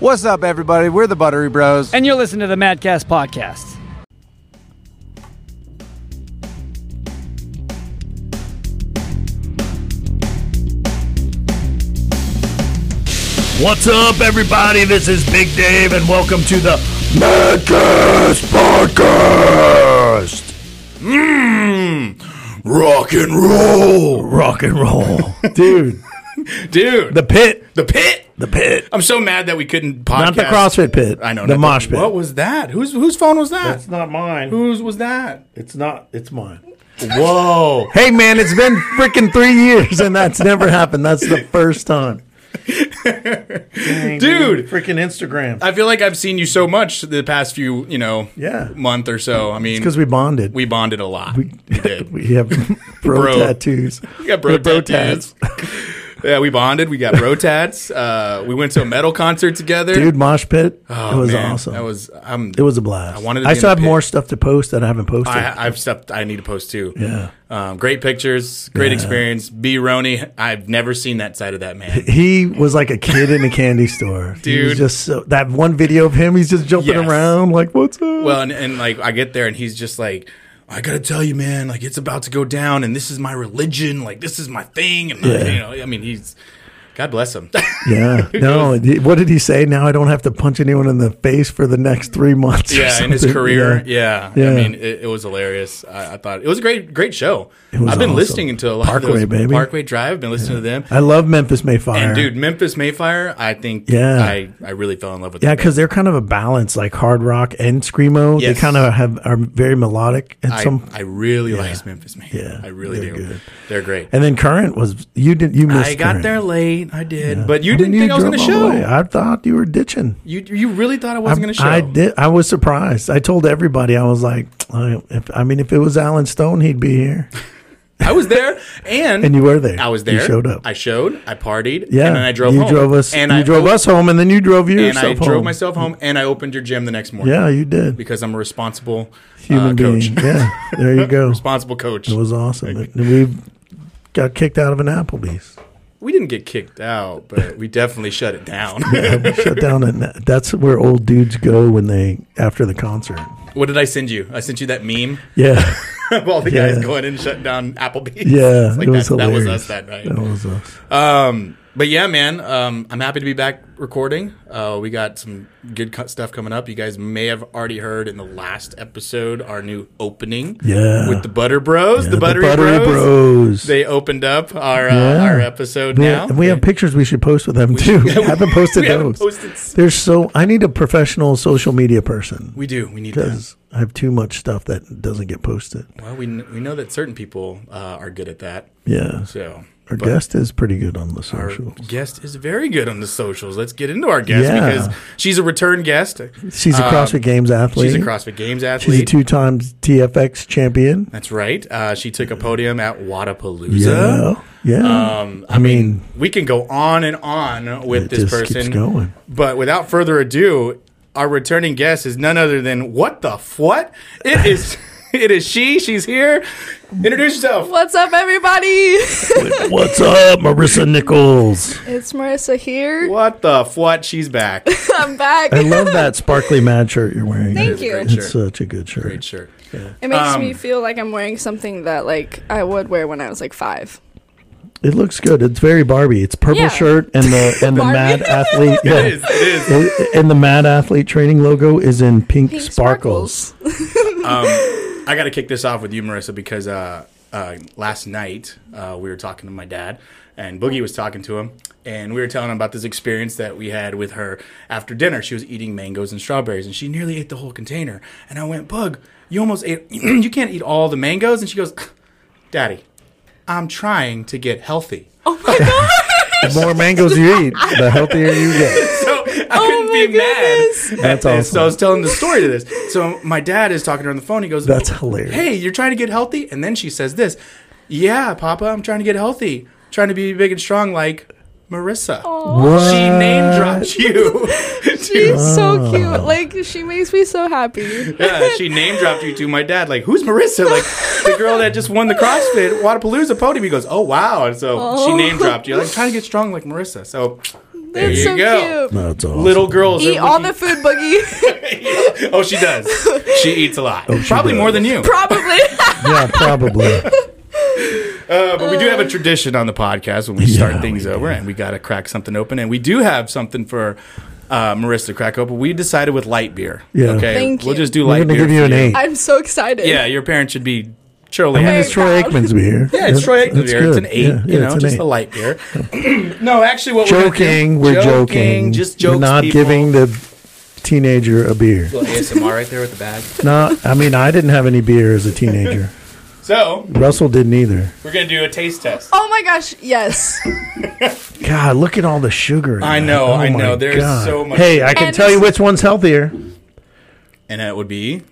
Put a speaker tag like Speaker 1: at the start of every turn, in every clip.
Speaker 1: What's up, everybody? We're the Buttery Bros.
Speaker 2: And you're listening to the Madcast Podcast.
Speaker 3: What's up, everybody? This is Big Dave, and welcome to the Madcast Podcast. Mmm, rock and roll, rock and roll, dude.
Speaker 4: Dude,
Speaker 3: The pit,
Speaker 4: the pit.
Speaker 3: the pit,
Speaker 4: I'm so mad that we couldn't podcast.
Speaker 3: not the CrossFit pit.
Speaker 4: I know
Speaker 3: the
Speaker 4: not
Speaker 3: mosh pit.
Speaker 4: What was that? Whose whose phone was that?
Speaker 5: It's not mine.
Speaker 4: Whose was that?
Speaker 5: It's not. It's mine.
Speaker 4: Whoa!
Speaker 3: Hey man, it's been freaking three years, and that's never happened. That's the first time.
Speaker 4: Dude.
Speaker 5: freaking Instagram.
Speaker 4: I feel like I've seen you so much the past few, you know,
Speaker 3: Yeah.
Speaker 4: month or so. I mean,
Speaker 3: Because we bonded.
Speaker 4: we bonded a lot. We, did.
Speaker 3: we have bro,
Speaker 4: Bro.
Speaker 3: tattoos.
Speaker 4: We got bro,
Speaker 3: bro
Speaker 4: tats. yeah, we bonded. We got bro tats. Uh, we went to a metal concert together.
Speaker 3: Dude, mosh pit. it was
Speaker 4: Oh, Man,
Speaker 3: awesome.
Speaker 4: That was um,
Speaker 3: it was a blast. I
Speaker 4: wanted to be in
Speaker 3: still
Speaker 4: the
Speaker 3: have
Speaker 4: pit.
Speaker 3: more stuff to post that I haven't posted.
Speaker 4: I, I've stepped. I need to post too.
Speaker 3: Yeah.
Speaker 4: Um, great pictures. Great experience. B. Roney. I've never seen that side of that man.
Speaker 3: he was like a kid in a candy store. he
Speaker 4: Dude.
Speaker 3: was just so, that one video of him. He's just jumping
Speaker 4: Yes.
Speaker 3: around like, "What's up?"
Speaker 4: well, and, and like I get there and he's just like, I gotta tell you, man. Like it's about to go down, and this is my religion. Like this is my thing. And
Speaker 3: Yeah.
Speaker 4: you know, I mean, he's. God bless him.
Speaker 3: yeah. No. he- What did he say? Now I don't have to punch anyone in the face for the next three months. or
Speaker 4: yeah, in his
Speaker 3: something.
Speaker 4: career. Yeah. I
Speaker 3: Yeah.
Speaker 4: mean, it, it was hilarious. I, I thought it was a great, great show. I've
Speaker 3: was
Speaker 4: been
Speaker 3: awesome.
Speaker 4: listening to a lot of
Speaker 3: Parkway,
Speaker 4: those,
Speaker 3: baby.
Speaker 4: Parkway Drive. I've been listening to them.
Speaker 3: I love Memphis Mayfire.
Speaker 4: And dude, Memphis Mayfire, I think
Speaker 3: Yeah.
Speaker 4: I, I really fell in love with
Speaker 3: Yeah,
Speaker 4: that band.
Speaker 3: because they're kind of a balance, like hard rock and screamo.
Speaker 4: Yes.
Speaker 3: They kind of have are very melodic at
Speaker 4: I,
Speaker 3: some.
Speaker 4: I really like Memphis Mayfire.
Speaker 3: Yeah,
Speaker 4: I really
Speaker 3: they're
Speaker 4: do.
Speaker 3: good.
Speaker 4: They're great.
Speaker 3: and then current was you didn't you missed.
Speaker 4: I got
Speaker 3: Current.
Speaker 4: there late. I did, but you
Speaker 3: I mean,
Speaker 4: didn't think I was going to
Speaker 3: drove all the way.
Speaker 4: show.
Speaker 3: I thought you were ditching.
Speaker 4: You you really thought I wasn't going to show.
Speaker 3: I did. I was surprised. I told everybody. I was like, I, if, I mean, if it was Alan Stone, he'd be here.
Speaker 4: I was there, and
Speaker 3: And you were there.
Speaker 4: I was
Speaker 3: You
Speaker 4: there.
Speaker 3: showed up.
Speaker 4: I showed. I partied.
Speaker 3: yeah.
Speaker 4: and then I drove
Speaker 3: You
Speaker 4: home.
Speaker 3: drove us.
Speaker 4: And
Speaker 3: you
Speaker 4: I
Speaker 3: drove us home, and then you drove yourself
Speaker 4: And I
Speaker 3: home.
Speaker 4: drove myself home, and I opened your gym the next morning.
Speaker 3: Yeah, you did.
Speaker 4: because I'm a responsible
Speaker 3: Human
Speaker 4: uh,
Speaker 3: being.
Speaker 4: coach.
Speaker 3: yeah. There you go.
Speaker 4: responsible coach.
Speaker 3: It was awesome. we got kicked out of an Applebee's.
Speaker 4: we didn't get kicked out, but we definitely shut it down.
Speaker 3: We shut down, and that- that's where old dudes go when they after the concert.
Speaker 4: what did I send you? I sent you that meme
Speaker 3: Yeah.
Speaker 4: of all the guys
Speaker 3: Yeah.
Speaker 4: going and shutting down Applebee's.
Speaker 3: Yeah,
Speaker 4: It's like
Speaker 3: it was
Speaker 4: that, that was
Speaker 3: hilarious.
Speaker 4: us that night.
Speaker 3: That was us.
Speaker 4: Um, but yeah, man, um, I'm happy to be back recording. Uh, we got some good cut stuff coming up. You guys may have already heard in the last episode our new opening.
Speaker 3: Yeah.
Speaker 4: with the Butter Bros, the
Speaker 3: The
Speaker 4: Buttery,
Speaker 3: Buttery
Speaker 4: Bros.
Speaker 3: Bros.
Speaker 4: They opened up our uh,
Speaker 3: Yeah.
Speaker 4: our episode
Speaker 3: We
Speaker 4: now.
Speaker 3: have, we have pictures we should post with them too. haven't posted
Speaker 4: we
Speaker 3: those.
Speaker 4: haven't posted s-
Speaker 3: They're so. I need a professional social media person
Speaker 4: we do. We need that.
Speaker 3: because I have too much stuff that doesn't get posted.
Speaker 4: Well, we kn- we know that certain people uh, are good at that.
Speaker 3: Yeah,
Speaker 4: So
Speaker 3: our
Speaker 4: but
Speaker 3: guest is pretty good on the
Speaker 4: our
Speaker 3: socials.
Speaker 4: guest is very good on the socials. Let's get into our guest
Speaker 3: Yeah.
Speaker 4: because she's a return guest.
Speaker 3: She's a
Speaker 4: Um,
Speaker 3: CrossFit Games athlete.
Speaker 4: She's a CrossFit Games athlete.
Speaker 3: She's a two-time TFX champion.
Speaker 4: That's right. Uh, she took a podium at Wadapalooza.
Speaker 3: Yeah, yeah.
Speaker 4: Um,
Speaker 3: I mean,
Speaker 4: we can go on and on with
Speaker 3: it
Speaker 4: this
Speaker 3: just
Speaker 4: person.
Speaker 3: keeps going.
Speaker 4: But without further ado, our returning guest is none other than what the what? It is it is she. She's here. Introduce yourself.
Speaker 6: What's up, everybody?
Speaker 3: What's up, Marissa Nichols?
Speaker 6: it's Marissa here.
Speaker 4: What the what? She's back.
Speaker 6: I'm back.
Speaker 3: I love that sparkly mad shirt you're wearing.
Speaker 6: Thank you.
Speaker 4: Great
Speaker 3: It's
Speaker 4: shirt.
Speaker 3: such a good shirt.
Speaker 4: Great shirt.
Speaker 6: It makes
Speaker 4: Um,
Speaker 6: me feel like I'm wearing something that like I would wear when I was like five.
Speaker 3: It looks good. It's very Barbie. It's purple
Speaker 6: Yeah.
Speaker 3: shirt and the and the
Speaker 6: Barbie.
Speaker 3: mad athlete. Yeah.
Speaker 4: It is. It is.
Speaker 3: It- and the Mad Athlete training logo is in pink,
Speaker 6: Pink
Speaker 3: sparkles.
Speaker 4: I got to kick this off with you, Marissa, because uh, uh, last night uh, we were talking to my dad, and Boogie was talking to him, and we were telling him about this experience that we had with her after dinner. She was eating mangoes and strawberries, and she nearly ate the whole container. And I went, Bug, you almost ate. you can't eat all the mangoes. And she goes, Daddy, I'm trying to get healthy.
Speaker 6: Oh,
Speaker 3: The more mangoes you eat, the healthier you get.
Speaker 4: So I couldn't be mad. at
Speaker 3: That's
Speaker 4: this. So I
Speaker 3: awesome.
Speaker 4: was telling the story to this. So my dad is talking to her on the phone. He goes,
Speaker 3: That's hilarious.
Speaker 4: Hey, you're trying to get healthy? And then she says this, Yeah, Papa, I'm trying to get healthy. Trying to be big and strong like Marissa.
Speaker 3: What?
Speaker 4: She name dropped you.
Speaker 6: She's so cute. Like she makes me so happy.
Speaker 4: Ah. yeah, she name dropped you to my dad. Like, who's Marissa? Like, the girl that just won the CrossFit Wadapalooza podium. He goes, oh, wow. And so she name dropped you. Like, trying to get strong like Marissa. So There
Speaker 6: That's
Speaker 4: you
Speaker 6: so
Speaker 4: go.
Speaker 6: cute.
Speaker 3: That's awesome.
Speaker 4: Little girls
Speaker 6: Eat
Speaker 4: are
Speaker 6: all the food, Boogie.
Speaker 4: looking- Oh, she does. She eats a lot.
Speaker 3: Oh,
Speaker 4: Probably more than you.
Speaker 6: Probably.
Speaker 3: yeah, probably.
Speaker 4: Uh, but we do have a tradition on the podcast when we start things over, and we got to crack something open. And we do have something for uh, Marissa to crack open. We decided with light beer.
Speaker 3: Yeah.
Speaker 4: Okay.
Speaker 6: Thank
Speaker 4: we'll
Speaker 6: you.
Speaker 4: just do
Speaker 3: We're
Speaker 4: light
Speaker 3: gonna
Speaker 4: beer.
Speaker 3: give you
Speaker 4: for
Speaker 3: an eight.
Speaker 6: I'm so excited.
Speaker 4: Yeah, your parents should be surely.
Speaker 3: And
Speaker 4: happy.
Speaker 3: it's Troy
Speaker 6: proud.
Speaker 3: Aikman's beer.
Speaker 4: Yeah, it's Troy Aikman
Speaker 3: That's
Speaker 4: beer. It's
Speaker 3: good.
Speaker 4: an eight,
Speaker 3: Yeah, yeah,
Speaker 4: you know,
Speaker 3: it's an
Speaker 4: just
Speaker 3: eight.
Speaker 4: a light beer. no, actually, what we're
Speaker 3: Joking,
Speaker 4: gonna do-
Speaker 3: we're joking.
Speaker 4: Just
Speaker 3: We're
Speaker 4: jokes.
Speaker 3: not
Speaker 4: people.
Speaker 3: giving the teenager a beer.
Speaker 4: Little ASMR right there with the bag.
Speaker 3: No, I mean I didn't have any beer as a teenager.
Speaker 4: So
Speaker 3: Russell didn't either.
Speaker 4: we're gonna do a taste test.
Speaker 6: Oh my gosh, yes.
Speaker 3: God, look at all the sugar. in
Speaker 4: I
Speaker 3: that. Oh
Speaker 4: know, I
Speaker 3: my
Speaker 4: know. There's so much-
Speaker 3: Hey, I can
Speaker 6: And-
Speaker 3: tell you which one's healthier.
Speaker 4: And that would be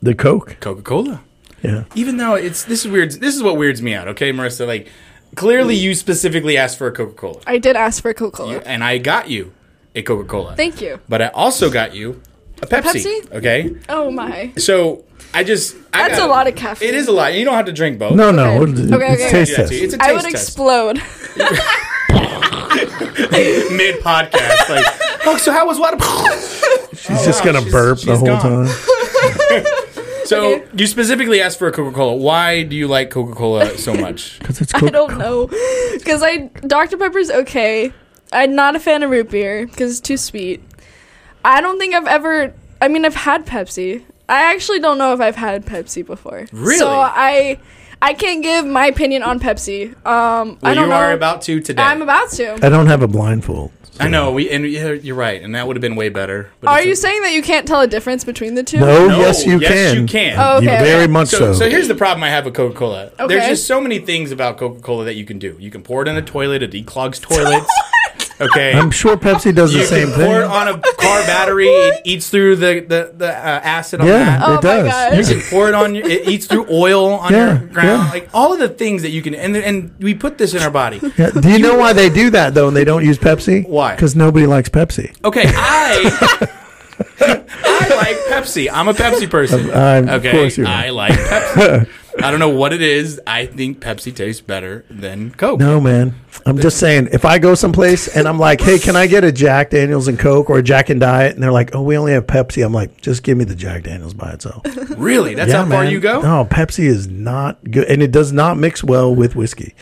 Speaker 3: The Coke.
Speaker 4: Coca Cola.
Speaker 3: Yeah.
Speaker 4: Even though it's this is weird. This is what weirds me out. Okay, Marissa. Like clearly,
Speaker 6: Hmm.
Speaker 4: you specifically asked for a Coca Cola,
Speaker 6: I did ask for a Coca Cola.
Speaker 4: and I got you a Coca Cola.
Speaker 6: Thank you.
Speaker 4: But I also got you a Pepsi.
Speaker 6: Pepsi?
Speaker 4: Okay.
Speaker 6: Oh my.
Speaker 4: So I just I
Speaker 6: That's
Speaker 4: got-
Speaker 6: a lot of caffeine.
Speaker 4: It is a lot. You don't have to drink both.
Speaker 3: No, no.
Speaker 6: Okay.
Speaker 3: we'll do-
Speaker 6: Okay,
Speaker 3: it's
Speaker 6: okay,
Speaker 3: taste
Speaker 4: Yeah,
Speaker 3: test.
Speaker 4: dude, it's a taste
Speaker 6: I would
Speaker 4: test.
Speaker 6: explode.
Speaker 4: mid podcast. Like, oh, so how was water?
Speaker 3: She's just gonna
Speaker 4: she's-
Speaker 3: burp the
Speaker 4: she's
Speaker 3: whole
Speaker 4: gone.
Speaker 3: time.
Speaker 4: so
Speaker 6: Okay.
Speaker 4: you specifically asked for a Coca Cola. Why do you like Coca Cola so much?
Speaker 3: Because it's
Speaker 6: I
Speaker 3: Coke.
Speaker 6: don't know. Because I. Dr. Pepper's okay. I'm not a fan of root beer because it's too sweet. I don't think I've ever. I mean, I've had Pepsi. I actually don't know if I've had Pepsi before.
Speaker 4: Really?
Speaker 6: So I. I can't give my opinion on Pepsi. Um, I
Speaker 4: Well,
Speaker 6: don't
Speaker 4: you
Speaker 6: know.
Speaker 4: are about to today.
Speaker 6: I'm about to.
Speaker 3: I don't have a blindfold.
Speaker 4: I know. We and yeah, you're right. And that would have been way better. But
Speaker 6: Are
Speaker 4: it's a-
Speaker 6: you saying that you can't tell a difference between the two?
Speaker 3: No,
Speaker 4: No,
Speaker 3: yes, you
Speaker 4: yes,
Speaker 3: can.
Speaker 4: you can.
Speaker 6: Oh,
Speaker 3: You
Speaker 6: okay.
Speaker 3: very
Speaker 6: okay.
Speaker 3: much
Speaker 4: So,
Speaker 3: so.
Speaker 4: so here's the problem I have with Coca Cola. There's
Speaker 6: Okay.
Speaker 4: just so many things about Coca Cola that you can do. You can pour it in a toilet, it declogs toilets. Okay.
Speaker 3: I'm sure Pepsi does
Speaker 4: you
Speaker 3: the same
Speaker 4: can pour it
Speaker 3: thing.
Speaker 4: on a car battery, it eats through the, the, the uh, acid on
Speaker 3: Yeah,
Speaker 4: that.
Speaker 6: Oh my
Speaker 3: it does.
Speaker 6: God.
Speaker 3: You
Speaker 4: You can pour it on your, it eats through oil on
Speaker 3: Yeah,
Speaker 4: your ground.
Speaker 3: yeah.
Speaker 4: Like all of the things that you can and and we put this in our body.
Speaker 3: Yeah, Do you know why they do that though? And they don't use Pepsi.
Speaker 4: Why?
Speaker 3: Because nobody likes Pepsi.
Speaker 4: Okay, I I like Pepsi. I'm a Pepsi person.
Speaker 3: I'm- of
Speaker 4: okay,
Speaker 3: course you are.
Speaker 4: I like Pepsi. I don't know what it is. I think Pepsi tastes better than Coke.
Speaker 3: No, man. I'm just saying. If I go someplace and I'm like, "Hey, can I get a Jack Daniels and Coke or a Jack and Diet?" and they're like, "Oh, we only have Pepsi," I'm like, "Just give me the Jack Daniels by itself."
Speaker 4: Really? That's how far you go?
Speaker 3: No, Pepsi is not good, and it does not mix well with whiskey.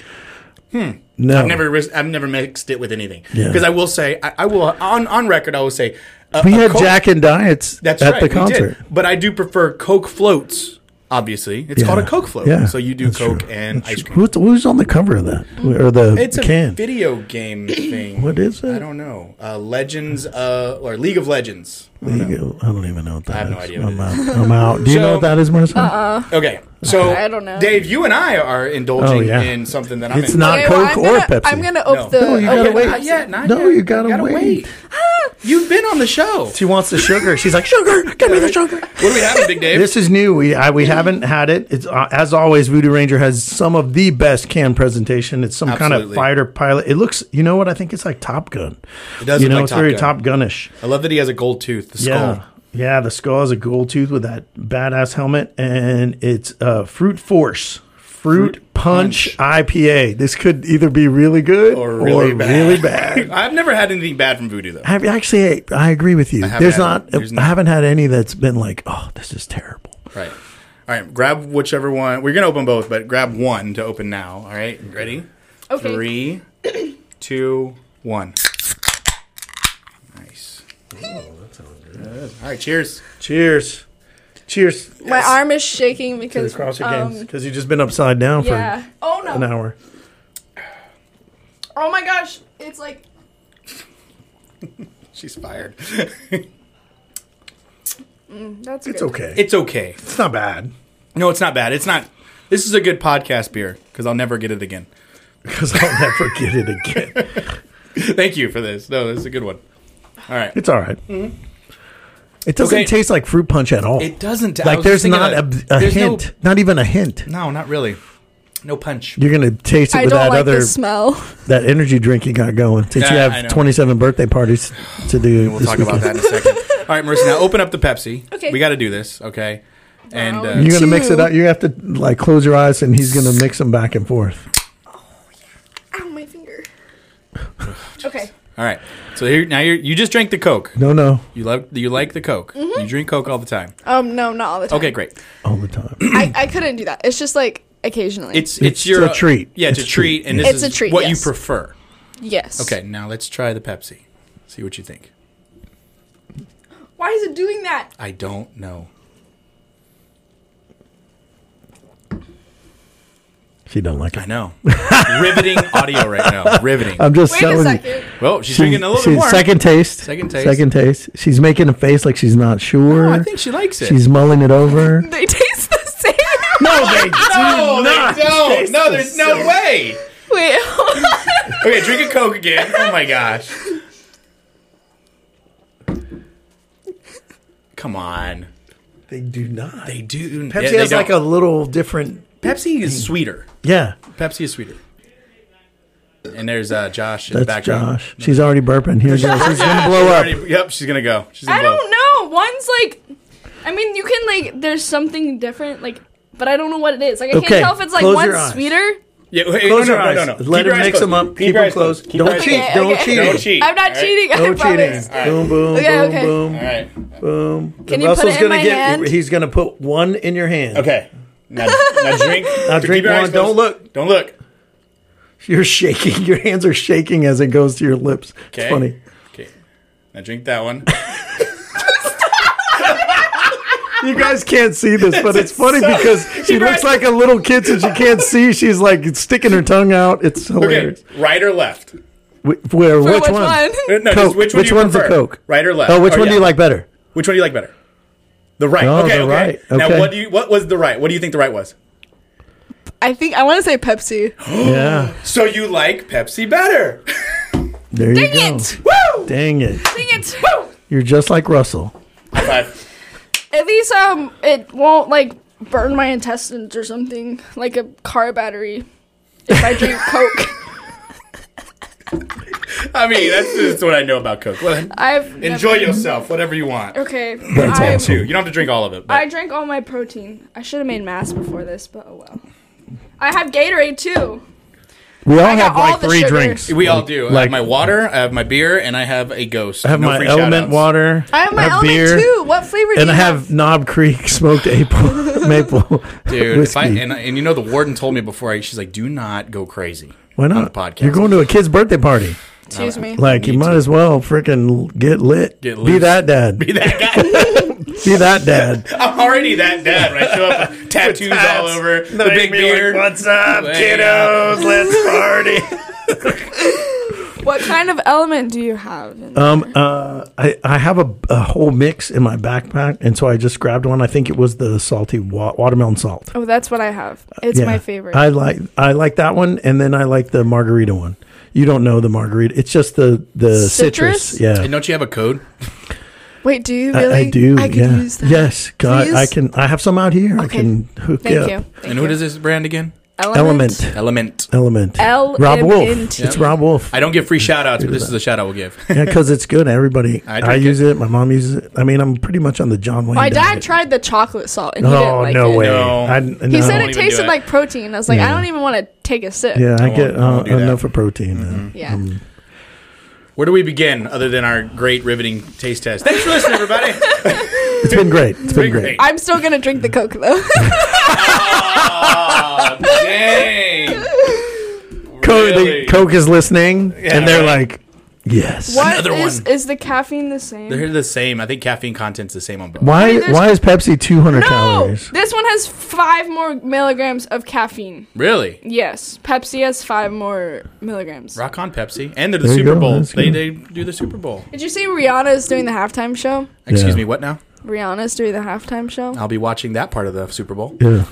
Speaker 3: Hmm. No,
Speaker 4: I've never ris- I've never mixed it with anything.
Speaker 3: Yeah.
Speaker 4: Because I will say I, I will on on record I will say uh,
Speaker 3: We
Speaker 4: a
Speaker 3: had
Speaker 4: Coke-
Speaker 3: Jack and Diets
Speaker 4: That's
Speaker 3: at
Speaker 4: right,
Speaker 3: the
Speaker 4: we did.
Speaker 3: concert.
Speaker 4: But I do prefer Coke floats. Obviously, it's
Speaker 3: Yeah.
Speaker 4: called a Coke float.
Speaker 3: Yeah,
Speaker 4: So you do
Speaker 3: that's
Speaker 4: Coke
Speaker 3: true.
Speaker 4: and
Speaker 3: That's
Speaker 4: ice
Speaker 3: true.
Speaker 4: cream.
Speaker 3: Who's, who's on the cover of that or the
Speaker 4: It's a
Speaker 3: can?
Speaker 4: video game thing.
Speaker 3: What is it?
Speaker 4: I don't know. Uh, Legends uh, or League of Legends.
Speaker 3: I don't, even know what that
Speaker 4: have no
Speaker 3: is.
Speaker 4: idea what
Speaker 3: I'm
Speaker 4: it
Speaker 3: out. I'm out. Do you
Speaker 4: So-
Speaker 3: know what that is, Marissa? Uh-uh.
Speaker 4: Okay, so
Speaker 6: I don't know.
Speaker 4: Dave, you and I are indulging
Speaker 3: Oh, yeah.
Speaker 4: in something that I'm.
Speaker 3: It's
Speaker 4: in.
Speaker 3: not
Speaker 6: Okay, well,
Speaker 3: Coke
Speaker 6: I'm
Speaker 3: or
Speaker 6: gonna,
Speaker 3: Pepsi.
Speaker 6: I'm gonna
Speaker 4: No.
Speaker 6: open the.
Speaker 3: No, you gotta
Speaker 6: open
Speaker 3: wait.
Speaker 6: the
Speaker 4: Not yet. Not
Speaker 3: No,
Speaker 4: yet.
Speaker 3: you gotta wait.
Speaker 4: You've been on the show.
Speaker 3: She wants the sugar. She's like, sugar, give me the sugar.
Speaker 4: What do we have, Big Dave?
Speaker 3: This is new. We I, we haven't had it. It's uh, as always. Voodoo Ranger has some of the best can presentation. It's some kind of
Speaker 4: Absolutely.
Speaker 3: fighter pilot. It looks. You know what? I think it's like Top Gun. It
Speaker 4: does
Speaker 3: You
Speaker 4: look
Speaker 3: know,
Speaker 4: like
Speaker 3: it's
Speaker 4: Top
Speaker 3: very
Speaker 4: Gun.
Speaker 3: Top Gunish.
Speaker 4: I love that he has a gold tooth. The skull.
Speaker 3: Yeah. Yeah, the skull has a gold tooth with that badass helmet, and it's uh, Fruit Force Fruit, Punch, IPA. This could either be really good
Speaker 4: Or really bad.
Speaker 3: really bad.
Speaker 4: I've never had anything bad from Voodoo though.
Speaker 3: I actually, I agree with you.
Speaker 4: haven't
Speaker 3: There's
Speaker 4: had-
Speaker 3: not,
Speaker 4: there's
Speaker 3: I
Speaker 4: not.
Speaker 3: haven't had any that's been like, oh, this is terrible.
Speaker 4: Right. All right. Grab whichever one. We're gonna open both, but grab one to open now. All right. Ready?
Speaker 6: Okay.
Speaker 4: Three, two, one. Nice. All right. Cheers.
Speaker 3: Cheers. Cheers.
Speaker 6: My arm is shaking
Speaker 3: To the
Speaker 6: because.
Speaker 3: CrossFit
Speaker 6: um,
Speaker 3: Games because you've just been upside down for
Speaker 6: Yeah. Oh
Speaker 3: an
Speaker 6: no.
Speaker 3: hour.
Speaker 6: Oh my gosh. It's like.
Speaker 4: She's fired.
Speaker 6: That's
Speaker 3: It's
Speaker 6: good.
Speaker 3: okay.
Speaker 4: It's okay.
Speaker 3: It's not bad
Speaker 4: No, it's not bad. It's not. This is a good podcast beer because I'll never get it again.
Speaker 3: because I'll never get it again.
Speaker 4: Thank you for this. No, this is a good one. All right.
Speaker 3: It's all right.
Speaker 6: Mm-hmm.
Speaker 3: It doesn't
Speaker 4: Okay.
Speaker 3: taste like fruit punch at all.
Speaker 4: It doesn't. I
Speaker 3: like
Speaker 4: was
Speaker 3: there's
Speaker 4: just thinking
Speaker 3: not a,
Speaker 4: that-
Speaker 3: a
Speaker 4: there's no-
Speaker 3: hint, not even a hint.
Speaker 4: No, not really. No punch.
Speaker 3: You're gonna taste it
Speaker 6: I
Speaker 3: with
Speaker 6: don't
Speaker 3: that
Speaker 6: like
Speaker 3: other
Speaker 6: the smell.
Speaker 3: that energy drink you got going. Since
Speaker 4: Yeah,
Speaker 3: you
Speaker 4: I know.
Speaker 3: have 27 birthday parties to do.
Speaker 4: We'll
Speaker 3: this
Speaker 4: talk about that
Speaker 3: weekend.
Speaker 4: in a second. All right, Marissa. Now open up the Pepsi.
Speaker 6: Okay.
Speaker 4: We got to do this. Okay. And
Speaker 6: Wow.
Speaker 4: uh,
Speaker 3: You're gonna mix it
Speaker 6: Two.
Speaker 3: up. You have to like close your eyes, and he's gonna mix them back and forth.
Speaker 6: Ow, my finger. okay.
Speaker 4: All right. So here now you you just drank the Coke.
Speaker 3: No, no,
Speaker 4: You love you like the Coke.
Speaker 6: Mm-hmm.
Speaker 4: You drink Coke all the time.
Speaker 6: Um, no, not all the time.
Speaker 4: Okay, great.
Speaker 3: all the time.
Speaker 6: I, I couldn't do that. It's just like occasionally.
Speaker 4: It's it's,
Speaker 3: It's
Speaker 4: your
Speaker 3: a treat.
Speaker 4: Yeah, it's,
Speaker 3: It's a
Speaker 4: a treat,
Speaker 3: treat,
Speaker 4: and
Speaker 3: yeah.
Speaker 4: this
Speaker 6: It's
Speaker 4: is
Speaker 6: a treat,
Speaker 4: what you
Speaker 6: yes.
Speaker 4: prefer.
Speaker 6: yes.
Speaker 4: Okay, now let's try the Pepsi. See what you think.
Speaker 6: Why is it doing that?
Speaker 4: I don't know.
Speaker 3: She don't like
Speaker 4: I
Speaker 3: it.
Speaker 4: know. Riveting audio right now. Riveting.
Speaker 3: I'm just
Speaker 6: Wait a
Speaker 3: selling.
Speaker 6: second.
Speaker 4: well,
Speaker 3: She's-
Speaker 4: she's drinking a little
Speaker 3: Uh, she's
Speaker 4: bit more.
Speaker 3: Second taste.
Speaker 4: Second taste.
Speaker 3: Second taste. She's making a face like she's not sure.
Speaker 4: No, Oh, I think she likes it.
Speaker 3: she's mulling it over.
Speaker 6: They taste the same.
Speaker 3: no, they
Speaker 4: no, they don't. No, there's no way.
Speaker 6: Wait, hold on.
Speaker 4: Okay, drink a Coke again. Oh my gosh. Come on.
Speaker 3: They do not.
Speaker 4: They do.
Speaker 3: Pepsi
Speaker 4: yeah, they
Speaker 3: has
Speaker 4: don't.
Speaker 3: like a little different.
Speaker 4: Pepsi is sweeter.
Speaker 3: Yeah,
Speaker 4: Pepsi is sweeter. And there's uh, Josh in the
Speaker 3: that's
Speaker 4: background.
Speaker 3: Josh. She's already burping. Here she goes. She's gonna blow
Speaker 4: She's
Speaker 3: up.
Speaker 4: already- yep, she's gonna go. She's gonna
Speaker 6: I
Speaker 4: blow.
Speaker 6: don't know. One's like, I mean, you can like, there's something different, like, but I don't know what it is. Like, I
Speaker 3: Okay,
Speaker 6: can't tell if it's like
Speaker 3: close your eyes.
Speaker 6: one's sweeter.
Speaker 4: Yeah, wait,
Speaker 3: Close
Speaker 4: no,
Speaker 3: your
Speaker 4: no,
Speaker 3: eyes.
Speaker 4: No,
Speaker 3: Let
Speaker 4: no, no. Keep
Speaker 3: her
Speaker 4: your eyes
Speaker 3: mix them
Speaker 4: closed.
Speaker 3: up. Keep them
Speaker 4: eyes
Speaker 3: closed.
Speaker 4: Keep your
Speaker 3: Don't
Speaker 4: eyes
Speaker 3: cheat.
Speaker 4: closed.
Speaker 3: Don't
Speaker 6: okay.
Speaker 3: cheat.
Speaker 4: Don't cheat.
Speaker 6: I'm not
Speaker 4: all right?
Speaker 6: cheating. I
Speaker 3: No cheating.
Speaker 6: promise.
Speaker 3: Boom, boom,
Speaker 6: Okay,
Speaker 3: boom,
Speaker 6: okay.
Speaker 3: boom,
Speaker 4: All right.
Speaker 3: boom.
Speaker 6: Can
Speaker 3: The
Speaker 6: you put
Speaker 3: Russell's
Speaker 6: it in
Speaker 3: gonna
Speaker 6: my
Speaker 3: get.
Speaker 6: hand?
Speaker 3: He's gonna put one in your hand.
Speaker 4: Okay. Now, now drink.
Speaker 3: Now
Speaker 4: Keep
Speaker 3: drink
Speaker 4: your eyes
Speaker 3: one. Don't
Speaker 4: closed.
Speaker 3: look.
Speaker 4: Don't look.
Speaker 3: You're shaking. Your hands are shaking as it goes to your lips.
Speaker 4: Okay.
Speaker 3: It's funny.
Speaker 4: Okay. Now drink that one.
Speaker 3: You guys can't see this, but it's funny because she looks like a little kid and she can't see. She's like sticking her tongue out. It's
Speaker 4: Okay.
Speaker 3: hilarious.
Speaker 4: Right or left?
Speaker 3: Wh- Where?
Speaker 6: For
Speaker 3: Which, one?
Speaker 4: No, just
Speaker 3: Coke.
Speaker 4: which one
Speaker 3: Which
Speaker 4: do you
Speaker 3: one's the
Speaker 4: prefer?
Speaker 3: Coke?
Speaker 4: Right or left?
Speaker 3: Oh, which
Speaker 4: one
Speaker 3: one do you like better?
Speaker 4: Which one do you like better? The right.
Speaker 3: Oh,
Speaker 4: okay,
Speaker 3: the
Speaker 4: okay.
Speaker 3: right.
Speaker 4: Now
Speaker 3: Okay.
Speaker 4: what do you what was the right? What do you think the right was?
Speaker 6: I think I want to say Pepsi.
Speaker 3: Yeah.
Speaker 4: So you like Pepsi better.
Speaker 3: There you
Speaker 6: Dang
Speaker 3: go.
Speaker 6: it!
Speaker 4: Woo!
Speaker 3: Dang it.
Speaker 6: Dang it! Woo!
Speaker 3: You're just like Russell.
Speaker 4: High five.
Speaker 6: At least um, it won't like burn my intestines or something like a car battery if I drink Coke.
Speaker 4: I mean, that's just what I know about Coke. Well,
Speaker 6: I've
Speaker 4: enjoy yourself, whatever you want.
Speaker 6: Never, okay.
Speaker 3: That's
Speaker 6: I,
Speaker 3: awesome.
Speaker 4: You don't have to drink all of it. But
Speaker 6: I drank all my protein. I should have made mass before this, but oh well. I have Gatorade too.
Speaker 3: We all
Speaker 6: got
Speaker 3: have
Speaker 6: all
Speaker 3: like
Speaker 6: the
Speaker 3: three
Speaker 6: sugar.
Speaker 3: drinks.
Speaker 4: we all do. I have
Speaker 3: like-
Speaker 4: my water, I have my beer, and I have a ghost.
Speaker 3: I have my element water.
Speaker 6: I have my element too. What flavor do
Speaker 3: And
Speaker 6: you
Speaker 3: I have Knob Creek smoked apple, maple
Speaker 4: Dude, if
Speaker 3: whiskey.
Speaker 4: I, and, and you know the warden told me before. I, she's like, "Do not go crazy."
Speaker 3: Why
Speaker 4: on
Speaker 3: not?
Speaker 4: the podcast.
Speaker 3: You're going to a kid's birthday party.
Speaker 6: Excuse me.
Speaker 3: Like you
Speaker 4: Need
Speaker 3: might
Speaker 4: to.
Speaker 3: as well freaking get lit.
Speaker 4: Get
Speaker 3: Be
Speaker 4: loose.
Speaker 3: that dad. Be that dad.
Speaker 4: I'm already that dad. Right? Show up with tattoos all over the big beard.
Speaker 3: What's up,
Speaker 4: Hey, kiddos?
Speaker 3: Let's party.
Speaker 6: What kind of element do you have? in-
Speaker 3: Um, uh, I I have a, a whole mix in my backpack, and so I just grabbed one. I think it was the salty wa- watermelon salt.
Speaker 6: oh, that's what I have. It's
Speaker 3: Yeah.
Speaker 6: my favorite.
Speaker 3: I like I like that one, and then I like the margarita one. You don't know the margarita. It's just the the citrus.
Speaker 6: Citrus?
Speaker 3: Yeah.
Speaker 4: And don't you have a code?
Speaker 6: Wait, do you
Speaker 3: I-
Speaker 6: really?
Speaker 3: I, do.
Speaker 6: I could
Speaker 3: yeah.
Speaker 6: use that.
Speaker 3: Yes, God, I
Speaker 6: Please?
Speaker 3: can. I have some out here. I
Speaker 6: Okay.
Speaker 3: can hook
Speaker 6: Thank
Speaker 3: up.
Speaker 6: you. Thank
Speaker 4: and who
Speaker 6: you.
Speaker 4: does this brand again?
Speaker 3: Element.
Speaker 4: Element.
Speaker 3: Element.
Speaker 6: L
Speaker 3: Rob
Speaker 6: M N
Speaker 3: Wolf.
Speaker 6: T.
Speaker 3: It's Rob Wolf.
Speaker 4: I don't give free shout outs, but this is a shout out we'll give.
Speaker 3: Yeah, because it's good. Everybody,
Speaker 4: I
Speaker 3: I,
Speaker 4: drink
Speaker 3: use it. My mom uses it. I mean, I'm pretty much on the John Wayne.
Speaker 6: My dad
Speaker 3: diet.
Speaker 6: tried the chocolate salt and he didn't
Speaker 3: Oh
Speaker 6: like
Speaker 3: no
Speaker 6: it.
Speaker 3: way!
Speaker 4: No.
Speaker 3: I,
Speaker 4: He
Speaker 6: He
Speaker 3: no.
Speaker 6: said
Speaker 4: Won't
Speaker 6: it
Speaker 4: even do
Speaker 6: tasted
Speaker 4: it.
Speaker 6: like protein. I was like, I
Speaker 3: Yeah.
Speaker 6: don't even want to take a sip.
Speaker 3: Yeah, I, get uh,
Speaker 4: won't- I won't do that. Mm-hmm.
Speaker 3: enough of protein. uh,
Speaker 6: Yeah.
Speaker 4: Where do we begin other than our great riveting taste test? Thanks for listening, everybody.
Speaker 3: It's been great. It's been great.
Speaker 6: I'm still gonna drink the Coke though.
Speaker 4: Dang.
Speaker 3: Coke, they-
Speaker 4: Really?
Speaker 3: Coke is listening, and they're
Speaker 4: right.
Speaker 3: like, "Yes."
Speaker 6: what
Speaker 4: Another
Speaker 6: is
Speaker 4: one.
Speaker 6: is the caffeine the same?
Speaker 4: They're the same. I think caffeine content's the same on both.
Speaker 3: Why?
Speaker 6: there's-
Speaker 3: why is Pepsi 200
Speaker 6: no,
Speaker 3: calories?
Speaker 6: this one has five more milligrams of caffeine.
Speaker 4: Really?
Speaker 6: Yes, Pepsi has five more milligrams.
Speaker 4: Rock on Pepsi. And they're the
Speaker 3: There you
Speaker 4: Super
Speaker 3: go.
Speaker 4: Bowl.
Speaker 3: That's
Speaker 4: They,
Speaker 3: good.
Speaker 4: they do the Super Bowl.
Speaker 6: Did you see Rihanna is doing the halftime show?
Speaker 4: Excuse
Speaker 3: Yeah.
Speaker 4: me, what now?
Speaker 6: Rihanna's doing the halftime show.
Speaker 4: I'll be watching that part of the Super Bowl.
Speaker 3: Yeah,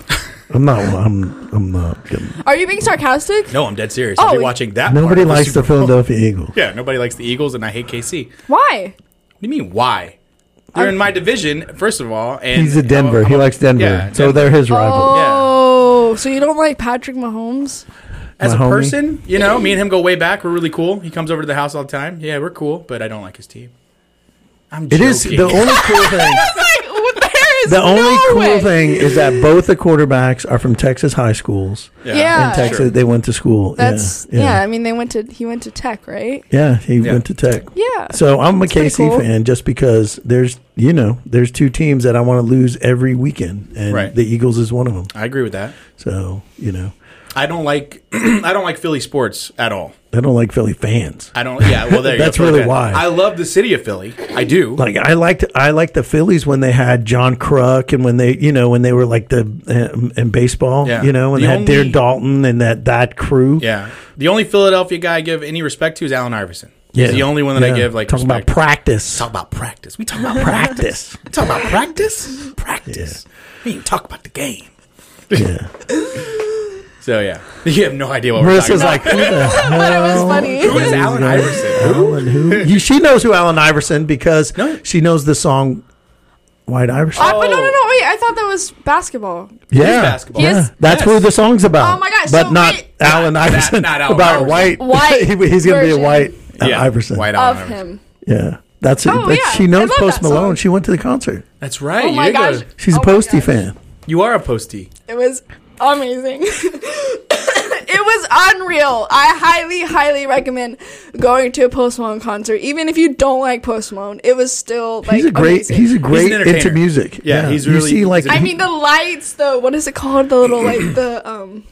Speaker 3: I'm not. I'm. I'm not. Kidding.
Speaker 6: Are you being sarcastic?
Speaker 4: No, I'm dead serious. I'll
Speaker 6: Oh,
Speaker 4: be watching that part
Speaker 3: Nobody
Speaker 4: of
Speaker 3: likes the,
Speaker 4: Super Bowl.
Speaker 3: Philadelphia Eagles.
Speaker 4: Yeah, nobody likes the Eagles, and I hate KC. What
Speaker 6: Why?
Speaker 4: do you mean, why? They're in my division, first of all. And oh,
Speaker 3: He's a Denver. He likes Denver,
Speaker 4: Yeah,
Speaker 3: so
Speaker 4: Denver.
Speaker 3: they're his rival.
Speaker 6: Oh, so you don't like Patrick Mahomes?
Speaker 4: as a
Speaker 3: My homie.
Speaker 4: person, you know, me and him go way back. We're really cool. He comes over to the house all the time. Yeah, we're cool, but I don't like his team. I'm
Speaker 3: It
Speaker 4: joking.
Speaker 3: is the only cool thing.
Speaker 6: Like, what the hair
Speaker 3: the only
Speaker 6: no
Speaker 3: cool
Speaker 6: way.
Speaker 3: thing is that both the quarterbacks are from Texas high schools.
Speaker 6: Yeah.
Speaker 3: in Texas,
Speaker 4: Sure.
Speaker 3: they went to school.
Speaker 6: That's yeah,
Speaker 3: yeah, yeah.
Speaker 6: I mean, they went to he went to Tech, right?
Speaker 3: Yeah, he
Speaker 4: Yeah.
Speaker 3: went to Tech.
Speaker 6: Yeah.
Speaker 3: So I'm a
Speaker 6: pretty
Speaker 3: KC
Speaker 6: cool.
Speaker 3: fan just because there's you know there's two teams that I want to lose every weekend, and
Speaker 4: Right.
Speaker 3: the Eagles is one of them.
Speaker 4: I agree with that.
Speaker 3: So you know
Speaker 4: I don't like I don't like Philly sports at all.
Speaker 3: I don't like Philly fans.
Speaker 4: I don't. Yeah, well, there you go.
Speaker 3: That's
Speaker 4: Philly
Speaker 3: really
Speaker 4: fan.
Speaker 3: why.
Speaker 4: I love the city of Philly. I do.
Speaker 3: Like I liked I liked the Phillies when they had John Kruk and when they you know when they were like the um, in baseball
Speaker 4: Yeah.
Speaker 3: you know and
Speaker 4: The
Speaker 3: they had Darren
Speaker 4: only-
Speaker 3: Dalton and that that crew
Speaker 4: yeah, the only Philadelphia guy I give any respect to is Allen Iverson. He's the only one that I
Speaker 3: Yeah.
Speaker 4: give like
Speaker 3: talking about
Speaker 4: respect.
Speaker 3: practice
Speaker 4: talk about practice. We talk about
Speaker 3: practice
Speaker 4: We talk about practice. Practice. We ain't talk about the game.
Speaker 3: yeah
Speaker 4: So yeah, you have no idea what we're talking
Speaker 3: Marissa's
Speaker 4: about.
Speaker 3: like who the
Speaker 6: But it was
Speaker 3: hell
Speaker 6: funny.
Speaker 4: Who is Allen Iverson?
Speaker 3: Allen who? You, she knows who Allen Iverson because
Speaker 4: No.
Speaker 3: she knows the song White Iverson.
Speaker 6: Uh, but no, no, no! Wait, I thought that was basketball.
Speaker 3: yeah,
Speaker 4: basketball.
Speaker 3: Oh. yeah.
Speaker 6: Yes.
Speaker 3: that's
Speaker 4: Yes.
Speaker 3: what the song's about.
Speaker 6: Oh my gosh,
Speaker 3: But
Speaker 6: so
Speaker 3: not
Speaker 6: wait-
Speaker 3: Allen
Speaker 4: Not-
Speaker 3: Iverson.
Speaker 4: not Allen
Speaker 3: about
Speaker 4: Iverson.
Speaker 3: white.
Speaker 6: White
Speaker 3: He- he's gonna be a
Speaker 6: version.
Speaker 3: white Allen Iverson.
Speaker 4: White Allen
Speaker 6: Of
Speaker 4: Iverson.
Speaker 6: him.
Speaker 3: Yeah, that's it.
Speaker 6: Oh,
Speaker 3: That's-
Speaker 6: yeah.
Speaker 3: She knows
Speaker 6: I love
Speaker 3: Post
Speaker 6: that
Speaker 3: Malone.
Speaker 6: song.
Speaker 3: She went to the concert.
Speaker 4: That's right.
Speaker 6: Oh my
Speaker 4: you
Speaker 6: gosh!
Speaker 4: gotta-
Speaker 3: She's
Speaker 6: Oh
Speaker 3: a
Speaker 6: my
Speaker 3: Posty
Speaker 6: gosh.
Speaker 3: fan.
Speaker 4: you are a postie.
Speaker 6: It was amazing. it was unreal. I highly, highly recommend going to a Post Malone concert, even if you don't like Post Malone. It was still like
Speaker 3: He's a great.
Speaker 6: amazing.
Speaker 3: He's a great
Speaker 4: entertainer.
Speaker 3: into music.
Speaker 4: Yeah, he's really-
Speaker 3: You see, like
Speaker 4: he's
Speaker 6: I mean, the lights, the what is it called? The little like the um,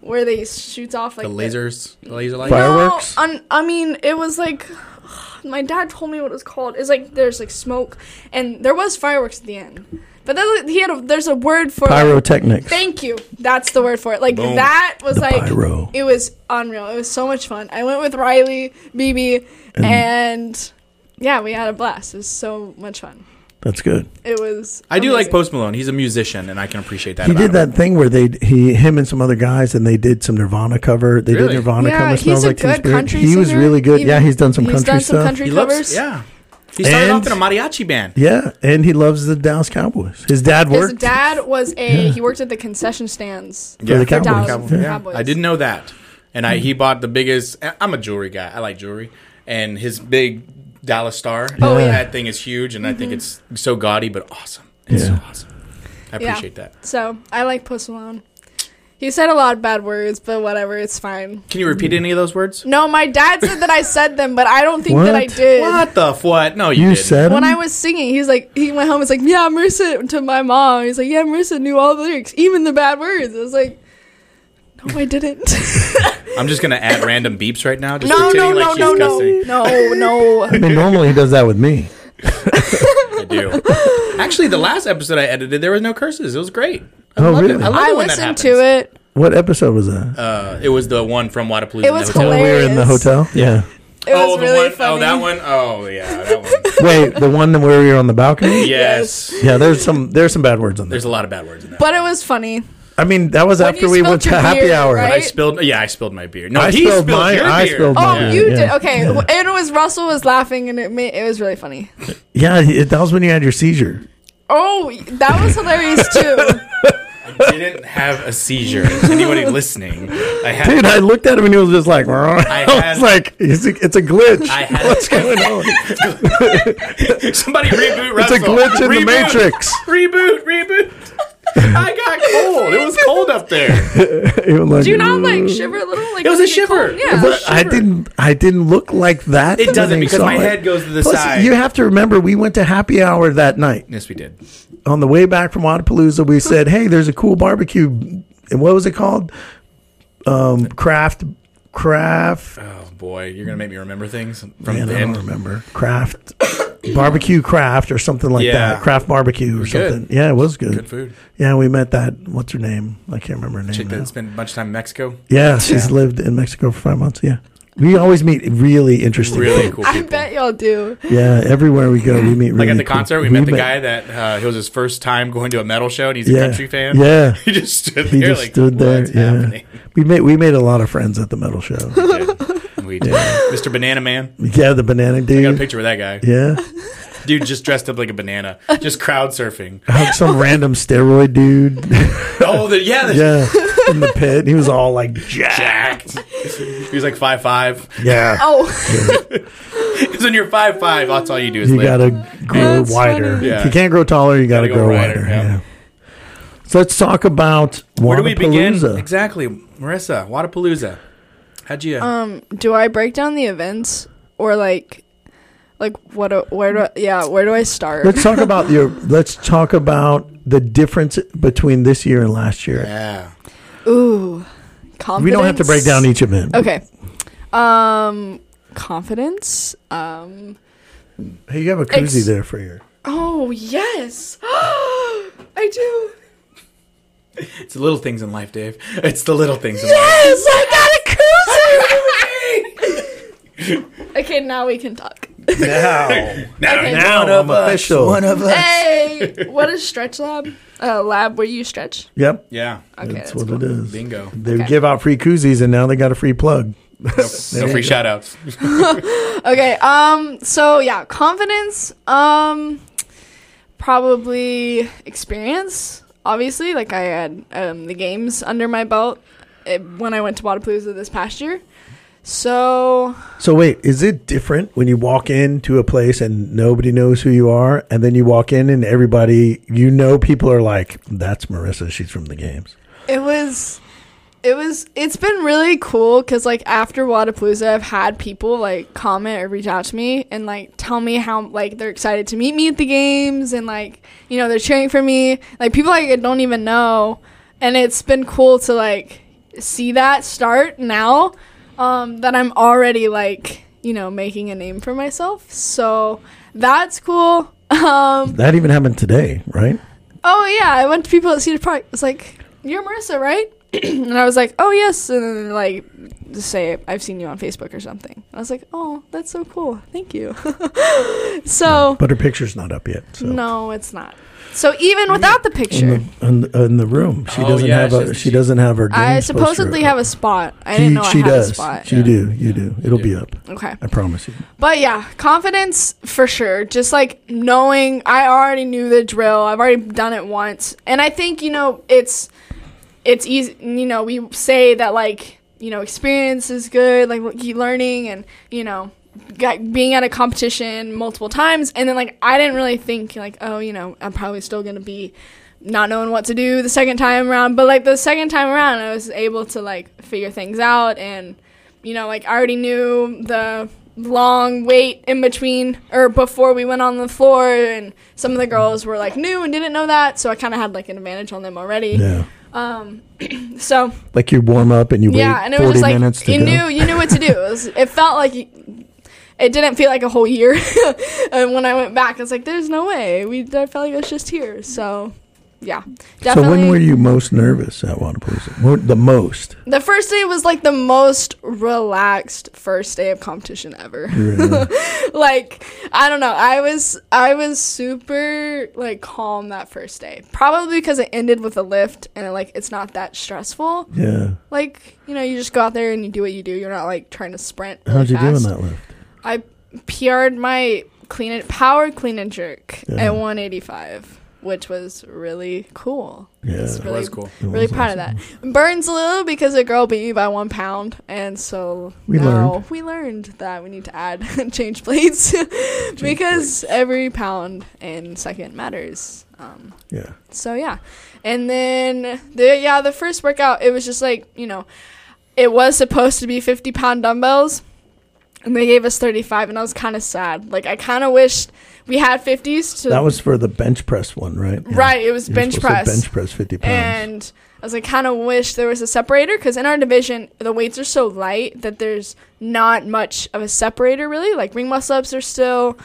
Speaker 6: where they shoots off like
Speaker 4: The lasers, the laser light.
Speaker 3: Fire- Fireworks?
Speaker 6: No, un- I mean, it was like my dad told me what it was called. It's like there's like smoke, and there was fireworks at the end, but then he had a, there's a word for it.
Speaker 3: pyrotechnics.
Speaker 6: Thank you. That's the word for it. Like
Speaker 4: Boom.
Speaker 6: that was
Speaker 3: The
Speaker 6: like
Speaker 3: pyro.
Speaker 6: it was unreal. It was so much fun. I went with Riley, BB, and, yeah, we had a blast. It was so much fun.
Speaker 3: That's good.
Speaker 6: It was.
Speaker 4: I do like
Speaker 6: amazing.
Speaker 4: Post Malone. He's a musician, and I can appreciate that.
Speaker 3: He
Speaker 4: about
Speaker 3: did
Speaker 4: him.
Speaker 3: that thing where they he him and some other guys and they did some Nirvana cover. They did
Speaker 4: Really?
Speaker 3: Nirvana
Speaker 6: Yeah,
Speaker 3: cover.
Speaker 6: he's
Speaker 3: Smells
Speaker 6: a
Speaker 3: like Teen
Speaker 6: good
Speaker 3: Spirit.
Speaker 6: country
Speaker 3: He was
Speaker 6: singer.
Speaker 3: really good.
Speaker 6: He-
Speaker 3: yeah, he's done some
Speaker 6: he's
Speaker 3: country
Speaker 6: done some
Speaker 3: stuff.
Speaker 6: country
Speaker 4: He
Speaker 6: covers.
Speaker 4: loves, yeah. He started
Speaker 3: And-
Speaker 4: off in a mariachi band.
Speaker 3: Yeah, and he loves the Dallas Cowboys. His dad
Speaker 6: His
Speaker 3: worked.
Speaker 6: dad was a he worked at the concession stands.
Speaker 3: Yeah, the
Speaker 6: for
Speaker 3: Cowboys.
Speaker 6: Dallas-
Speaker 3: Cowboys,
Speaker 6: for
Speaker 3: yeah.
Speaker 6: Cowboys.
Speaker 4: I didn't know that. And I, he bought the biggest. I- I'm a jewelry guy. I like jewelry, and his big Dallas Star.
Speaker 6: Oh, yeah. Mm-hmm.
Speaker 4: that thing is huge, and I think it's so gaudy but awesome. It's
Speaker 3: Yeah.
Speaker 4: so awesome. I
Speaker 6: Yeah.
Speaker 4: appreciate that.
Speaker 6: So I like Post Malone. He said a lot of bad words, but whatever, it's fine.
Speaker 4: Can you repeat any of those words?
Speaker 6: No, my dad said that I said them, but I don't think that I
Speaker 3: What?
Speaker 6: did.
Speaker 4: What the f- what? No, you,
Speaker 3: You
Speaker 4: didn't.
Speaker 3: said
Speaker 6: When
Speaker 3: him?
Speaker 6: I was singing, he was like, he went home. It's like, yeah, Marissa to my mom. He's like, yeah, Marissa knew all the lyrics, even the bad words. I was like, no, I didn't.
Speaker 4: I'm just gonna add random beeps right now. Just
Speaker 6: no, no,
Speaker 4: pretending
Speaker 6: no,
Speaker 4: like
Speaker 6: no,
Speaker 4: she's
Speaker 6: no,
Speaker 4: cussing.
Speaker 6: no,
Speaker 3: I
Speaker 6: no.
Speaker 3: mean, normally he does that with me.
Speaker 4: I do. Actually, the last episode I edited, there was no curses. It was great. I
Speaker 3: Oh,
Speaker 4: loved it.
Speaker 3: really?
Speaker 4: I, love
Speaker 6: I
Speaker 4: it when that
Speaker 6: listened
Speaker 4: happens.
Speaker 6: to it.
Speaker 3: What episode was that?
Speaker 4: Uh, it was the one from Wadapalooza.
Speaker 6: It was
Speaker 4: Hotel.
Speaker 3: when we were in the
Speaker 6: hilarious.
Speaker 3: hotel. Yeah.
Speaker 6: It was
Speaker 4: oh, the
Speaker 6: really
Speaker 4: one oh
Speaker 6: funny.
Speaker 4: that one. Oh, yeah, that one.
Speaker 3: Wait, the one where we were on the balcony.
Speaker 4: Yes.
Speaker 3: Yeah, there's some there's some bad words on there.
Speaker 4: There's a lot of bad words in that.
Speaker 6: But it was funny.
Speaker 3: I mean, that was after
Speaker 6: you
Speaker 3: we went to
Speaker 6: spilled your
Speaker 3: happy
Speaker 6: beer,
Speaker 3: hour.
Speaker 6: right?
Speaker 4: I spilled. Yeah, I spilled my beer. No,
Speaker 3: I
Speaker 4: he
Speaker 3: spilled
Speaker 4: spilled,
Speaker 3: mine,
Speaker 4: your
Speaker 3: I
Speaker 4: beer.
Speaker 3: spilled
Speaker 6: Oh,
Speaker 3: Yeah,
Speaker 6: you
Speaker 3: yeah,
Speaker 6: did okay.
Speaker 3: yeah.
Speaker 6: Well, And it was Russell was laughing, and it made, it was really funny.
Speaker 3: Yeah, it- that was when you had your seizure.
Speaker 6: Oh, that was hilarious too.
Speaker 4: I didn't have a seizure. Anybody listening? I had.
Speaker 3: Dude, I looked at him and he was just like, I, was
Speaker 4: had-
Speaker 3: like, it's a, it's a glitch.
Speaker 4: I had-
Speaker 3: What's going on?
Speaker 4: Somebody reboot
Speaker 3: It's
Speaker 4: Russell.
Speaker 3: a glitch in the
Speaker 4: Reboot.
Speaker 3: matrix.
Speaker 4: Reboot. Reboot. I got cold. It was cold up there.
Speaker 3: You were like,
Speaker 6: Do you not like shiver a little? Like
Speaker 4: It was a
Speaker 6: when you get
Speaker 4: shiver.
Speaker 6: cold? Yeah.
Speaker 3: But I didn't. I didn't look like that.
Speaker 4: It
Speaker 3: when
Speaker 4: doesn't
Speaker 3: I
Speaker 4: because
Speaker 3: saw
Speaker 4: my
Speaker 3: it.
Speaker 4: head goes to the
Speaker 3: Plus,
Speaker 4: side.
Speaker 3: You have to remember, we went to happy hour that night.
Speaker 4: Yes, we did.
Speaker 3: On the way back from Wadapalooza, we said, "Hey, there's a cool barbecue. And what was it called? Um, craft, craft.
Speaker 4: Oh boy, you're gonna make me remember things from
Speaker 3: Man, I
Speaker 4: then.
Speaker 3: don't remember. Craft, barbecue, craft, or something like
Speaker 4: Yeah.
Speaker 3: that. Craft barbecue or
Speaker 4: Good.
Speaker 3: something. Yeah, it was good.
Speaker 4: Good food.
Speaker 3: Yeah, we met that. What's her name? I can't remember her name.
Speaker 4: Chick
Speaker 3: now.
Speaker 4: that spent a bunch of time in Mexico.
Speaker 3: Yeah, she's lived in Mexico for five months. Yeah. We always meet really interesting
Speaker 4: Really
Speaker 3: people.
Speaker 4: cool.
Speaker 6: I
Speaker 4: People.
Speaker 6: bet y'all do.
Speaker 3: Yeah, everywhere we go, we meet really
Speaker 4: Like at the
Speaker 3: cool-
Speaker 4: concert, we, met the
Speaker 3: met-
Speaker 4: guy that uh, it was his first time going to a metal show, and he's
Speaker 3: Yeah.
Speaker 4: a country fan.
Speaker 3: Yeah.
Speaker 4: he just stood
Speaker 3: He
Speaker 4: there.
Speaker 3: just
Speaker 4: like,
Speaker 3: stood there.
Speaker 4: What's
Speaker 3: yeah.
Speaker 4: happening?
Speaker 3: We made we made a lot of friends at the metal show.
Speaker 4: We did. Mr. Banana Man.
Speaker 3: yeah, the banana
Speaker 4: I got a
Speaker 3: dude.
Speaker 4: picture with that guy.
Speaker 3: Yeah.
Speaker 4: Dude just dressed up like a banana, just crowd surfing.
Speaker 3: Hug Some random steroid dude.
Speaker 4: Oh, the, yeah, the
Speaker 3: yeah. In the pit. He was all like jacked.
Speaker 4: jacked. He was like five five.
Speaker 3: Yeah.
Speaker 6: Oh,
Speaker 4: He's Because when you're five five, that's all you do is
Speaker 3: You
Speaker 4: live.
Speaker 3: gotta grow
Speaker 6: That's
Speaker 3: wider.
Speaker 6: funny.
Speaker 3: Yeah.
Speaker 4: "Oh, Yeah.
Speaker 3: If you can't grow taller, you gotta,
Speaker 4: Gotta go
Speaker 3: grow
Speaker 4: wider,
Speaker 3: wider.
Speaker 4: yeah.
Speaker 3: Yeah. So let's talk about
Speaker 4: Where do we begin?
Speaker 3: Wadapalooza.
Speaker 4: Exactly, Marissa. Wadapalooza. How'd you?
Speaker 6: Um, Do I break down the events or like, like what? Do, where do? I, yeah, where do I start?
Speaker 3: Let's talk about your. Let's talk about the difference between this year and last year.
Speaker 4: yeah.
Speaker 6: Ooh, confidence.
Speaker 3: We don't have to break down each event.
Speaker 6: Okay. Um, confidence. Um.
Speaker 3: Hey, you have a koozie
Speaker 6: Ex-
Speaker 3: there for your.
Speaker 6: Oh yes, I do.
Speaker 4: It's the little things in life, Dave. It's the little things in life.
Speaker 6: Yes, I got a koozie. okay, now we can talk.
Speaker 3: Now,
Speaker 4: Now,
Speaker 6: Okay.
Speaker 3: now
Speaker 4: one
Speaker 3: I'm
Speaker 4: of us.
Speaker 3: official.
Speaker 4: One of us.
Speaker 6: Hey, what is stretch lab? A lab where you stretch.
Speaker 3: Yep,
Speaker 4: Yeah.
Speaker 6: Okay,
Speaker 3: that's what it is.
Speaker 4: Bingo.
Speaker 3: They give out free koozies, and now they got a free plug.
Speaker 4: No free shout outs.
Speaker 6: Okay. Um. So yeah, confidence. Um. Probably experience. Obviously, like I had um, the games under my belt eh, when I went to Wadapalooza this past year. So
Speaker 3: So wait, is it different when you walk into a place and nobody knows who you are, and then you walk in and everybody you know people are like, "That's Marissa. She's from the games."
Speaker 6: it was. It was. It's been really cool because like after Wadapalooza, I've had people like comment or reach out to me and like tell me how like they're excited to meet me at the games and like you know they're cheering for me. Like people like I don't even know, and it's been cool to like see that start now um, that I'm already like you know making a name for myself. So that's cool. Um,
Speaker 3: That even happened today, right?
Speaker 6: oh yeah, I went to people at Cedar Park. It's like, you're Marissa, right? and I was like, oh yes. And then like, just say, I've seen you on Facebook or something. I was like, oh, that's so cool. Thank you. so
Speaker 3: But her picture's not up yet. So.
Speaker 6: no, it's not. So even without the picture,
Speaker 3: In the, in, the- in the room, she
Speaker 4: Oh,
Speaker 3: doesn't
Speaker 4: yeah,
Speaker 3: have
Speaker 4: she
Speaker 3: a,
Speaker 4: doesn't-
Speaker 3: she doesn't have her.
Speaker 6: I
Speaker 3: games poster
Speaker 6: supposedly
Speaker 3: up.
Speaker 6: have a spot. I didn't know I
Speaker 3: she
Speaker 6: had
Speaker 3: does.
Speaker 6: a spot.
Speaker 3: She do. You do. It'll be up.
Speaker 6: Okay.
Speaker 3: I promise you.
Speaker 6: But yeah, confidence for sure. Just like knowing I already knew the drill. I've already done it once. And I think, you know, it's it's easy, you know, we say that like, you know, experience is good, like what- keep learning and, you know, got, being at a competition multiple times and then like I didn't really think like, oh, you know, I'm probably still going to be not knowing what to do the second time around, but like the second time around I was able to like figure things out and you know, like I already knew the long wait in between or before we went on the floor, and some of the girls were like new and didn't know that, so I kind of had like an advantage on them already.
Speaker 3: Yeah.
Speaker 6: So
Speaker 3: Like you warm up and you
Speaker 6: yeah,
Speaker 3: wait
Speaker 6: and it was
Speaker 3: forty
Speaker 6: just like
Speaker 3: minutes to
Speaker 6: you
Speaker 3: go.
Speaker 6: knew you knew what to do. It, was, it felt like. You, it didn't feel like a whole year, and when I went back, it's like there's no way we. I felt like it was just here. So, yeah,
Speaker 3: so
Speaker 6: definitely.
Speaker 3: when were you most nervous at Wannapalooza? What- The most.
Speaker 6: The first day was like the most relaxed first day of competition ever. like I don't know, I was I was super like calm that first day. Probably because it ended with a lift and like it's not that stressful.
Speaker 3: Yeah.
Speaker 6: Like you know, you just go out there and you do what you do. You're not like trying to sprint. Really
Speaker 3: How'd you do in
Speaker 6: fast.
Speaker 3: that lift?
Speaker 6: I PR'd my clean and power clean and jerk
Speaker 3: Yeah.
Speaker 6: at 185, which was really cool.
Speaker 3: Yeah.
Speaker 6: It's
Speaker 3: It
Speaker 6: really,
Speaker 4: was cool.
Speaker 6: Really
Speaker 3: was
Speaker 6: proud of that. Burns a little because a girl beat me by one pound, and so
Speaker 3: We
Speaker 6: now
Speaker 3: learned.
Speaker 6: we learned that we need to add change plates because every pound and second matters. Um,
Speaker 3: Yeah.
Speaker 6: so yeah, and then the yeah the first workout it was just like you know, it was supposed to be fifty pound dumbbells, and they gave us thirty five, and I was kind of sad. Like I kind of wished we had fifties to
Speaker 3: That was for the bench press one, right? Yeah.
Speaker 6: Right, it was
Speaker 3: You were
Speaker 6: bench
Speaker 3: supposed to
Speaker 6: press.
Speaker 3: Bench press fifty pounds.
Speaker 6: and I was like kind of wish there was a separator because in our division the weights are so light that there's not much of a separator really. Like ring muscle ups are still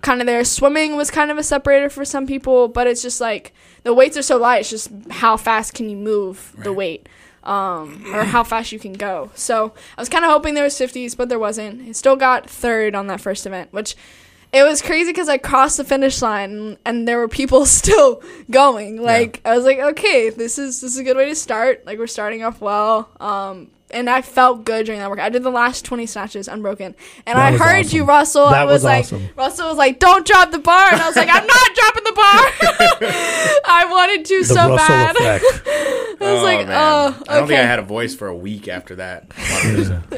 Speaker 6: kind of there. Swimming was kind of a separator for some people, but it's just like the weights are so light. It's just how fast can you move the weight. Um, or how fast you can go. So I was kind of hoping there was 50s, but there wasn't. It still got third on that first event, which it was crazy because I crossed the finish line and there were people still going. Like I was like, okay, this is this is a good way to start. Like we're starting off well. Um, and I felt good during that work. I did the last twenty snatches unbroken, and I
Speaker 3: was
Speaker 6: heard
Speaker 3: awesome.
Speaker 6: you, Russell.
Speaker 3: That
Speaker 6: I was,
Speaker 3: was
Speaker 6: like,
Speaker 3: awesome.
Speaker 6: Russell was like, don't drop the bar, and I was like, I'm not dropping the bar. I wanted to
Speaker 3: The
Speaker 6: so
Speaker 3: Russell
Speaker 6: bad.
Speaker 3: effect.
Speaker 6: I was like, oh, okay.
Speaker 4: I don't think I had a voice for a week after that. it took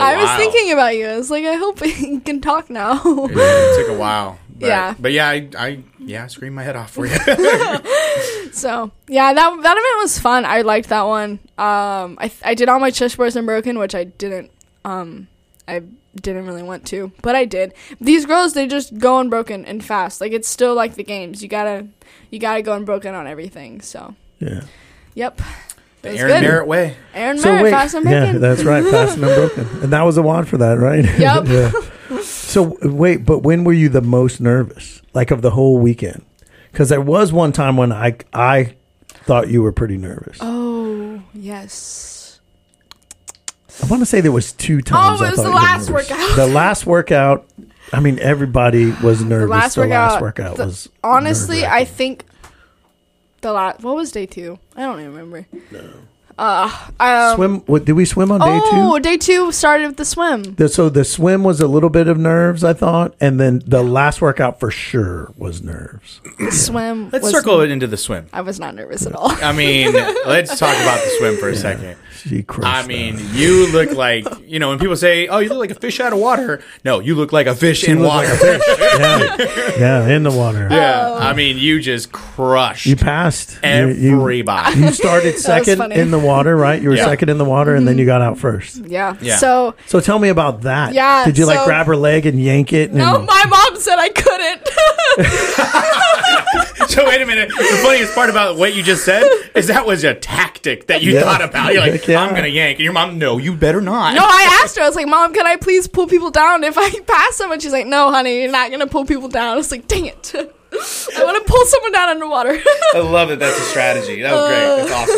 Speaker 4: a
Speaker 6: I
Speaker 4: while.
Speaker 6: was thinking about you. I was like, I hope he can talk now.
Speaker 4: It took a while. But,
Speaker 6: Yeah.
Speaker 4: But yeah, I, I yeah, I screamed my head off for you.
Speaker 6: so yeah, that that event was fun. I liked that one. Um, I I did all my chest bars and broken, which I didn't. Um, I didn't really want to, but I did. These girls, they just go unbroken and fast. Like it's still like the games. You gotta you gotta go unbroken on everything. So
Speaker 3: Yeah.
Speaker 6: yep, it was
Speaker 4: Aaron
Speaker 6: good.
Speaker 4: Merritt way.
Speaker 6: Aaron
Speaker 3: So
Speaker 6: Merritt,
Speaker 3: wait,
Speaker 6: fast and
Speaker 3: yeah,
Speaker 6: broken.
Speaker 3: that's right, fast and unbroken, and that was a wand for that, right?
Speaker 6: Yep.
Speaker 3: yeah. So wait, but when were you the most nervous, like of the whole weekend? Because there was one time when I I thought you were pretty nervous.
Speaker 6: oh yes.
Speaker 3: I want to say there was two times.
Speaker 6: Oh, it
Speaker 3: I
Speaker 6: was
Speaker 3: thought
Speaker 6: the
Speaker 3: you were
Speaker 6: last
Speaker 3: nervous.
Speaker 6: workout.
Speaker 3: The last workout. I mean, everybody was nervous. The last
Speaker 6: last
Speaker 3: workout,
Speaker 6: workout- the-
Speaker 3: was
Speaker 6: Honestly, I
Speaker 3: nerve-wracking.
Speaker 6: think the last. What was day two? I don't even remember. No. Uh, um,
Speaker 3: swim. What, did we swim on day two?
Speaker 6: oh, day two started with the swim.
Speaker 3: The- so the swim was a little bit of nerves, I thought, and then the last workout for sure was nerves.
Speaker 6: The swim.
Speaker 4: Let's
Speaker 6: was-
Speaker 4: circle it into the swim.
Speaker 6: I was not nervous at all.
Speaker 4: I mean, let's talk about the swim for a second.
Speaker 3: She crushed.
Speaker 4: I
Speaker 3: that.
Speaker 4: mean, you look like you know when people say, "Oh, you look like a fish out of water." No, you look like a fish in
Speaker 3: looked like
Speaker 4: water.
Speaker 3: yeah, yeah, in the water.
Speaker 4: yeah, I mean, you just crushed
Speaker 3: You passed You- you-
Speaker 4: everybody.
Speaker 3: You, started second
Speaker 6: funny. Mm-hmm.
Speaker 3: in the water, right? You were
Speaker 4: Yeah.
Speaker 3: second in the water, and then you got out first.
Speaker 6: yeah.
Speaker 4: Yeah.
Speaker 6: So
Speaker 3: So tell me about that.
Speaker 6: Yeah,
Speaker 3: Did you like
Speaker 6: so-
Speaker 3: grab her leg and yank it? And,
Speaker 6: no, oh, my mom said I couldn't.
Speaker 4: so wait a minute. The funniest part about what you just said is that was a tactic that you
Speaker 3: Yeah.
Speaker 4: thought about. You're like,
Speaker 3: Heck yeah.
Speaker 4: "I'm gonna yank," and your mom, "No, you better not."
Speaker 6: no, I asked her. I was like, "Mom, can I please pull people down if I pass them?" And she's like, "No, honey, you're not gonna pull people down." I was like, "Dang it." I want to pull someone down underwater.
Speaker 4: I love that. That's a strategy. That was great. That's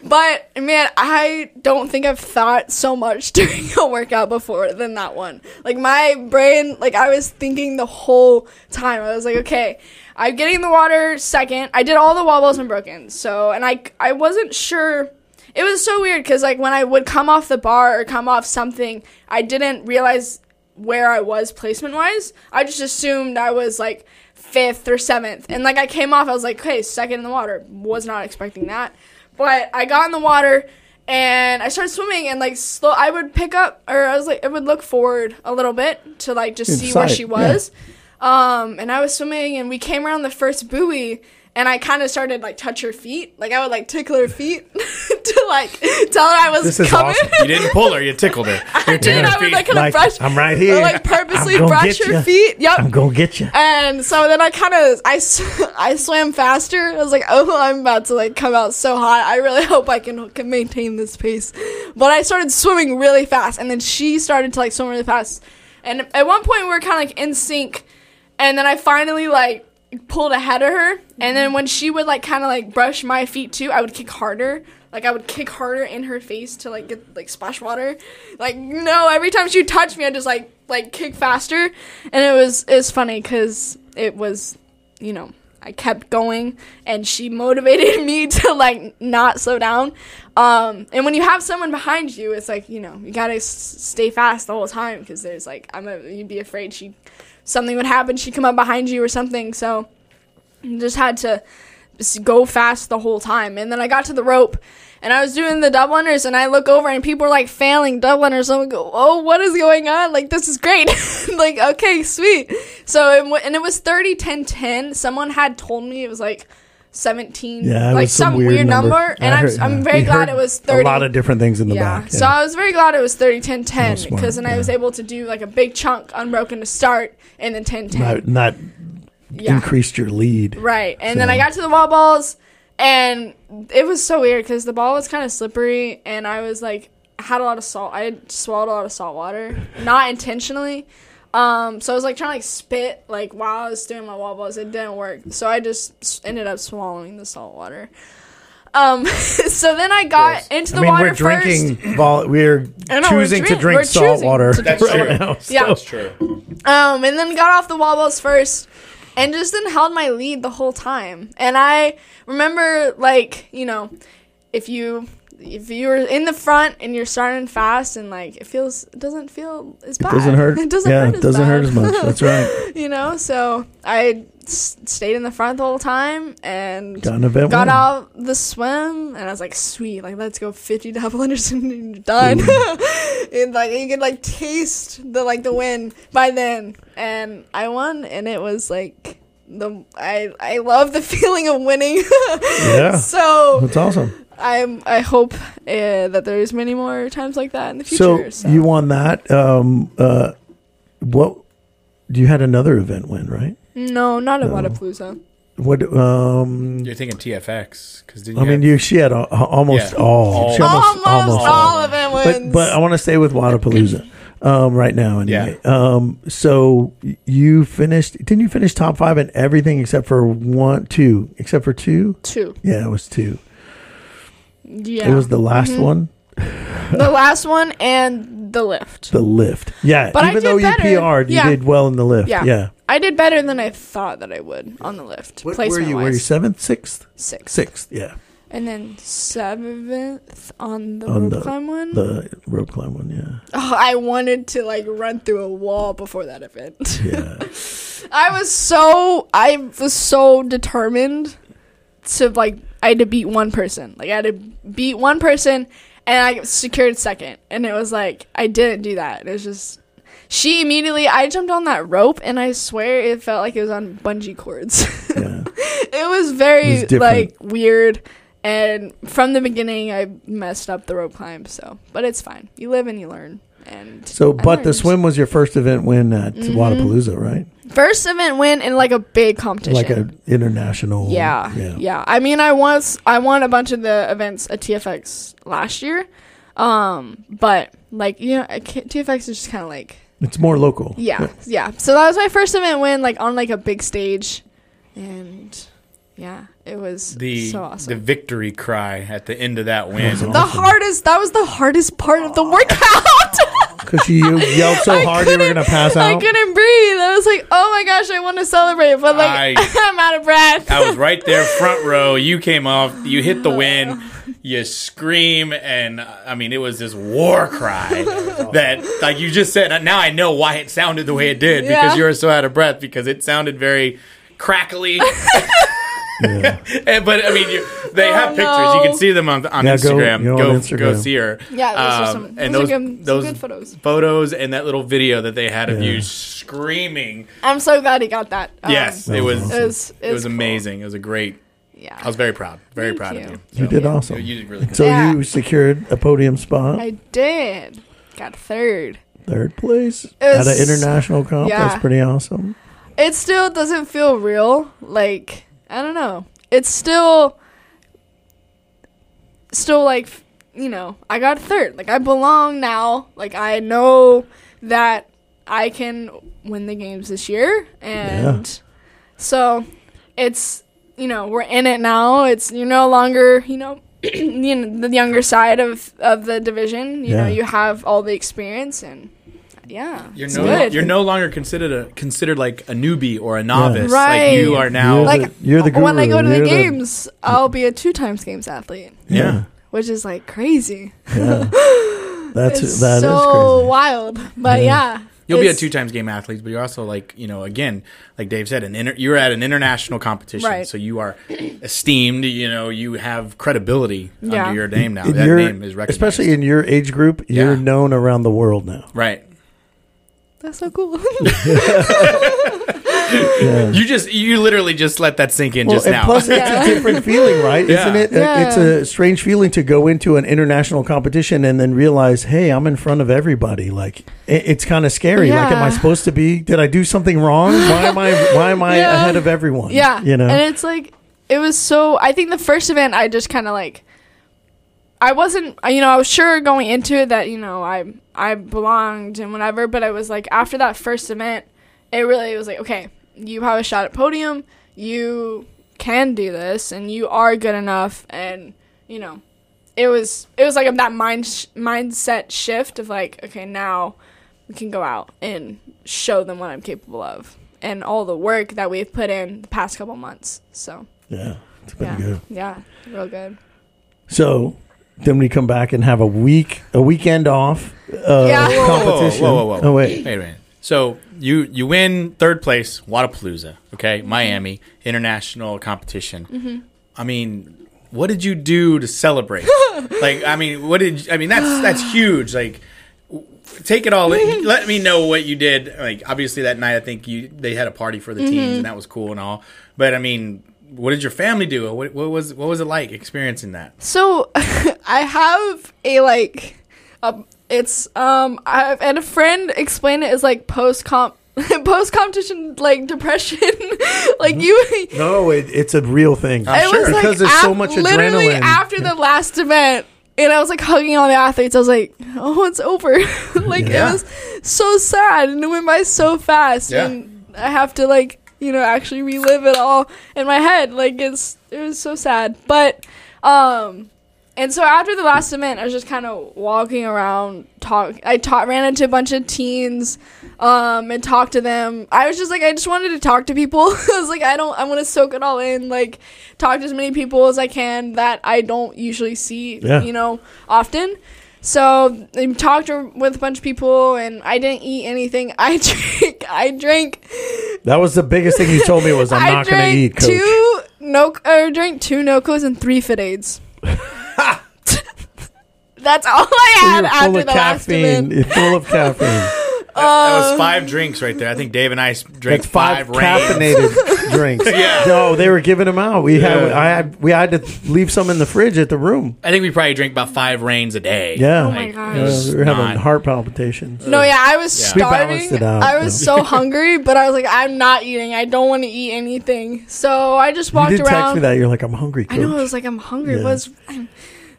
Speaker 4: awesome.
Speaker 6: But man, I don't think I've thought so much during a workout before than that one. Like my brain, like I was thinking the whole time. I was like, okay, I'm getting in the water second. I did all the wobbles and broken. So, and I I wasn't sure. It was so weird because like when I would come off the bar or come off something, I didn't realize where I was placement wise. I just assumed I was like fifth or seventh. And like I came off, I was like, okay, second in the water. Was not expecting that. But I got in the water and I started swimming and like slow I would pick up or I was like I would look forward a little bit to like just see where
Speaker 3: Inside,
Speaker 6: she
Speaker 3: yeah.
Speaker 6: was. Um and I was swimming and we came around the first buoy and I kind of started like touch her feet. Like I would like tickle her feet to like tell her I was
Speaker 3: This is
Speaker 6: coming.
Speaker 3: awesome.
Speaker 4: You didn't pull her. You tickled her. You
Speaker 6: I did. I would like kind of
Speaker 3: Like,
Speaker 6: brush.
Speaker 3: I'm right here.
Speaker 6: I, like purposely
Speaker 3: I'm gonna
Speaker 6: brush
Speaker 3: get
Speaker 6: her
Speaker 3: ya.
Speaker 6: feet. Yep.
Speaker 3: I'm gonna get you.
Speaker 6: and so then I kind of I, s- I swam faster. I was like, oh, I'm about to like come out so hot. I really hope I can, can maintain this pace. But I started swimming really fast, and then she started to like swim really fast. And at one point, we were kind of like in sync. And then I finally like pulled ahead of her. And then when she would like kind of like brush my feet too, I would kick harder. Like I would kick harder in her face to like get like splash water. Like no, every time she would touch me, I just like like kick faster. And it was it was funny because it was, you know. I kept going, and she motivated me to like not slow down. Um, and when you have someone behind you, it's like you know you gotta s- stay fast the whole time because there's like I'm a, you'd be afraid she something would happen, she'd come up behind you or something. So you just had to just go fast the whole time. And then I got to the rope and I was doing the double unders and I look over and people are like failing double unders. And I go, oh, what is going on? Like, this is great. like, okay, sweet. So, it, w- and it was 30, 10, 10. Someone had told me it was like 17,
Speaker 3: Yeah, it
Speaker 6: like
Speaker 3: was some,
Speaker 6: weird, number. And
Speaker 3: I
Speaker 6: I'm,
Speaker 3: heard-
Speaker 6: I'm
Speaker 3: yeah.
Speaker 6: very
Speaker 3: We heard
Speaker 6: glad it was 30.
Speaker 3: A lot of different things in the
Speaker 6: Yeah.
Speaker 3: back.
Speaker 6: So I was very glad it was 30 10 10
Speaker 3: smart,
Speaker 6: because then I was
Speaker 3: yeah.
Speaker 6: able to do like a big chunk unbroken to start and then 10 10.
Speaker 3: not, not
Speaker 6: yeah.
Speaker 3: increased your lead.
Speaker 6: Right. And then
Speaker 3: So-
Speaker 6: I got to the wall balls, and it was so weird because the ball was kind of slippery, and I was like, had a lot of salt. I had swallowed a lot of salt water, not intentionally. Um, so I was like trying to like spit like while I was doing my wall balls. It didn't work, so I just s- ended up swallowing the salt water. Um, so then I got into the
Speaker 3: I mean,
Speaker 6: water
Speaker 3: we're drinking.
Speaker 6: first.
Speaker 3: Vol- we're
Speaker 6: I know, we're
Speaker 3: choosing to
Speaker 6: drink-
Speaker 3: drink
Speaker 6: we're
Speaker 3: salt
Speaker 6: choosing
Speaker 3: water
Speaker 6: to drink
Speaker 3: right
Speaker 4: salt water.
Speaker 3: now.
Speaker 6: Yeah.
Speaker 3: so-
Speaker 4: true.
Speaker 6: Um, and then got off the wall balls first, and just then held my lead the whole time. And I remember, like, you know, if you if you're in the front and you're starting fast and like it feels it doesn't feel as bad.
Speaker 3: Doesn't hurt.
Speaker 6: It doesn't
Speaker 3: yeah,
Speaker 6: hurt. As
Speaker 3: doesn't
Speaker 6: bad.
Speaker 3: hurt as much. That's right.
Speaker 6: you know, so I s- stayed in the front the whole time and
Speaker 3: Got an event. win.
Speaker 6: got out the swim and I was like, sweet, like let's go fifty double unders and you're done. and like you could like taste the like the win by then. And I won and it was like the I I love the feeling of winning.
Speaker 3: Yeah,
Speaker 6: so
Speaker 3: that's awesome.
Speaker 6: I'm I hope uh, that there's many more times like that in the
Speaker 3: So
Speaker 6: future.
Speaker 3: you won that. Um, uh, what? You had another event win, right?
Speaker 6: no, not at
Speaker 3: No.
Speaker 6: Wadapalooza.
Speaker 3: What? Um,
Speaker 4: You're thinking TFX because did
Speaker 3: I mean, you. She had a, almost
Speaker 4: Yeah.
Speaker 3: all. She
Speaker 6: Almost, all of it
Speaker 3: But
Speaker 6: wins.
Speaker 3: but I want to stay with Wadapalooza. Um, right now, anyway. Um, so y- you finished? Didn't you finish top five in everything except for one, two, except for two?
Speaker 6: two.
Speaker 3: Yeah, it was two.
Speaker 6: Yeah. Mm-hmm.
Speaker 3: It was the last one,
Speaker 6: the last one and the lift.
Speaker 3: the lift. Yeah,
Speaker 6: But I
Speaker 3: even
Speaker 6: did
Speaker 3: though you
Speaker 6: better.
Speaker 3: PR'd,
Speaker 6: Yeah.
Speaker 3: you did well in the lift. Yeah.
Speaker 6: Yeah. I did better than I thought that I would on the lift.
Speaker 3: What were
Speaker 6: placement
Speaker 3: you? Were you seventh, sixth,
Speaker 6: six?
Speaker 3: sixth? Yeah,
Speaker 6: And then seventh on the
Speaker 3: On
Speaker 6: rope
Speaker 3: the-
Speaker 6: climb one.
Speaker 3: the
Speaker 6: Mm-hmm.
Speaker 3: rope climb one. Yeah,
Speaker 6: oh, I wanted to like run through a wall before that event.
Speaker 3: yeah.
Speaker 6: I was so I was so determined to like I had to beat one person. Like I had to beat one person and I secured second. And it was like I didn't do that. It was just she immediately I jumped on that rope and I swear it felt like it was on bungee cords.
Speaker 3: Yeah.
Speaker 6: it was very
Speaker 3: It was different.
Speaker 6: like weird and from the beginning I messed up the rope climb, so but it's fine. You live and you learn. And
Speaker 3: So,
Speaker 6: I
Speaker 3: but the
Speaker 6: learned. Mm-hmm.
Speaker 3: swim was your first event win at Wadapalooza, right?
Speaker 6: first event win in like a big competition.
Speaker 3: Like a international.
Speaker 6: Yeah, yeah. I mean, I was I won a bunch of the events at TFX last year, um, but like you know, I can't, TFX is just kind of like
Speaker 3: It's more local.
Speaker 6: yeah, yeah. So that was my first event win, like on like a big stage, and yeah, it was
Speaker 4: the
Speaker 6: so
Speaker 4: the
Speaker 6: awesome.
Speaker 4: victory cry at the end of that win.
Speaker 6: The, hardest that was the hardest part of the workout.
Speaker 3: Because she yelled so
Speaker 6: I
Speaker 3: hard you were
Speaker 6: couldn't-
Speaker 3: going to pass
Speaker 6: I
Speaker 3: out.
Speaker 6: couldn't breathe. I was like, oh my gosh, I want to celebrate, but like
Speaker 4: I-
Speaker 6: I'm out of breath.
Speaker 4: I was right there, front row. You came off. You hit the
Speaker 6: Oh,
Speaker 4: win. You scream, and uh, I mean, it was this war cry that, like you just said. Now I know why it sounded the way it did
Speaker 6: Yeah.
Speaker 4: because you were so out of breath because it sounded very crackly. And- but I mean, you, they have pictures.
Speaker 6: Oh, no.
Speaker 4: You can see them on, on
Speaker 3: Yeah, go-
Speaker 4: Instagram.
Speaker 3: go
Speaker 4: Go,
Speaker 3: on
Speaker 4: go,
Speaker 3: Instagram.
Speaker 4: see her.
Speaker 6: Yeah, those are some-
Speaker 4: Um,
Speaker 6: those are good- some good photos.
Speaker 4: photos and that little video that they had of
Speaker 3: Yeah.
Speaker 4: you screaming.
Speaker 6: I'm so glad he got that. Um,
Speaker 4: yes, it
Speaker 3: That was
Speaker 4: was.
Speaker 3: awesome.
Speaker 6: It was,
Speaker 4: It was
Speaker 6: cool.
Speaker 4: amazing. It was a great.
Speaker 6: Yeah.
Speaker 4: I was very proud. Very
Speaker 6: Thank
Speaker 4: proud
Speaker 6: you.
Speaker 4: of you.
Speaker 3: You
Speaker 4: So,
Speaker 3: did
Speaker 6: Yeah.
Speaker 3: awesome.
Speaker 4: You did really good.
Speaker 3: so
Speaker 6: Yeah.
Speaker 3: you secured a podium spot,
Speaker 6: I did. Got third.
Speaker 3: third place at
Speaker 6: was-
Speaker 3: an international comp.
Speaker 6: yeah.
Speaker 3: That's pretty awesome.
Speaker 6: It still doesn't feel real. Like, I don't know. It's still, still like, f- you know, I got third. Like, I belong now. Like, I know that I can win the games this year. And so it's, you know, we're in it now. It's, you're no longer, you know, you know, the younger side of, of the division. You know,
Speaker 3: Yeah.
Speaker 6: you have all the experience and, yeah.
Speaker 4: You're
Speaker 6: it's
Speaker 4: no,
Speaker 6: good.
Speaker 4: you're no longer considered a considered like a newbie or a novice.
Speaker 6: Right.
Speaker 4: Like you are now.
Speaker 3: You're
Speaker 6: Like,
Speaker 3: the, you're the guru.
Speaker 6: when I go to the
Speaker 3: You're
Speaker 6: games, I'll be a two times games athlete,
Speaker 3: yeah.
Speaker 6: which is like crazy.
Speaker 3: yeah. That's that
Speaker 6: It's
Speaker 3: is
Speaker 6: so wild, but yeah,
Speaker 4: you'll be a
Speaker 6: it's-
Speaker 4: two times game athlete, but you're also like you know again, like Dave said, an inter- you're at an international competition,
Speaker 6: Right.
Speaker 4: so you are esteemed. You know, you have credibility
Speaker 6: Yeah.
Speaker 4: under your name now.
Speaker 3: crazy. In
Speaker 4: that
Speaker 3: your-
Speaker 4: name is recognized.
Speaker 3: especially in your age group, you're
Speaker 4: Yeah.
Speaker 3: known around the world now.
Speaker 4: right.
Speaker 6: That's so cool.
Speaker 4: You just you literally just let that sink in just
Speaker 3: and
Speaker 4: now.
Speaker 3: plus, it's a different feeling, right?
Speaker 4: Yeah.
Speaker 3: Isn't it?
Speaker 6: Yeah.
Speaker 3: It's a strange feeling to go into an international competition and then realize, hey, I'm in front of everybody. Like, it, it's kind of scary. Like, am I
Speaker 6: Yeah.
Speaker 3: supposed to be? Did I do something wrong? Why am I? Why am I
Speaker 6: Yeah.
Speaker 3: ahead of everyone?
Speaker 6: yeah,
Speaker 3: you know.
Speaker 6: and it's like it was so. I think the first event, I just kind of like, I wasn't, you know, I was sure going into it that you know I I belonged and whatever, but I was like after that first event, it really was like okay, you have a shot at podium, you can do this, and you are good enough, and you know it was it was like that mind sh- mindset shift of like okay now we can go out and show them what I'm capable of and all the work that we've put in the past couple months. So
Speaker 3: yeah, it's been
Speaker 6: yeah,
Speaker 3: good.
Speaker 6: yeah, real good.
Speaker 3: So then we come back and have a week, a weekend off. Uh,
Speaker 6: Yeah. Whoa,
Speaker 3: competition.
Speaker 4: Whoa, whoa, whoa, whoa.
Speaker 3: Oh wait,
Speaker 4: Wait a minute. So you you win third place, Wadapalooza, okay, Miami international competition. I mean, what did you do to celebrate? like, I mean, what did you, I mean? That's that's huge. Like, w- take it all. In. Let me know what you did. Like, obviously that night, I think you they had a party for the teams, and that was cool and all. But I mean. What did your family do? What, what was what was it like experiencing that?
Speaker 6: So I have a like, a, it's um, I've and a friend explained it as like post comp, post competition like depression, like you.
Speaker 3: no, it, it's a real thing.
Speaker 6: it was like
Speaker 3: because there's so
Speaker 6: af-
Speaker 3: much
Speaker 6: literally
Speaker 3: adrenaline.
Speaker 6: after the last event, and I was like hugging all the athletes. I was like, oh, it's over. like
Speaker 4: Yeah.
Speaker 6: it was so sad, and it went by so fast,
Speaker 4: Yeah.
Speaker 6: and I have to like you know actually relive it all in my head. Like it's it was so sad, but um. And so after the last event, I was just kind of walking around. Talk. I taught, ran into a bunch of teens, um, and talked to them. I was just like, I just wanted to talk to people. I was like, I don't. I want to soak it all in. Like, talk to as many people as I can that I don't usually see.
Speaker 3: Yeah.
Speaker 6: You know, often. So I talked to- with a bunch of people, and I didn't eat anything. I drank. I drank.
Speaker 3: that was the biggest thing you told me was I'm
Speaker 6: I
Speaker 3: not going to
Speaker 6: drank
Speaker 3: eat, coach.
Speaker 6: two no. I drank two nocos and three fit aids. That's all I
Speaker 3: So
Speaker 6: had
Speaker 3: you're full
Speaker 6: after
Speaker 3: of
Speaker 6: the last
Speaker 3: caffeine.
Speaker 6: event.
Speaker 3: You're full of caffeine.
Speaker 4: That, that was five drinks right there. I think Dave and I s- drank
Speaker 3: That's five,
Speaker 4: five, rounds.
Speaker 3: caffeinated drinks. No, they were giving them out. We had I had we had to leave some in the fridge at the room.
Speaker 4: I think we probably drink about five rains a day.
Speaker 3: Yeah.
Speaker 6: Oh my
Speaker 4: Like,
Speaker 6: gosh.
Speaker 3: Yeah,
Speaker 4: it's
Speaker 3: we were having
Speaker 4: not-
Speaker 3: heart palpitations.
Speaker 6: No, yeah, I was
Speaker 4: Yeah.
Speaker 3: We balanced
Speaker 6: starving.
Speaker 3: it out,
Speaker 6: I was
Speaker 3: yeah.
Speaker 6: so hungry, but I was like, I'm not eating. I don't want to eat anything. So I just
Speaker 3: You
Speaker 6: walked
Speaker 3: did text
Speaker 6: around.
Speaker 3: me that. You're like, I'm hungry.
Speaker 6: I
Speaker 3: Coach.
Speaker 6: know I was like, I'm hungry.
Speaker 3: Yeah.
Speaker 6: Was I'm,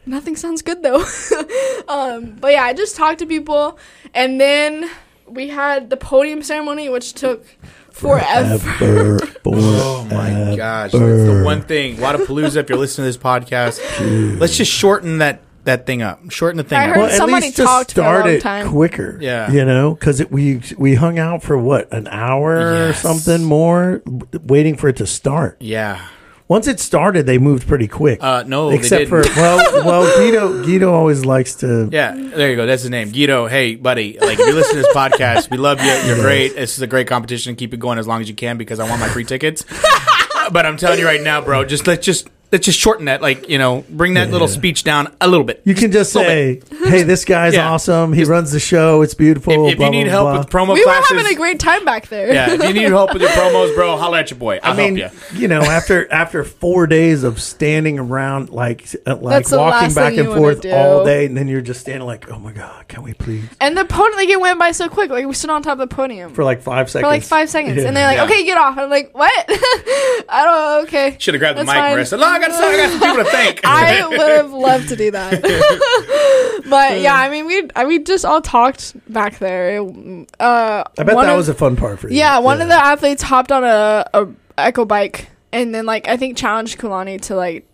Speaker 6: nothing sounds good though. um, but yeah, I just talked to people, and then we had the podium ceremony, which took forever.
Speaker 3: Ever,
Speaker 4: Oh my gosh, that's the one thing. Wadapalooza, if you're listening to this podcast, let's just shorten that that thing up. Shorten the thing up.
Speaker 6: I heard-
Speaker 3: Well, at
Speaker 6: Somebody
Speaker 3: least just
Speaker 6: talked for a
Speaker 3: start
Speaker 6: long
Speaker 3: it
Speaker 6: time.
Speaker 3: quicker.
Speaker 4: Yeah.
Speaker 3: you know, because we we hung out for what an hour or
Speaker 4: Yes.
Speaker 3: something more, waiting for it to start.
Speaker 4: yeah.
Speaker 3: Once it started, they moved pretty quick.
Speaker 4: Uh, no, they
Speaker 3: except for
Speaker 4: didn't.
Speaker 3: well, well, Guido Guido always likes to
Speaker 4: Yeah, there you go. That's his name, Guido. Hey, buddy, like if you listen to this podcast, we love you. You're great. This is a great competition. Keep it going as long as you can because I want my free tickets. but I'm telling you right now, bro, just let's just let's just shorten that. Like you know, bring that little speech down a little bit.
Speaker 3: You can just
Speaker 4: Little bit.
Speaker 3: say, "Hey, this guy's
Speaker 4: Yeah.
Speaker 3: awesome. He runs the show. It's beautiful."
Speaker 4: if,
Speaker 3: oh,
Speaker 4: if
Speaker 3: blah,
Speaker 4: you need
Speaker 3: blah,
Speaker 4: help
Speaker 3: blah.
Speaker 4: with promo
Speaker 6: we were
Speaker 4: classes,
Speaker 6: having a great time back there.
Speaker 4: yeah, if you need help with your promos, bro, holler at your boy. I'll
Speaker 3: I mean,
Speaker 4: help you.
Speaker 3: you know, after after four days of standing around like uh, like
Speaker 6: That's the
Speaker 3: walking
Speaker 6: last
Speaker 3: back
Speaker 6: thing
Speaker 3: and
Speaker 6: you wanna
Speaker 3: forth
Speaker 6: do.
Speaker 3: all day, and then you're just standing like, "Oh my god, can we please?"
Speaker 6: And the podium, like it went by so quick. Like we stood on top of the podium
Speaker 3: For like five seconds.
Speaker 6: for like five seconds,
Speaker 3: Yeah.
Speaker 6: and they're like,
Speaker 4: Yeah.
Speaker 6: "Okay, get off." I'm like, "What? I don't. Okay."
Speaker 4: Should have grabbed the
Speaker 6: That's
Speaker 4: mic
Speaker 6: fine.
Speaker 4: and I said, "No, I got, I got some people to thank."
Speaker 6: I would have loved to do that. but yeah, I mean, we I, we just all talked back there. It- Uh,
Speaker 3: I bet
Speaker 6: one
Speaker 3: that
Speaker 6: of-
Speaker 3: was a fun part for you.
Speaker 6: yeah. One of the athletes hopped on a, a echo bike and then like I think challenged Kulani to like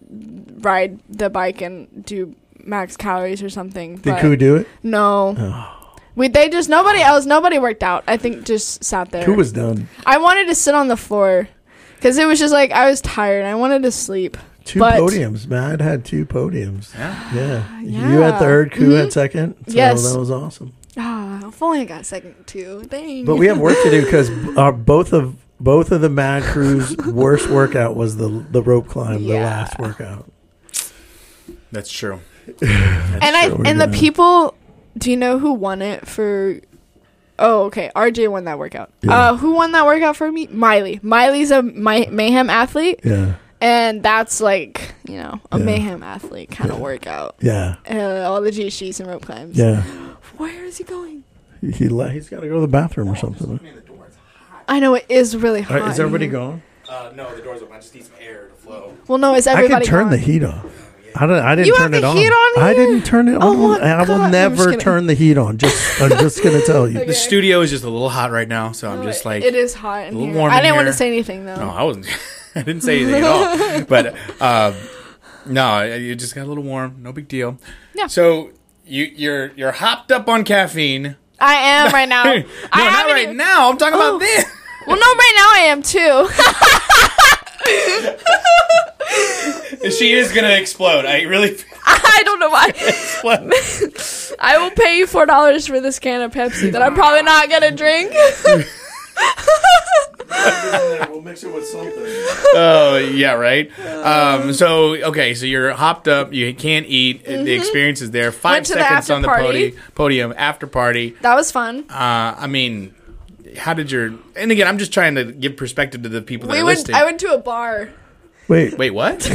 Speaker 6: ride the bike and do max calories or something.
Speaker 3: Did
Speaker 6: but
Speaker 3: Koo do it?
Speaker 6: no. We, they just nobody else nobody worked out i think just sat there
Speaker 3: Koo was done.
Speaker 6: i wanted to sit on the floor because it was just like i was tired i wanted to sleep
Speaker 3: Two
Speaker 6: But-
Speaker 3: podiums. Matt had two podiums.
Speaker 4: Yeah.
Speaker 3: Yeah.
Speaker 6: Yeah. Mm-hmm.
Speaker 3: You had third, Koo had second. So
Speaker 6: Yes.
Speaker 3: that was awesome.
Speaker 6: ah if only i got second too dang
Speaker 3: But we have work to do because uh, both of both of the Mad Crew's worst workout was the the rope climb, the
Speaker 6: Yeah.
Speaker 3: last workout.
Speaker 4: That's true.
Speaker 6: and I
Speaker 3: Sure, we're
Speaker 6: and the
Speaker 3: gonna-
Speaker 6: people. Do you know who won it for? Oh, okay. RJ won that workout.
Speaker 3: Yeah.
Speaker 6: Uh, who won that workout for me? Miley. Miley's a my, mayhem athlete,
Speaker 3: Yeah,
Speaker 6: and that's like you know a
Speaker 3: Yeah.
Speaker 6: mayhem athlete kind of workout.
Speaker 3: yeah,
Speaker 6: Uh, all the GCs and rope climbs.
Speaker 3: yeah.
Speaker 6: Where is he going?
Speaker 3: He le- he's got to go to the bathroom or something.
Speaker 6: I know it is really hot. in here.
Speaker 3: gone?
Speaker 4: Uh, no, the door's open. I just need some air to flow.
Speaker 6: Well, no, is
Speaker 3: I
Speaker 6: everybody?
Speaker 3: can turn
Speaker 6: gone?
Speaker 3: the heat off. I don't. I didn't
Speaker 6: You
Speaker 3: turn
Speaker 6: have
Speaker 3: it
Speaker 6: the
Speaker 3: on.
Speaker 6: heat on
Speaker 3: I
Speaker 6: here?
Speaker 3: didn't turn it
Speaker 6: Oh
Speaker 3: on.
Speaker 6: my
Speaker 3: I
Speaker 6: God.
Speaker 3: will
Speaker 6: I'm just
Speaker 3: never
Speaker 6: kidding.
Speaker 3: turn the heat on. Just I'm just gonna tell you.
Speaker 4: The
Speaker 6: Okay.
Speaker 4: studio is just a little hot right now, so I'm
Speaker 6: No,
Speaker 4: just
Speaker 6: it-
Speaker 4: like
Speaker 6: it is hot in
Speaker 4: little
Speaker 6: here.
Speaker 4: warm
Speaker 6: I
Speaker 4: in
Speaker 6: didn't want
Speaker 4: here.
Speaker 6: to say anything though.
Speaker 4: No, I wasn't. I didn't say anything at all. But um, no, it just got a little warm. No big deal.
Speaker 6: Yeah.
Speaker 4: So you you're you're hopped up on caffeine.
Speaker 6: I am right now.
Speaker 4: no,
Speaker 6: I
Speaker 4: not
Speaker 6: haven't
Speaker 4: right
Speaker 6: even-
Speaker 4: now. I'm talking
Speaker 6: Oh.
Speaker 4: about this.
Speaker 6: Well, no, right now I am too.
Speaker 4: She is gonna explode. I really.
Speaker 6: I don't know why. I will pay you four dollars for this can of Pepsi that I'm probably not gonna drink.
Speaker 3: We'll mix it with something.
Speaker 4: Oh yeah, right. Um, so okay, so you're hopped up. You can't eat. The experience is there. Five
Speaker 6: Mm-hmm. Went to the
Speaker 4: seconds
Speaker 6: after
Speaker 4: on the
Speaker 6: party.
Speaker 4: podi- podium after party.
Speaker 6: that was fun.
Speaker 4: Uh, I mean, how did your? And again, I'm just trying to give perspective to the people that
Speaker 6: We
Speaker 4: are
Speaker 6: went.
Speaker 4: listening.
Speaker 6: I went to a bar.
Speaker 3: Wait,
Speaker 4: Wait, what?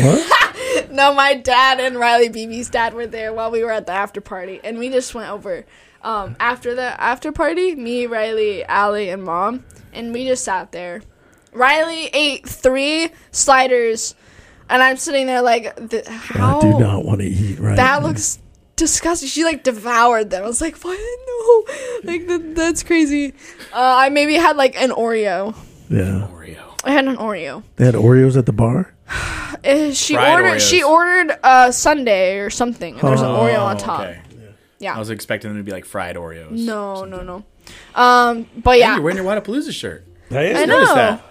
Speaker 6: No, my dad and Riley BB's dad were there while we were at the after party, and we just went over. Um, after the after party, me, Riley, Allie, and mom, and we just sat there. Riley ate three sliders, and I'm sitting there like, th- how?
Speaker 3: I do not want to eat right
Speaker 6: Oh. That
Speaker 3: now.
Speaker 6: looks disgusting. She like devoured them. I was like, what? No, like that, that's crazy. Uh, I maybe had like an Oreo.
Speaker 3: Yeah.
Speaker 4: Oreo.
Speaker 6: I had an Oreo.
Speaker 3: They had Oreos at the bar?
Speaker 6: Uh, she
Speaker 4: Fried
Speaker 6: ordered.
Speaker 4: Oreos.
Speaker 6: She ordered a Sunday or something, and there's an Oreo on top.
Speaker 4: Oh, Okay.
Speaker 6: Yeah.
Speaker 4: I was expecting them to be like fried Oreos.
Speaker 6: no, no, no. Um, but yeah,
Speaker 4: Hey, you're wearing your Wadapalooza shirt.
Speaker 6: I
Speaker 3: That's
Speaker 6: know.
Speaker 4: Notice that.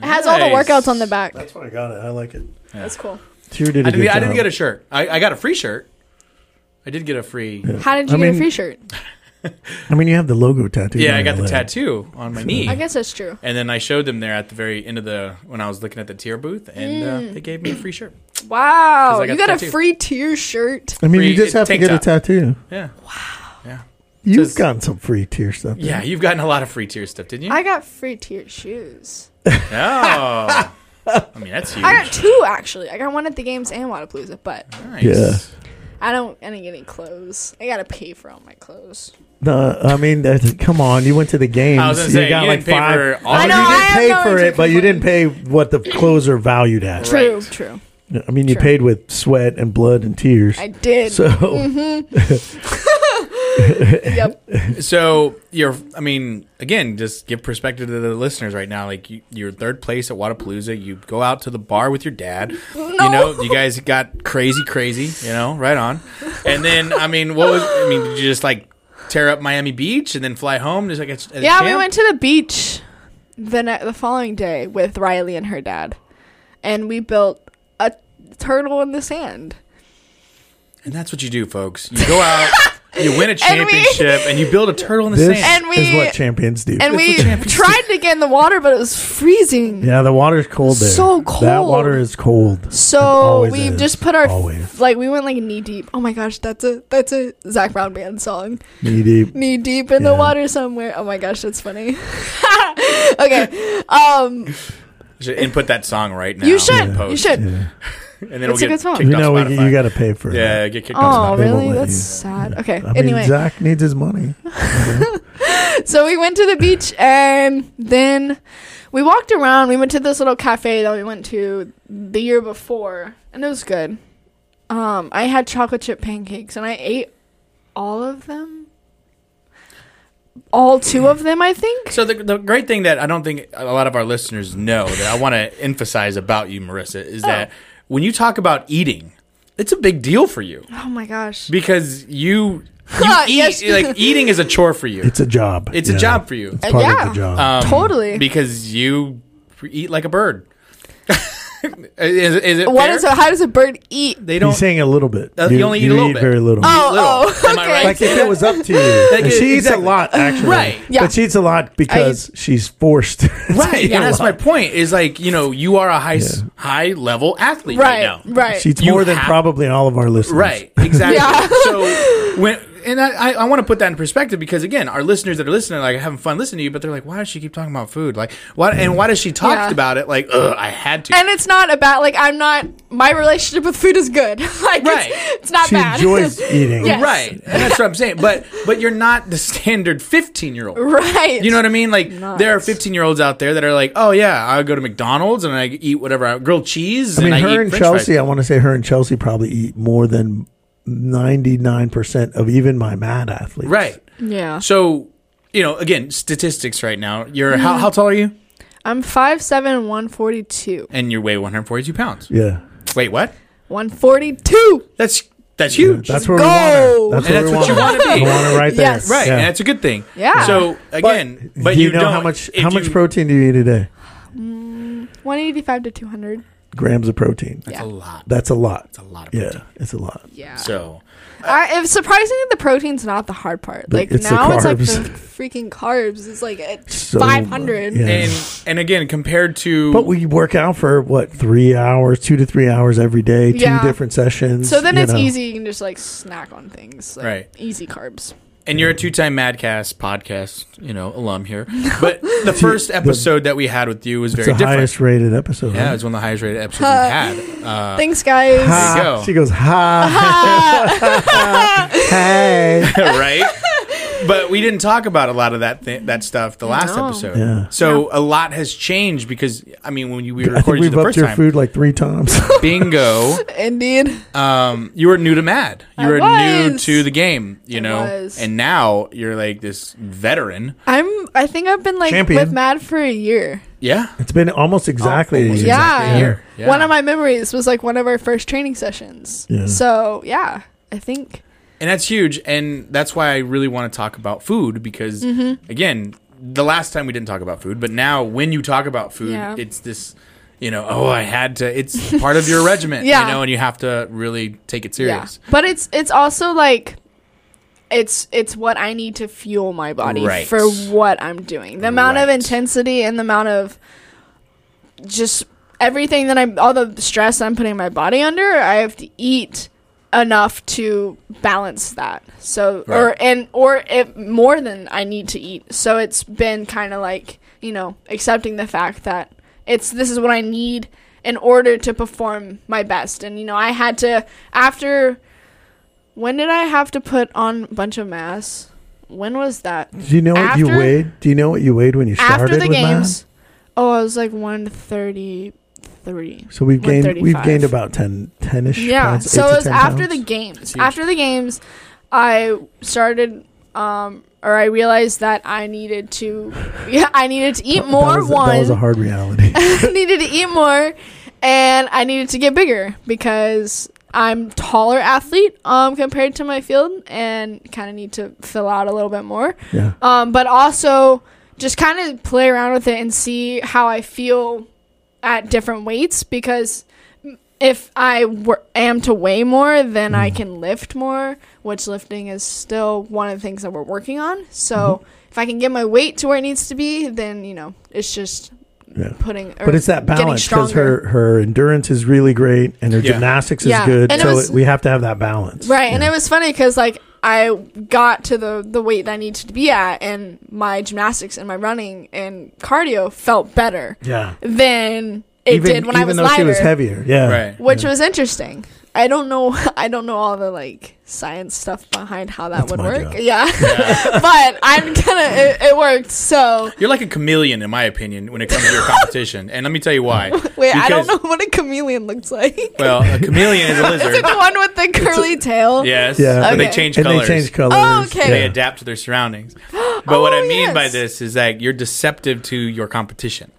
Speaker 6: it has all the
Speaker 4: Nice.
Speaker 6: workouts on the back. That's,
Speaker 3: why I got it. I like it.
Speaker 6: cool.
Speaker 3: Tier did a
Speaker 4: I didn't,
Speaker 3: good
Speaker 4: I didn't
Speaker 3: job.
Speaker 4: get a shirt. I, I got a free shirt. I did get a free. Yeah,
Speaker 6: How did you
Speaker 3: I
Speaker 6: get a
Speaker 3: mean-
Speaker 6: free shirt?
Speaker 3: I mean, you have the logo tattoo. on
Speaker 4: I
Speaker 3: your
Speaker 4: got the
Speaker 3: leg.
Speaker 4: tattoo on my knee.
Speaker 6: I guess that's true.
Speaker 4: And then I showed them there at the very end of the when I was looking at the tier booth, and uh,
Speaker 6: Mm.
Speaker 4: they gave me a free shirt.
Speaker 6: Wow,
Speaker 4: 'Cause I got
Speaker 6: you
Speaker 4: the
Speaker 6: got a
Speaker 4: tattoo.
Speaker 6: free tier shirt.
Speaker 3: I mean,
Speaker 4: Free-
Speaker 3: you just
Speaker 4: it-
Speaker 3: have to
Speaker 4: tank
Speaker 3: get
Speaker 4: top.
Speaker 3: a tattoo.
Speaker 4: Yeah,
Speaker 3: You've
Speaker 4: Just-
Speaker 3: gotten some free tier stuff.
Speaker 4: yeah. You've gotten a lot of free tier stuff, didn't you?
Speaker 6: I got free tier shoes.
Speaker 4: oh, I mean that's huge.
Speaker 6: I got two actually. I got one at the games and Wadapalooza, but
Speaker 4: nice.
Speaker 3: Yeah.
Speaker 6: I don't. I didn't get any clothes. I gotta pay for all my clothes.
Speaker 3: No, I mean, that's, come on. You went to the games.
Speaker 4: I was gonna say,
Speaker 3: got
Speaker 4: you
Speaker 3: like
Speaker 4: didn't pay
Speaker 3: five.
Speaker 4: for all
Speaker 6: I
Speaker 4: of
Speaker 6: know,
Speaker 4: your-
Speaker 3: you
Speaker 6: I
Speaker 3: did
Speaker 6: have
Speaker 3: pay
Speaker 6: no
Speaker 3: for
Speaker 6: idea
Speaker 3: it, but you didn't pay what the clothes are valued at.
Speaker 6: True,
Speaker 4: Right.
Speaker 6: true.
Speaker 3: I mean, you
Speaker 6: True.
Speaker 3: paid with sweat and blood and tears.
Speaker 6: I did.
Speaker 3: so,
Speaker 6: yep.
Speaker 4: So you're, I mean, again, just give perspective to the listeners right now. Like you, you're third place at Wadapalooza. You go out to the bar with your dad. You know, you guys got crazy, crazy. You know, right on. And then, I mean, what was? I mean, did you just like tear up Miami Beach and then fly home? Just like as- as a
Speaker 6: Yeah, we
Speaker 4: champ?
Speaker 6: went to the beach the ne- the following day with Riley and her dad, and we built a turtle in the sand.
Speaker 4: And that's what you do, folks. You go out, you win a championship, and, you build a turtle in the
Speaker 3: this
Speaker 4: sand.
Speaker 6: And
Speaker 3: is
Speaker 6: we-
Speaker 3: what champions do.
Speaker 6: And we tried to get in the water, but it was freezing.
Speaker 3: yeah, the water's cold there.
Speaker 6: So
Speaker 3: That
Speaker 6: cold.
Speaker 3: water is cold. It
Speaker 6: So
Speaker 3: always
Speaker 6: we
Speaker 3: is.
Speaker 6: just put our
Speaker 3: Always.
Speaker 6: like we went like knee deep. Oh my gosh, that's a that's a Zach Brown band song.
Speaker 3: knee deep.
Speaker 6: knee deep in the
Speaker 3: Yeah.
Speaker 6: water somewhere. Oh my gosh, that's funny. okay, um,
Speaker 4: You should input that song right now.
Speaker 6: you should,
Speaker 4: and
Speaker 6: you
Speaker 4: post,
Speaker 6: should.
Speaker 3: Yeah.
Speaker 4: And then
Speaker 6: It's
Speaker 4: we'll
Speaker 6: a good
Speaker 4: get
Speaker 6: song.
Speaker 4: kicked
Speaker 3: You know,
Speaker 4: off
Speaker 3: we,
Speaker 4: Spotify.
Speaker 3: you got to pay for it.
Speaker 4: yeah, get kicked off.
Speaker 6: Oh
Speaker 3: They won't
Speaker 6: really?
Speaker 3: let
Speaker 6: That's
Speaker 3: you.
Speaker 6: sad. Okay.
Speaker 3: I mean,
Speaker 6: anyway,
Speaker 3: Zach needs his money.
Speaker 6: so we went to the beach and then we walked around. We went to this little cafe that we went to the year before, and it was good. Um, I had chocolate chip pancakes and I ate all of them. All two of them, I think.
Speaker 4: So the, the great thing that I don't think a lot of our listeners know that I want to emphasize about you, Marissa, is that
Speaker 6: Oh.
Speaker 4: when you talk about eating, it's a big deal for you
Speaker 6: Oh my gosh.
Speaker 4: because you, you
Speaker 6: Huh,
Speaker 4: eat
Speaker 6: yes.
Speaker 4: like eating is a chore for you.
Speaker 3: It's a job.
Speaker 4: It's a
Speaker 3: Yeah.
Speaker 4: job for you.
Speaker 3: It's part
Speaker 6: yeah.
Speaker 3: of the job.
Speaker 4: Um,
Speaker 6: Totally.
Speaker 4: because you eat like a bird. is, is it
Speaker 6: What
Speaker 4: fair?
Speaker 6: is a, how does a bird eat?
Speaker 4: They
Speaker 3: He's
Speaker 4: don't
Speaker 3: saying a little bit.
Speaker 4: Uh, you only eat a little bit.
Speaker 3: very little.
Speaker 6: Oh,
Speaker 4: little.
Speaker 6: oh,
Speaker 4: Am I
Speaker 6: okay.
Speaker 4: right?
Speaker 3: like if it was up to you,
Speaker 4: Like,
Speaker 3: And she eats
Speaker 4: exactly.
Speaker 3: a lot actually.
Speaker 4: Right.
Speaker 6: Yeah.
Speaker 3: But she eats a lot because she's forced. to
Speaker 4: right
Speaker 3: eat a
Speaker 4: and that's my
Speaker 3: lot.
Speaker 4: point is like you know you are a high s high level athlete right,
Speaker 6: Right,
Speaker 4: now
Speaker 6: right.
Speaker 3: She eats
Speaker 4: You
Speaker 3: more than
Speaker 4: have-
Speaker 3: probably all of our listeners.
Speaker 4: right exactly
Speaker 6: Yeah.
Speaker 4: so when and i i, I want to put that in perspective because again our listeners that are listening like having fun listening to you but they're like why does she keep talking about food like why and why does she talk
Speaker 6: Yeah.
Speaker 4: about it like Ugh, i had to
Speaker 6: and it's not about like I'm not my relationship with food is good. like
Speaker 4: Right.
Speaker 6: it's, it's not
Speaker 3: She
Speaker 6: bad.
Speaker 3: enjoys eating.
Speaker 6: Yes.
Speaker 4: right and that's what i'm saying but but you're not the standard 15 year old
Speaker 6: right.
Speaker 4: You know what I mean? Like
Speaker 6: Nuts.
Speaker 4: there are 15 year olds out there that are like, oh yeah, I go to McDonald's and I eat whatever, I, grilled cheese.
Speaker 3: I mean,
Speaker 4: and I eat
Speaker 3: her and
Speaker 4: French
Speaker 3: Chelsea.
Speaker 4: fries.
Speaker 3: I want to say her and Chelsea probably eat more than ninety nine percent of even my mad athletes.
Speaker 4: right?
Speaker 6: Yeah.
Speaker 4: So, you know, again, statistics right now. You're how, how tall are you?
Speaker 6: I'm five seven, one forty two.
Speaker 4: And you weigh 142 pounds.
Speaker 3: Yeah.
Speaker 4: Wait, what?
Speaker 6: One forty two.
Speaker 4: That's that's huge.
Speaker 3: That's where
Speaker 6: go.
Speaker 3: we want her. That's
Speaker 4: And
Speaker 3: where
Speaker 4: that's
Speaker 3: we
Speaker 4: what
Speaker 3: want
Speaker 4: you wanna
Speaker 3: her.
Speaker 4: be.
Speaker 3: We want her right there.
Speaker 6: Yes.
Speaker 4: right,
Speaker 3: Yeah.
Speaker 4: and that's a good thing.
Speaker 6: Yeah.
Speaker 4: So again, but,
Speaker 3: do
Speaker 4: you,
Speaker 3: you know
Speaker 4: don't,
Speaker 3: how much
Speaker 4: if
Speaker 3: how much
Speaker 4: you-
Speaker 3: protein do you eat a day?
Speaker 6: One eighty five to two hundred.
Speaker 3: grams of protein.
Speaker 4: That's
Speaker 6: Yeah.
Speaker 4: a lot.
Speaker 3: That's a lot.
Speaker 4: That's a lot of protein.
Speaker 3: Yeah, it's a lot.
Speaker 6: Yeah.
Speaker 4: So
Speaker 6: I, it's surprisingly the protein's not the hard part.
Speaker 3: The-
Speaker 6: Like
Speaker 3: it's the
Speaker 6: now it's like the
Speaker 3: carbs.
Speaker 6: freaking carbs. It's like at
Speaker 3: So, uh,
Speaker 6: 500.
Speaker 3: yeah.
Speaker 4: and and again compared to
Speaker 3: But we work out for what three hours, two to three hours every day, two
Speaker 6: Yeah.
Speaker 3: different sessions.
Speaker 6: So then
Speaker 3: you
Speaker 6: it's
Speaker 3: know.
Speaker 6: easy. You can just like snack on things. Like,
Speaker 4: Right.
Speaker 6: Easy carbs.
Speaker 4: and you're a two-time Madcast podcast, you know, alum here. But the first episode that we had with you was
Speaker 3: It's
Speaker 4: very
Speaker 3: the
Speaker 4: different.
Speaker 3: highest rated episode.
Speaker 4: yeah, it
Speaker 3: right?
Speaker 4: was one of the highest rated episodes we've had. Uh,
Speaker 6: Thanks, guys.
Speaker 4: Ha. you
Speaker 3: Ah,
Speaker 4: go.
Speaker 3: She goes, ha, hey.
Speaker 4: right? But we didn't talk about a lot of that th- that stuff the last
Speaker 6: No.
Speaker 4: episode.
Speaker 3: Yeah.
Speaker 4: So a lot has changed because I mean when you, we
Speaker 3: I think
Speaker 4: recorded you
Speaker 3: we've
Speaker 4: the
Speaker 3: upped
Speaker 4: first
Speaker 3: your
Speaker 4: time,
Speaker 3: food like three times.
Speaker 4: bingo,
Speaker 6: Indeed.
Speaker 4: um, you were new to Mad. You
Speaker 6: I
Speaker 4: were new
Speaker 6: was.
Speaker 4: to the game, you
Speaker 6: I
Speaker 4: know,
Speaker 6: was.
Speaker 4: and now you're like this veteran.
Speaker 6: I'm. I think I've been like
Speaker 3: Champion.
Speaker 6: with Mad for a year.
Speaker 4: Yeah.
Speaker 3: it's been almost exactly. a
Speaker 4: Almost
Speaker 3: year.
Speaker 4: exactly
Speaker 6: Yeah.
Speaker 4: a year. Yeah.
Speaker 6: One of my memories was like one of our first training sessions.
Speaker 3: Yeah.
Speaker 6: So yeah, I think
Speaker 4: and that's huge and that's why i really want to talk about food because
Speaker 6: Mm-hmm.
Speaker 4: again the last time we didn't talk about food but now when you talk about food
Speaker 6: Yeah.
Speaker 4: it's this you know oh i had to it's part of your regiment
Speaker 6: Yeah.
Speaker 4: you know and you have to really take it serious
Speaker 6: yeah. But it's it's also like it's it's what I need to fuel my body
Speaker 4: Right.
Speaker 6: for what I'm doing. The amount of
Speaker 4: Right.
Speaker 6: intensity and the amount of just everything that I'm all the stress I'm putting my body under, I have to eat enough to balance that. So
Speaker 4: Right.
Speaker 6: or and or if more than I need to eat. So it's been kind of like, you know, accepting the fact that it's this is what I need in order to perform my best. And you know, I had to after when did I have to put on a bunch of mass? When was that?
Speaker 3: Do you know what you
Speaker 6: After-
Speaker 3: weighed? Do you know what you weighed when you started
Speaker 6: After
Speaker 3: with
Speaker 6: the
Speaker 3: that?
Speaker 6: games. Oh, I was like 133.
Speaker 3: So we've gained we've
Speaker 6: 135.
Speaker 3: gained about 10 10ish.
Speaker 6: Yeah.
Speaker 3: pounds,
Speaker 6: So
Speaker 3: eight to
Speaker 6: it was
Speaker 3: 10
Speaker 6: after
Speaker 3: pounds.
Speaker 6: the games. After the games, I started um or I realized that I needed to yeah, I needed to eat
Speaker 3: that
Speaker 6: more
Speaker 3: was,
Speaker 6: one.
Speaker 3: That was a hard reality.
Speaker 6: I needed to eat more and I needed to get bigger because I'm taller athlete um compared to my field and kind of need to fill out a little bit more.
Speaker 3: yeah.
Speaker 6: Um but also just kind of play around with it and see how I feel at different weights because if I were, am to weigh more, then I
Speaker 3: Mm-hmm.
Speaker 6: can lift more, which lifting is still one of the things that we're working on. So
Speaker 3: Mm-hmm.
Speaker 6: if I can get my weight to where it needs to be, then you know it's just
Speaker 3: Yeah.
Speaker 6: putting. Or
Speaker 3: But it's that
Speaker 6: getting
Speaker 3: balance because
Speaker 6: stronger.
Speaker 3: her her endurance is really great and her
Speaker 4: Yeah.
Speaker 3: gymnastics
Speaker 6: Yeah.
Speaker 3: is good.
Speaker 6: And it
Speaker 3: so
Speaker 6: was-
Speaker 3: it- we have to have that balance,
Speaker 6: right, and it was funny because like I got to the the weight that I needed to be at, and my gymnastics and my running and cardio felt better
Speaker 3: Yeah,
Speaker 6: than it
Speaker 3: even,
Speaker 6: did when
Speaker 3: even
Speaker 6: I was
Speaker 3: though
Speaker 6: lighter.
Speaker 3: she was heavier. Yeah,
Speaker 4: right
Speaker 6: which was interesting. I don't know. I don't know all the like science stuff behind how that
Speaker 3: That's
Speaker 6: would
Speaker 3: my
Speaker 6: work.
Speaker 3: job.
Speaker 6: Yeah, but I'm kind of it, it worked. So
Speaker 4: you're like a chameleon in my opinion when it comes to your competition and let me tell you why
Speaker 6: wait, I don't
Speaker 4: Because-
Speaker 6: know what a chameleon looks like. Is
Speaker 4: well a chameleon is a
Speaker 6: it
Speaker 4: lizard
Speaker 6: the one with the curly tail?
Speaker 4: yes
Speaker 3: Yeah.
Speaker 4: but they
Speaker 6: Okay.
Speaker 4: change
Speaker 3: and
Speaker 4: colors
Speaker 3: they change colors.
Speaker 6: Oh, okay.
Speaker 4: They
Speaker 3: Yeah.
Speaker 4: adapt to their surroundings. But what I
Speaker 6: Oh,
Speaker 4: mean by
Speaker 6: yes.
Speaker 4: this is that you're deceptive to your competition.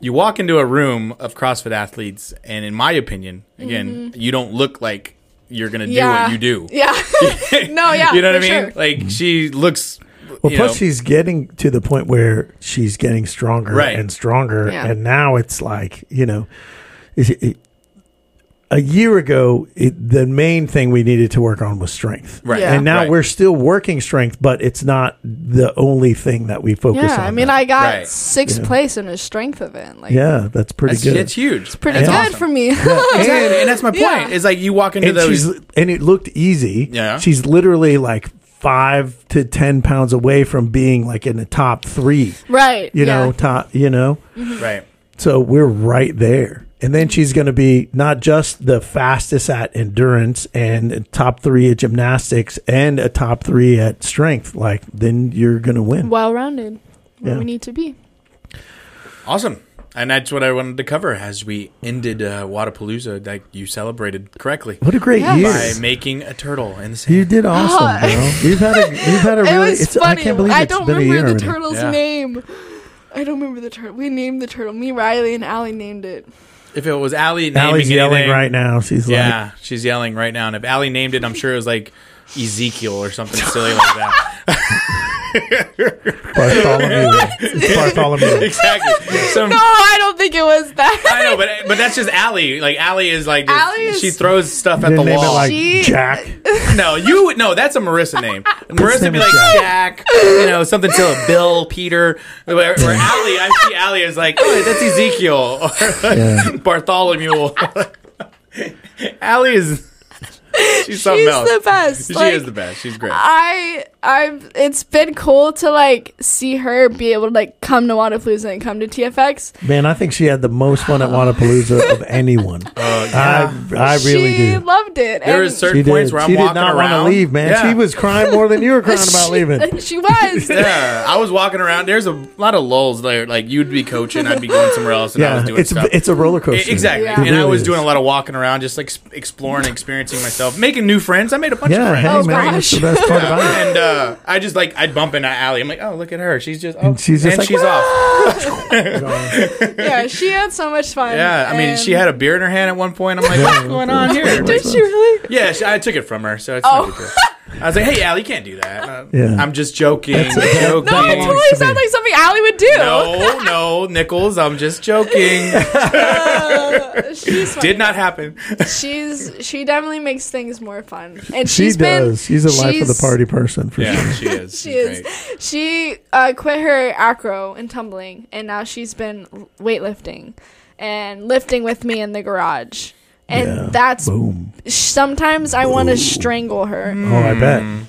Speaker 4: You walk into a room of CrossFit athletes, and in my opinion, again, you don't look like you're gonna
Speaker 6: Mm-hmm. Yeah.
Speaker 4: do what you do.
Speaker 6: Yeah. no. Yeah.
Speaker 4: you know what I
Speaker 6: for
Speaker 4: mean?
Speaker 6: sure.
Speaker 4: Like she looks.
Speaker 3: Well,
Speaker 4: you
Speaker 3: plus
Speaker 4: know,
Speaker 3: she's getting to the point where she's getting stronger
Speaker 4: Right.
Speaker 3: and stronger,
Speaker 6: Yeah.
Speaker 3: and now it's like you know, is it, it, a year ago it, the main thing we needed to work on was strength,
Speaker 4: Right.
Speaker 6: Yeah.
Speaker 3: And now
Speaker 4: Right.
Speaker 3: we're still working strength, but it's not the only thing that we focus
Speaker 6: Yeah,
Speaker 3: on.
Speaker 6: I mean,
Speaker 3: now.
Speaker 6: I got
Speaker 4: Right.
Speaker 6: sixth place in a strength event. Like,
Speaker 3: yeah, that's pretty
Speaker 4: that's,
Speaker 3: good.
Speaker 4: that's huge. It's
Speaker 6: pretty good for me.
Speaker 4: And, and that's my point.
Speaker 6: Yeah.
Speaker 4: It's like you walk into
Speaker 3: and
Speaker 4: those.
Speaker 3: she's and it looked easy.
Speaker 4: Yeah.
Speaker 3: she's literally like five to ten pounds away from being like in the top three.
Speaker 6: right.
Speaker 3: You
Speaker 6: yeah.
Speaker 3: know, top. You know,
Speaker 4: Right.
Speaker 3: so we're right there. And then she's going to be not just the fastest at endurance and a top three at gymnastics and a top three at strength. Like then you're going to win.
Speaker 6: well rounded. Where
Speaker 3: Yeah.
Speaker 6: we need to be.
Speaker 4: Awesome. And that's what I wanted to cover as we ended uh, Wadapalooza. Like you celebrated correctly
Speaker 3: What a great
Speaker 6: Yes.
Speaker 3: year!
Speaker 4: by making a turtle in the sand.
Speaker 3: you did awesome, bro. You've had a you've had a
Speaker 6: it
Speaker 3: really.
Speaker 6: was
Speaker 3: It's,
Speaker 6: funny.
Speaker 3: I can't believe it's
Speaker 6: don't
Speaker 3: been a year.
Speaker 6: remember the
Speaker 3: already.
Speaker 6: turtle's
Speaker 4: Yeah.
Speaker 6: name. I don't remember the turtle. We named the turtle. Me, Riley, and Allie named it.
Speaker 4: If it was Allie naming
Speaker 3: Allie's yelling
Speaker 4: anything-
Speaker 3: right now. She's like,
Speaker 4: Yeah, she's yelling right now. And if Allie named it, I'm sure it was like Ezekiel or something silly like that.
Speaker 3: Bartholomew. Bartholomew.
Speaker 4: exactly. Some,
Speaker 6: No, I don't think it was that.
Speaker 4: Um, I know, but but that's just Allie. Like Allie is like this,
Speaker 6: Allie is-
Speaker 4: she throws stuff at
Speaker 3: Didn't
Speaker 4: the
Speaker 3: name it
Speaker 4: wall.
Speaker 3: like
Speaker 6: She-
Speaker 3: Jack.
Speaker 4: no, you would no. That's a Marissa name. Marissa would
Speaker 3: name
Speaker 4: be
Speaker 3: is
Speaker 4: like Jack. you know something to a Bill, Peter. Where, where Allie, I see Allie is like oh, that's Ezekiel or
Speaker 3: Yeah.
Speaker 4: Bartholomew. Allie is she's something
Speaker 6: She's
Speaker 4: else.
Speaker 6: the best.
Speaker 4: she
Speaker 6: like,
Speaker 4: is the best. She's great. Oh,
Speaker 6: I I've it's been cool to like see her be able to like come to Wadapalooza and come to TFX.
Speaker 3: Man, I think she had the most fun at Wanapalooza of anyone.
Speaker 4: Oh,
Speaker 3: I, I really
Speaker 6: she
Speaker 3: do.
Speaker 6: loved it.
Speaker 4: There
Speaker 6: and
Speaker 4: is certain points where I'm
Speaker 3: she did
Speaker 4: walking
Speaker 3: not want to
Speaker 4: around.
Speaker 3: leave, man.
Speaker 4: Yeah.
Speaker 3: She was crying more than you were crying about
Speaker 6: she-
Speaker 3: leaving.
Speaker 6: She was.
Speaker 4: Yeah, I was walking around. There's a lot of lulls there. Like you'd be coaching, I'd be going somewhere else, and I
Speaker 3: Yeah,
Speaker 4: was doing
Speaker 3: it's
Speaker 4: stuff. E,
Speaker 3: it's a roller coaster.
Speaker 4: Exactly.
Speaker 6: Yeah.
Speaker 3: It
Speaker 4: And I
Speaker 3: really
Speaker 4: was
Speaker 3: is.
Speaker 4: doing a lot of walking around, just like s- exploring, experiencing myself, making new friends. I made a bunch
Speaker 3: Yeah,
Speaker 4: of friends.
Speaker 3: hey,
Speaker 6: Oh,
Speaker 3: man, that's the
Speaker 6: gosh.
Speaker 3: best part about it.
Speaker 4: and uh, I just like I'd bump into Allie. I'm like, oh, look at her. She's just oh, and
Speaker 3: she's
Speaker 4: she's
Speaker 3: just like,
Speaker 4: off.
Speaker 6: yeah, she had so much fun.
Speaker 4: Yeah, I mean, she
Speaker 6: and-
Speaker 4: had a beer in her hand at one point. I'm like, what's going on here?
Speaker 6: Did she really?
Speaker 4: yeah, she, I took it from her, so it's
Speaker 6: Oh.
Speaker 4: no big deal. I was like, hey, Allie, you can't do that. Uh,
Speaker 3: Yeah.
Speaker 4: I'm just joking.
Speaker 3: that-
Speaker 4: joking.
Speaker 6: No,
Speaker 3: Yeah.
Speaker 6: it
Speaker 3: belongs
Speaker 6: totally
Speaker 3: to
Speaker 6: sounds
Speaker 3: me.
Speaker 6: like something Allie would do.
Speaker 4: no, no, Nichols, I'm just joking.
Speaker 6: She's funny.
Speaker 4: Did not happen.
Speaker 6: She's she definitely makes things more fun, and
Speaker 3: She
Speaker 6: she's been
Speaker 3: does. She's a life of the
Speaker 6: she's-
Speaker 3: party person for sure.
Speaker 4: Yeah, she is.
Speaker 6: She
Speaker 4: She's
Speaker 6: is.
Speaker 4: great.
Speaker 6: She uh, quit her acro and tumbling, and now she's been weightlifting and lifting with me in the garage. And that's
Speaker 3: Boom.
Speaker 6: sometimes I want to strangle her.
Speaker 3: Oh, I
Speaker 4: Mm.
Speaker 3: bet.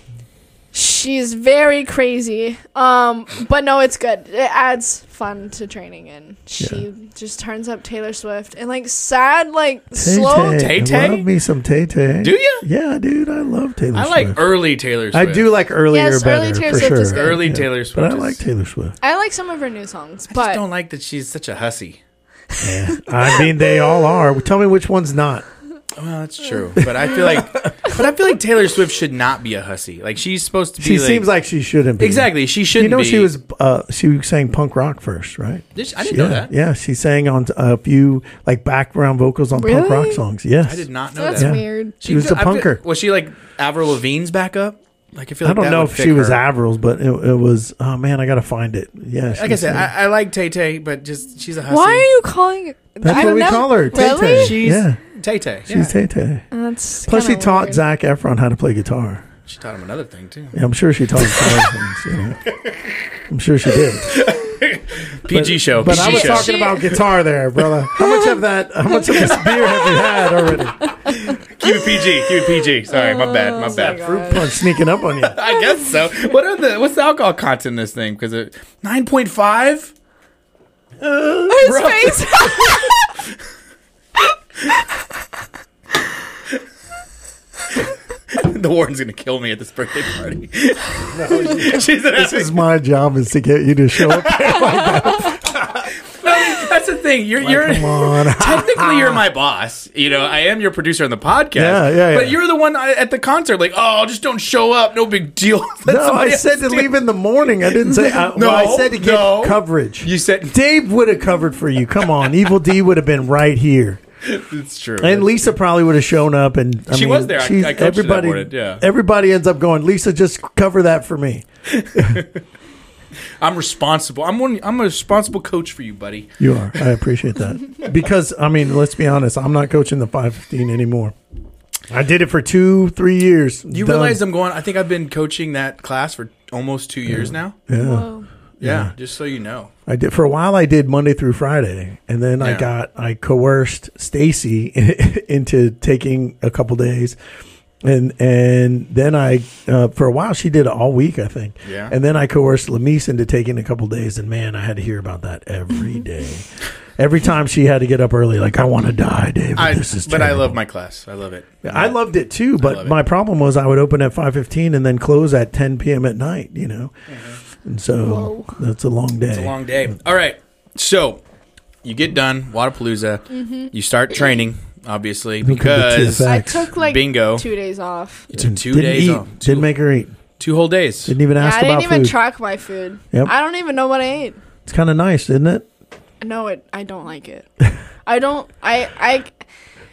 Speaker 6: She's very crazy. Um, but no, it's good. It adds fun to training, and she just turns up Taylor Swift and like sad, like slow.
Speaker 3: Tay-Tay.
Speaker 4: Tay-Tay?
Speaker 3: Love me some Tay Tay.
Speaker 4: Do you?
Speaker 3: Yeah, dude. I love Taylor
Speaker 4: I
Speaker 3: Swift.
Speaker 4: like early Taylor
Speaker 3: I
Speaker 4: Swift.
Speaker 3: do like earlier
Speaker 6: Yes,
Speaker 3: better
Speaker 6: early Taylor
Speaker 3: for
Speaker 6: Swift
Speaker 3: sure.
Speaker 6: is good.
Speaker 4: Early Taylor Swift
Speaker 3: But I
Speaker 4: is-
Speaker 3: like Taylor Swift.
Speaker 6: I like some of her new songs,
Speaker 4: I just
Speaker 6: but
Speaker 4: don't like that she's such a hussy.
Speaker 3: Yeah. I mean, they all are. Tell me which one's not.
Speaker 4: Well, that's true, but I feel like, but I feel like Taylor Swift should not be a hussy. Like she's supposed to be.
Speaker 3: She seems like she shouldn't be.
Speaker 4: exactly. She shouldn't.
Speaker 3: You know,
Speaker 4: be.
Speaker 3: she was uh, she sang punk rock first, right?
Speaker 4: Did she- I didn't
Speaker 3: Yeah,
Speaker 4: know that.
Speaker 3: yeah. She sang on a few like background vocals on punk rock
Speaker 6: Really?
Speaker 3: songs. Yes,
Speaker 4: I did not know
Speaker 6: that's
Speaker 4: that.
Speaker 3: Yeah.
Speaker 6: weird.
Speaker 3: She was a
Speaker 4: I feel-
Speaker 3: punker.
Speaker 4: was she like Avril Lavigne's backup? Like I feel.
Speaker 3: I
Speaker 4: Like
Speaker 3: don't
Speaker 4: that
Speaker 3: know
Speaker 4: would
Speaker 3: if
Speaker 4: fit
Speaker 3: she was
Speaker 4: her.
Speaker 3: Avril's, but it, it was. Oh man, I gotta find it. Yeah,
Speaker 4: Like I
Speaker 3: she
Speaker 4: said,
Speaker 3: sang-
Speaker 4: I, I like Tay Tay, but just she's a hussy.
Speaker 6: Why are you calling?
Speaker 3: That's
Speaker 6: I
Speaker 3: what we
Speaker 6: never-
Speaker 3: call her,
Speaker 6: Really?
Speaker 3: Tay-Tay.
Speaker 4: She's
Speaker 3: Yeah.
Speaker 4: Tay Tay. Yeah.
Speaker 3: she's Tay Tay.
Speaker 6: That's
Speaker 3: Plus, she
Speaker 6: kinda
Speaker 3: taught
Speaker 6: weird.
Speaker 3: Zach Efron how to play guitar.
Speaker 4: She taught him another thing too.
Speaker 3: Yeah, I'm sure she taught him a lot of things. You know. I'm sure she did.
Speaker 4: PG show.
Speaker 3: But
Speaker 4: PG
Speaker 3: I was
Speaker 4: show.
Speaker 3: talking about guitar there, brother. How much of that? How much of this beer have you had already?
Speaker 4: keep it PG. Keep it PG. Sorry, my bad. My bad.
Speaker 6: God.
Speaker 3: Punch sneaking up on you.
Speaker 4: I guess so. What are the what's the alcohol content in this thing? Because it nine point five.
Speaker 6: His face.
Speaker 4: The warden's gonna kill me at this birthday party. She's an
Speaker 3: This is my job is to get you to show up.
Speaker 4: That's the thing. You're
Speaker 3: Come
Speaker 4: you're
Speaker 3: on.
Speaker 4: technically you're my boss. You know, I am your producer on the podcast.
Speaker 3: Yeah, yeah,
Speaker 4: But
Speaker 3: yeah.
Speaker 4: you're the one I- at the concert. Like, oh, just don't show up. No big deal. Let
Speaker 3: No, I
Speaker 4: somebody
Speaker 3: said
Speaker 4: else
Speaker 3: to
Speaker 4: do
Speaker 3: leave
Speaker 4: it.
Speaker 3: in the morning. I didn't say. I, well, I
Speaker 4: No,
Speaker 3: said to get
Speaker 4: no.
Speaker 3: coverage.
Speaker 4: You said
Speaker 3: Dave would have covered for you. Come on, Evil D would have been right here,
Speaker 4: it's true.
Speaker 3: and Lisa probably would have shown up. And I
Speaker 4: She
Speaker 3: mean,
Speaker 4: was there. I-
Speaker 3: she's-
Speaker 4: I coached her that morning, yeah.
Speaker 3: everybody ends up going. Lisa, just cover that for me.
Speaker 4: I'm responsible. I'm one. I'm a responsible coach for you, buddy.
Speaker 3: You are. I appreciate that because I mean, let's be honest. I'm not coaching the 515 anymore. I did it for two, three years.
Speaker 4: You realize I'm going. I think I've been coaching that class for almost two years now.
Speaker 6: Whoa.
Speaker 4: Yeah, just so you know.
Speaker 3: I did for a while. I did Monday through Friday, and then I
Speaker 4: Yeah.
Speaker 3: got I coerced Stacy into taking a couple days, and and then I uh, for a while she did it all week, I think.
Speaker 4: Yeah.
Speaker 3: And then I coerced Lamise into taking a couple days, and man, I had to hear about that every day. Every time she had to get up early, like I want to die, David.
Speaker 4: I,
Speaker 3: this is
Speaker 4: but I
Speaker 3: terrible."
Speaker 4: love my class. I love it.
Speaker 3: I loved it too,
Speaker 4: love
Speaker 3: but
Speaker 4: it.
Speaker 3: my problem was I would open at five fifteen and then close at ten p.m. at night. You know, and so that's a long day.
Speaker 4: Mm-hmm. It's a long day. All right. So you get done, Wadapalooza.
Speaker 6: Mm-hmm.
Speaker 4: You start training, obviously,
Speaker 3: Look at the
Speaker 4: because
Speaker 3: TFX.
Speaker 6: I
Speaker 3: Facts.
Speaker 6: took like
Speaker 4: Bingo.
Speaker 6: two days off.
Speaker 4: you took 2
Speaker 3: didn't
Speaker 4: days
Speaker 3: eat.
Speaker 4: off. Two,
Speaker 3: Didn't make her eat.
Speaker 4: two whole days.
Speaker 3: Didn't even
Speaker 6: Yeah,
Speaker 3: ask
Speaker 6: I didn't
Speaker 3: about
Speaker 6: even
Speaker 3: food.
Speaker 6: track my food.
Speaker 3: Yep.
Speaker 6: I don't even know what I ate.
Speaker 3: it's kind of nice, isn't it?
Speaker 6: No, it. I don't like it. I don't. I. I.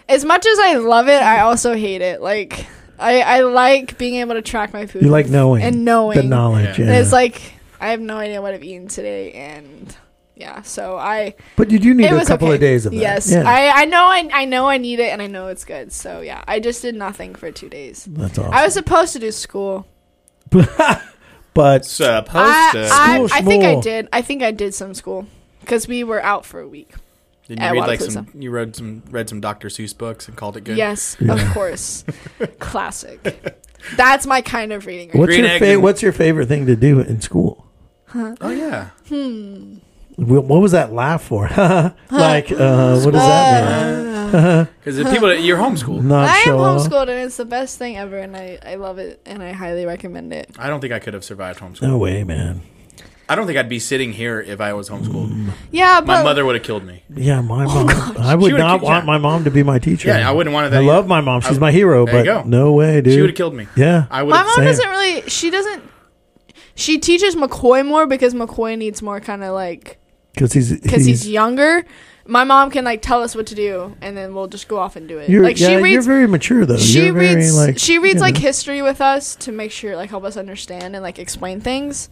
Speaker 6: As much as I love it, I also hate it. Like I, I like being able to track my food.
Speaker 3: You like knowing
Speaker 6: and knowing.
Speaker 3: the knowledge.
Speaker 4: Yeah.
Speaker 3: Yeah.
Speaker 6: And it's like I have no idea what I've eaten today, and yeah. So I
Speaker 3: but you do need
Speaker 6: it
Speaker 3: a
Speaker 6: was
Speaker 3: couple
Speaker 6: okay.
Speaker 3: of days of that.
Speaker 6: Yes,
Speaker 3: Yeah.
Speaker 6: I I know I I know I need it, and I know it's good. So yeah, I just did nothing for two days.
Speaker 3: that's all.
Speaker 6: I was supposed to do school.
Speaker 3: but
Speaker 7: Supposed
Speaker 6: I,
Speaker 7: to.
Speaker 4: Uh,
Speaker 6: I, I think I
Speaker 3: schmool.
Speaker 6: did. I think I did some school because we were out for a week.
Speaker 4: Did you
Speaker 6: At
Speaker 4: read like
Speaker 6: Wadapalooza.
Speaker 4: some? You read some read some Dr. Seuss books and called it good.
Speaker 6: Yes,
Speaker 3: Yeah.
Speaker 6: of course. Classic. That's my kind of reading. Right
Speaker 3: what's
Speaker 7: Green
Speaker 3: your
Speaker 7: egg
Speaker 3: fa-
Speaker 7: and-
Speaker 3: what's your favorite thing to do in school?
Speaker 4: Oh yeah.
Speaker 3: Wh- What was that laugh for? like uh, what does that mean?
Speaker 4: Because the people that you're homeschooled.
Speaker 3: Not
Speaker 6: I am
Speaker 3: show off?
Speaker 6: homeschooled and it's the best thing ever, and I, I love it and I highly recommend it.
Speaker 4: I don't think I could have survived homeschool.
Speaker 3: No way, man.
Speaker 4: I don't think I'd be sitting here if I was
Speaker 3: Mm-hmm.
Speaker 4: homeschooled.
Speaker 6: Yeah, but
Speaker 4: My mother would have killed me.
Speaker 3: Yeah, my
Speaker 6: Oh,
Speaker 3: mom. I would
Speaker 4: would've
Speaker 3: not
Speaker 4: kicked you
Speaker 3: want
Speaker 4: out.
Speaker 3: my mom to be my teacher.
Speaker 4: Yeah, I wouldn't want that
Speaker 3: I
Speaker 4: either.
Speaker 3: love my mom. She's
Speaker 4: I-
Speaker 3: my hero.
Speaker 4: There you
Speaker 3: but
Speaker 4: go.
Speaker 3: no way, dude.
Speaker 4: She would have killed me.
Speaker 3: Yeah.
Speaker 4: I would
Speaker 6: my mom
Speaker 4: have.
Speaker 3: Same.
Speaker 6: doesn't really. She doesn't. She teaches McCoy more because McCoy needs more kind of like
Speaker 3: Because he's
Speaker 6: because
Speaker 3: he's,
Speaker 6: he's, younger. My mom can like tell us what to do, and then we'll just go off and do it.
Speaker 3: you're,
Speaker 6: Like
Speaker 3: yeah,
Speaker 6: she
Speaker 3: you're
Speaker 6: reads.
Speaker 3: very mature though.
Speaker 6: She
Speaker 3: you're very,
Speaker 6: reads.
Speaker 3: like,
Speaker 6: she
Speaker 3: you
Speaker 6: reads like
Speaker 3: know.
Speaker 6: history with us to make sure like help us understand and like explain things.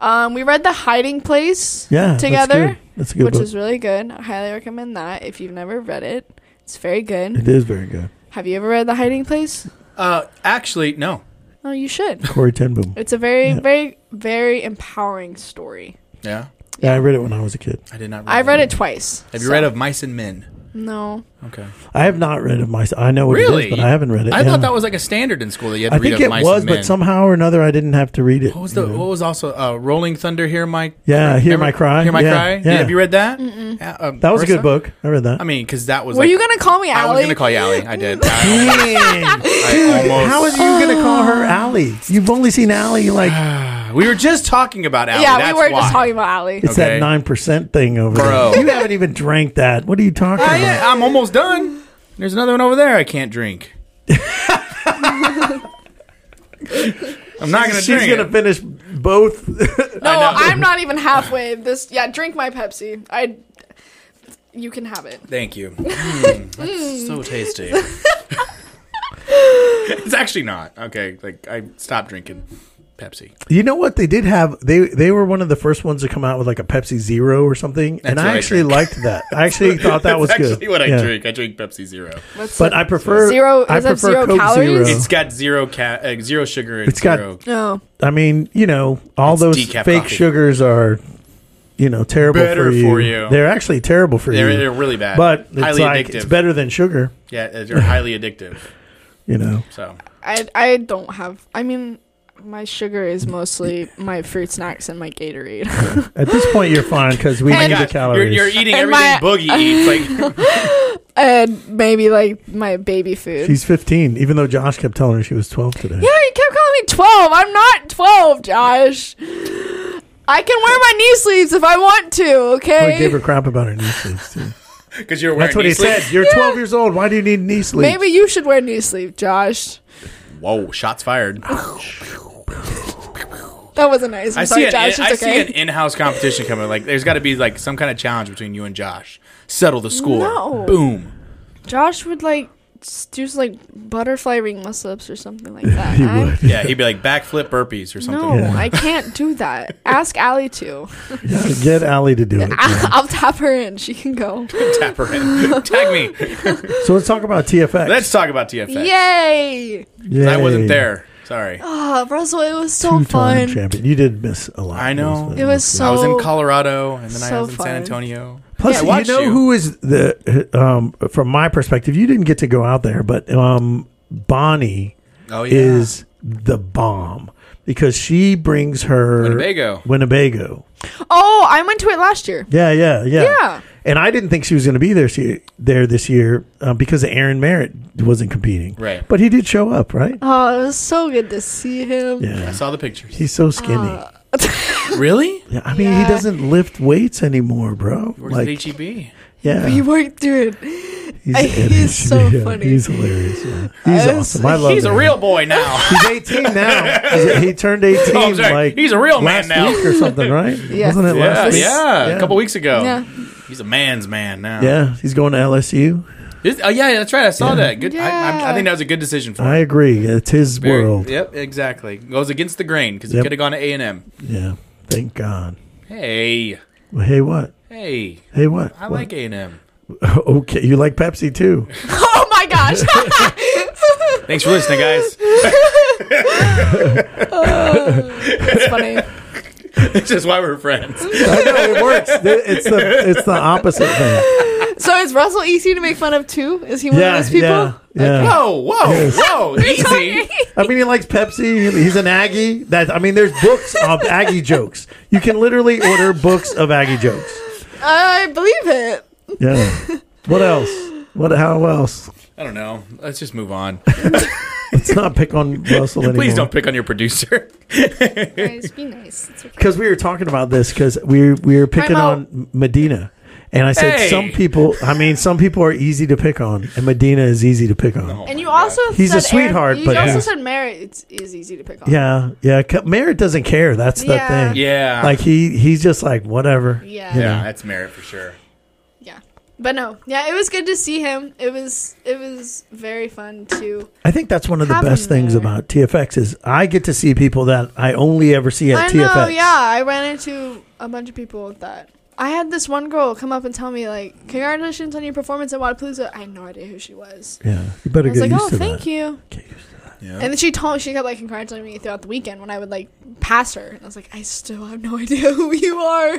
Speaker 6: Um, we read The Hiding Place.
Speaker 3: yeah that's
Speaker 6: together,
Speaker 3: good. That's a good
Speaker 6: which
Speaker 3: book.
Speaker 6: is really good. I highly recommend that if you've never read it. It's very good.
Speaker 3: it is very good.
Speaker 6: Have you ever read The Hiding Place?
Speaker 4: Uh, actually, no.
Speaker 6: Oh, you should.
Speaker 3: Corey Tenboom.
Speaker 6: It's a very,
Speaker 3: Yeah.
Speaker 6: very, very empowering story.
Speaker 4: Yeah,
Speaker 3: Yeah, I read it when I was a kid.
Speaker 4: I did not.
Speaker 6: I read
Speaker 4: that.
Speaker 6: it twice.
Speaker 4: Have you
Speaker 6: so-
Speaker 4: read of Mice and Men?
Speaker 6: No.
Speaker 4: Okay.
Speaker 3: I have not read it myself. I know what it
Speaker 4: Really?
Speaker 3: is, but I haven't read it.
Speaker 4: I
Speaker 3: Yeah.
Speaker 4: thought that was like a standard in school that you had to
Speaker 3: I
Speaker 4: read
Speaker 3: think
Speaker 4: of
Speaker 3: it
Speaker 4: Mice
Speaker 3: was,
Speaker 4: and Men.
Speaker 3: but somehow or another, I didn't have to read it.
Speaker 4: What was the? What was also uh, Rolling Thunder? Hear my.
Speaker 3: Yeah, Hear My Cry.
Speaker 4: Hear my
Speaker 3: Yeah,
Speaker 4: cry.
Speaker 3: yeah.
Speaker 4: Have you read that? Mm-mm.
Speaker 3: That was a good book. I read that.
Speaker 4: I mean, because that was.
Speaker 6: Were
Speaker 4: like,
Speaker 6: you gonna call me
Speaker 4: I was
Speaker 6: Allie?
Speaker 4: gonna call you Allie. I did. I,
Speaker 3: Dang.
Speaker 4: I almost.
Speaker 3: How is you gonna call her Allie? You've only seen Allie like
Speaker 4: Ah, we were just talking about Allie.
Speaker 6: yeah,
Speaker 4: that's
Speaker 6: we were
Speaker 4: why.
Speaker 6: just talking about Allie.
Speaker 3: it's
Speaker 4: Okay.
Speaker 3: that nine percent thing over
Speaker 4: Bro.
Speaker 3: there. You haven't even drank that. What are you talking
Speaker 4: Ah,
Speaker 3: about?
Speaker 4: yeah, I'm almost done. There's another one over there I can't drink. I'm not gonna
Speaker 3: She's
Speaker 4: drink.
Speaker 3: gonna
Speaker 4: it.
Speaker 3: finish both.
Speaker 6: no, I'm not even halfway. This. Yeah, drink my Pepsi. I. You can have it.
Speaker 4: Thank you. so tasty. it's actually not okay. Like I stopped drinking Pepsi.
Speaker 3: you know what? They did have they they were one of the first ones to come out with like a Pepsi Zero or something, and
Speaker 4: That's
Speaker 3: I
Speaker 4: what I
Speaker 3: actually
Speaker 4: drink.
Speaker 3: liked that. I actually thought that
Speaker 4: That's
Speaker 3: was
Speaker 4: actually
Speaker 3: good.
Speaker 4: what I
Speaker 3: Yeah.
Speaker 4: drink. I drink Pepsi Zero.
Speaker 6: What's
Speaker 3: But
Speaker 6: the-
Speaker 3: I prefer
Speaker 6: Zero-
Speaker 3: I
Speaker 6: is that
Speaker 3: prefer
Speaker 6: zero
Speaker 3: Coke
Speaker 6: calories?
Speaker 3: Zero.
Speaker 4: It's got zero ca- uh, zero sugar. And
Speaker 3: It's got-
Speaker 4: zero.
Speaker 6: no.
Speaker 3: I mean, you know, all
Speaker 4: It's
Speaker 3: those
Speaker 4: decaf
Speaker 3: fake
Speaker 4: coffee.
Speaker 3: sugars are, you know, terrible
Speaker 4: Better
Speaker 3: for you.
Speaker 4: for you.
Speaker 3: They're actually terrible for
Speaker 4: They're,
Speaker 3: you.
Speaker 4: they're really bad.
Speaker 3: but it's
Speaker 4: highly
Speaker 3: like
Speaker 4: addictive.
Speaker 3: it's better than sugar.
Speaker 4: Yeah, they're highly addictive.
Speaker 3: You know,
Speaker 4: So
Speaker 6: I I don't have. I mean, my sugar is mostly my fruit snacks and my Gatorade.
Speaker 3: at this point you're fine because we
Speaker 6: my
Speaker 3: need the
Speaker 4: God, you're,
Speaker 3: calories.
Speaker 4: you're eating
Speaker 6: And
Speaker 4: everything
Speaker 6: my-
Speaker 4: Boogie eats. Like
Speaker 6: and maybe like my baby food.
Speaker 3: She's 15, even though Josh kept telling her she was 12 today.
Speaker 6: yeah, you kept calling me 12. I'm not 12, Josh. I can wear my knee sleeves if I want to,
Speaker 3: I Oh, gave
Speaker 6: okay?
Speaker 3: her crap about her knee sleeves too.
Speaker 4: because you're wearing.
Speaker 3: That's what
Speaker 4: knee
Speaker 3: he
Speaker 4: sleeves.
Speaker 3: said. You're 12 years old. Why do you need knee sleeves?
Speaker 6: Maybe you should wear knee sleeve, Josh.
Speaker 4: Whoa! Shots fired.
Speaker 6: That wasn't nice. I'm
Speaker 4: I
Speaker 6: sorry,
Speaker 4: see, an,
Speaker 6: Josh.
Speaker 4: I
Speaker 6: it's
Speaker 4: see an
Speaker 6: okay.
Speaker 4: in-house competition coming. Like, there's got to be like some kind of challenge between you and Josh. Settle the score.
Speaker 6: No.
Speaker 4: Boom.
Speaker 6: Josh would like s- do some, like butterfly ring muscle ups or something like that.
Speaker 3: He
Speaker 6: I-
Speaker 3: would.
Speaker 4: Yeah, he'd be like backflip burpees or
Speaker 6: No,
Speaker 4: something.
Speaker 6: I can't do that. Ask Allie to.
Speaker 3: Get Allie to do it.
Speaker 6: I'll tap her in. She can go.
Speaker 4: Tap her in. Tag me.
Speaker 3: So let's talk about TFX.
Speaker 4: Let's talk about TFX.
Speaker 6: Yay!
Speaker 3: Yay.
Speaker 4: I wasn't there. Sorry.
Speaker 6: Oh, Russell, it was so
Speaker 3: Two-time
Speaker 6: fun.
Speaker 3: champion. You did miss a lot.
Speaker 4: I know.
Speaker 3: It
Speaker 6: It was so.
Speaker 4: I was in Colorado and then I
Speaker 6: So
Speaker 4: was in
Speaker 6: fun.
Speaker 4: San Antonio.
Speaker 3: Plus,
Speaker 4: Yeah, I watched
Speaker 3: you know
Speaker 4: you.
Speaker 3: who is the um, from my perspective, you didn't get to go out there, but um, Bonnie
Speaker 4: Oh
Speaker 3: is the bomb because she brings her
Speaker 4: Winnebago.
Speaker 3: Winnebago.
Speaker 6: Oh, I went to it last year.
Speaker 3: Yeah, yeah, yeah.
Speaker 6: Yeah.
Speaker 3: And I didn't think she was going to be there she, there this year uh, because Aaron Merritt wasn't competing.
Speaker 4: Right.
Speaker 3: But he did show up, right?
Speaker 6: Oh, it was so good to see him.
Speaker 4: I
Speaker 3: Yeah.
Speaker 4: saw the pictures.
Speaker 3: He's so skinny.
Speaker 4: really?
Speaker 3: yeah, I mean,
Speaker 6: yeah.
Speaker 3: he doesn't lift weights anymore, bro.
Speaker 4: Where's
Speaker 3: like,
Speaker 4: the HEB?
Speaker 3: yeah.
Speaker 6: He worked through it.
Speaker 3: He's,
Speaker 6: He's so funny.
Speaker 3: He's hilarious. yeah. He's
Speaker 6: was-
Speaker 3: awesome. I love
Speaker 4: He's a
Speaker 3: him.
Speaker 4: real boy now.
Speaker 3: He's 18 now. He's- he turned 18.
Speaker 4: Oh, I'm sorry.
Speaker 3: Like
Speaker 4: He's a real man
Speaker 3: last
Speaker 4: now.
Speaker 3: week or something, right?
Speaker 6: Yeah.
Speaker 3: Wasn't it
Speaker 4: yeah,
Speaker 3: last week?
Speaker 4: Oh. yeah, a couple weeks ago.
Speaker 6: Yeah.
Speaker 4: He's a man's man now.
Speaker 3: Yeah, he's going to LSU.
Speaker 4: This- oh yeah, that's right. I saw that. Good. I, I, I
Speaker 6: Yeah.
Speaker 4: think that was a good decision for
Speaker 3: I
Speaker 4: him.
Speaker 3: agree. It's his
Speaker 4: Very-
Speaker 3: world.
Speaker 4: Yep, exactly. Goes against the grain because he
Speaker 3: Yep.
Speaker 4: could have gone to A and M.
Speaker 3: Yeah. Thank God.
Speaker 4: Hey,
Speaker 3: Well, hey, what?
Speaker 4: hey,
Speaker 3: Hey, what?
Speaker 4: I
Speaker 3: What?
Speaker 4: like A and M.
Speaker 3: Okay, you like Pepsi too.
Speaker 6: Oh my gosh.
Speaker 4: Thanks for listening, guys.
Speaker 6: That's funny.
Speaker 4: this is why we're friends.
Speaker 3: I know it works. It's the it's the opposite thing.
Speaker 6: So is Russell easy to make fun of too? Is he one
Speaker 3: Yeah,
Speaker 6: of those people?
Speaker 3: yeah, yeah.
Speaker 4: Whoa, whoa, whoa! Easy.
Speaker 3: I mean, he likes Pepsi. He's an Aggie. That I mean, there's books of Aggie jokes. You can literally order books of Aggie jokes.
Speaker 6: I believe it.
Speaker 3: Yeah. What else? What? How else?
Speaker 4: I don't know. Let's just move on.
Speaker 3: Let's not pick on Russell anymore.
Speaker 4: Please don't pick on your producer.
Speaker 6: Guys, be nice. It's okay.
Speaker 3: because we were talking about this because we we were picking
Speaker 6: Time out.
Speaker 3: on Medina, and I said
Speaker 4: Hey.
Speaker 3: some people. I mean, some people are easy to pick on, and Medina is easy to pick on.
Speaker 6: And you also
Speaker 3: He's
Speaker 6: said
Speaker 3: a sweetheart,
Speaker 6: Aaron, you
Speaker 3: but-
Speaker 6: also
Speaker 3: Yeah.
Speaker 6: said Merritt it's, is easy to pick on.
Speaker 3: Yeah, yeah. c- Merritt doesn't care. That's the
Speaker 6: Yeah.
Speaker 3: thing.
Speaker 4: Yeah.
Speaker 3: like he he's just like whatever.
Speaker 6: Yeah.
Speaker 3: You know?
Speaker 4: yeah, that's merit for sure.
Speaker 6: Yeah. But no. Yeah, it was good to see him. It was it was very fun too.
Speaker 3: I think that's one of the
Speaker 6: Have
Speaker 3: best
Speaker 6: him
Speaker 3: things
Speaker 6: there.
Speaker 3: about TFX is I get to see people that I only ever see at
Speaker 6: I
Speaker 3: TFX.
Speaker 6: know, yeah. I ran into a bunch of people with that. I had this one girl come up and tell me like, "Congratulations on your performance at Wadapalooza." I had no idea who she was.
Speaker 3: Yeah, you better
Speaker 6: I was
Speaker 3: get
Speaker 6: like,
Speaker 3: used
Speaker 6: "Oh,
Speaker 3: to
Speaker 6: thank
Speaker 3: that.
Speaker 6: you."
Speaker 3: Get used to
Speaker 6: And then she told she kept like congratulating me throughout the weekend when I would like pass her, and I was like, "I still have no idea who you are,"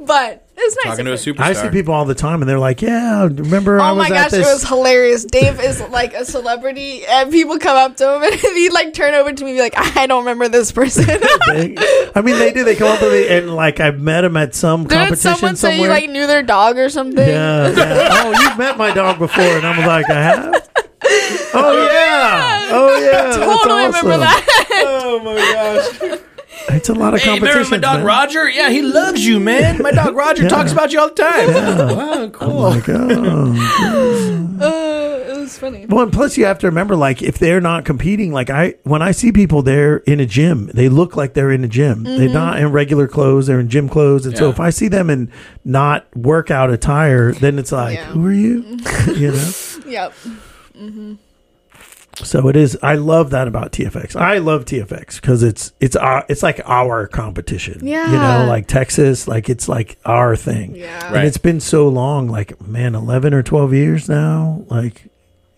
Speaker 6: but it's nice.
Speaker 4: Talking to a
Speaker 6: of her.
Speaker 4: superstar.
Speaker 3: I see people all the time, and they're like, "Yeah, remember I
Speaker 6: Oh
Speaker 3: was
Speaker 6: my
Speaker 3: at
Speaker 6: gosh,
Speaker 3: this."
Speaker 6: it was hilarious. Dave is like a celebrity, and people come up to him, and he'd like turn over to me, and be like, "I don't remember this person."
Speaker 3: thing. I mean, they do. They come up with it, and like I met him at some
Speaker 6: Didn't
Speaker 3: competition
Speaker 6: someone
Speaker 3: somewhere.
Speaker 6: say you like knew their dog or something?
Speaker 3: yeah, yeah. Oh, you've met my dog before, and I'm like, I have. Oh yeah. Oh yeah. That's
Speaker 6: Totally remember
Speaker 3: awesome.
Speaker 6: that.
Speaker 4: Oh my gosh!
Speaker 3: It's a lot of
Speaker 4: Hey, remember
Speaker 3: competition.
Speaker 4: my dog Roger? Yeah, he loves you, man. My dog Roger talks about you all the time. Wow, cool.
Speaker 3: oh.
Speaker 6: Uh, it was funny.
Speaker 3: Well, and plus you have to remember, like, if they're not competing, like I, when I see people, they're in a gym. They look like they're in a gym.
Speaker 6: Mm-hmm.
Speaker 3: They're not in regular clothes. They're in gym clothes. And so
Speaker 4: Yeah.
Speaker 3: if I see them in not workout attire, then it's like,
Speaker 6: Yeah. Mm-hmm.
Speaker 3: who are you? you know.
Speaker 6: Yep.
Speaker 3: So it is. I love that about TFX. I love TFX because it's it's our it's like our competition. you
Speaker 6: Yeah.
Speaker 3: know, like Texas, like it's like our thing.
Speaker 6: Yeah.
Speaker 3: and
Speaker 4: Right.
Speaker 3: it's been so long. Like man, eleven or twelve years now. Like,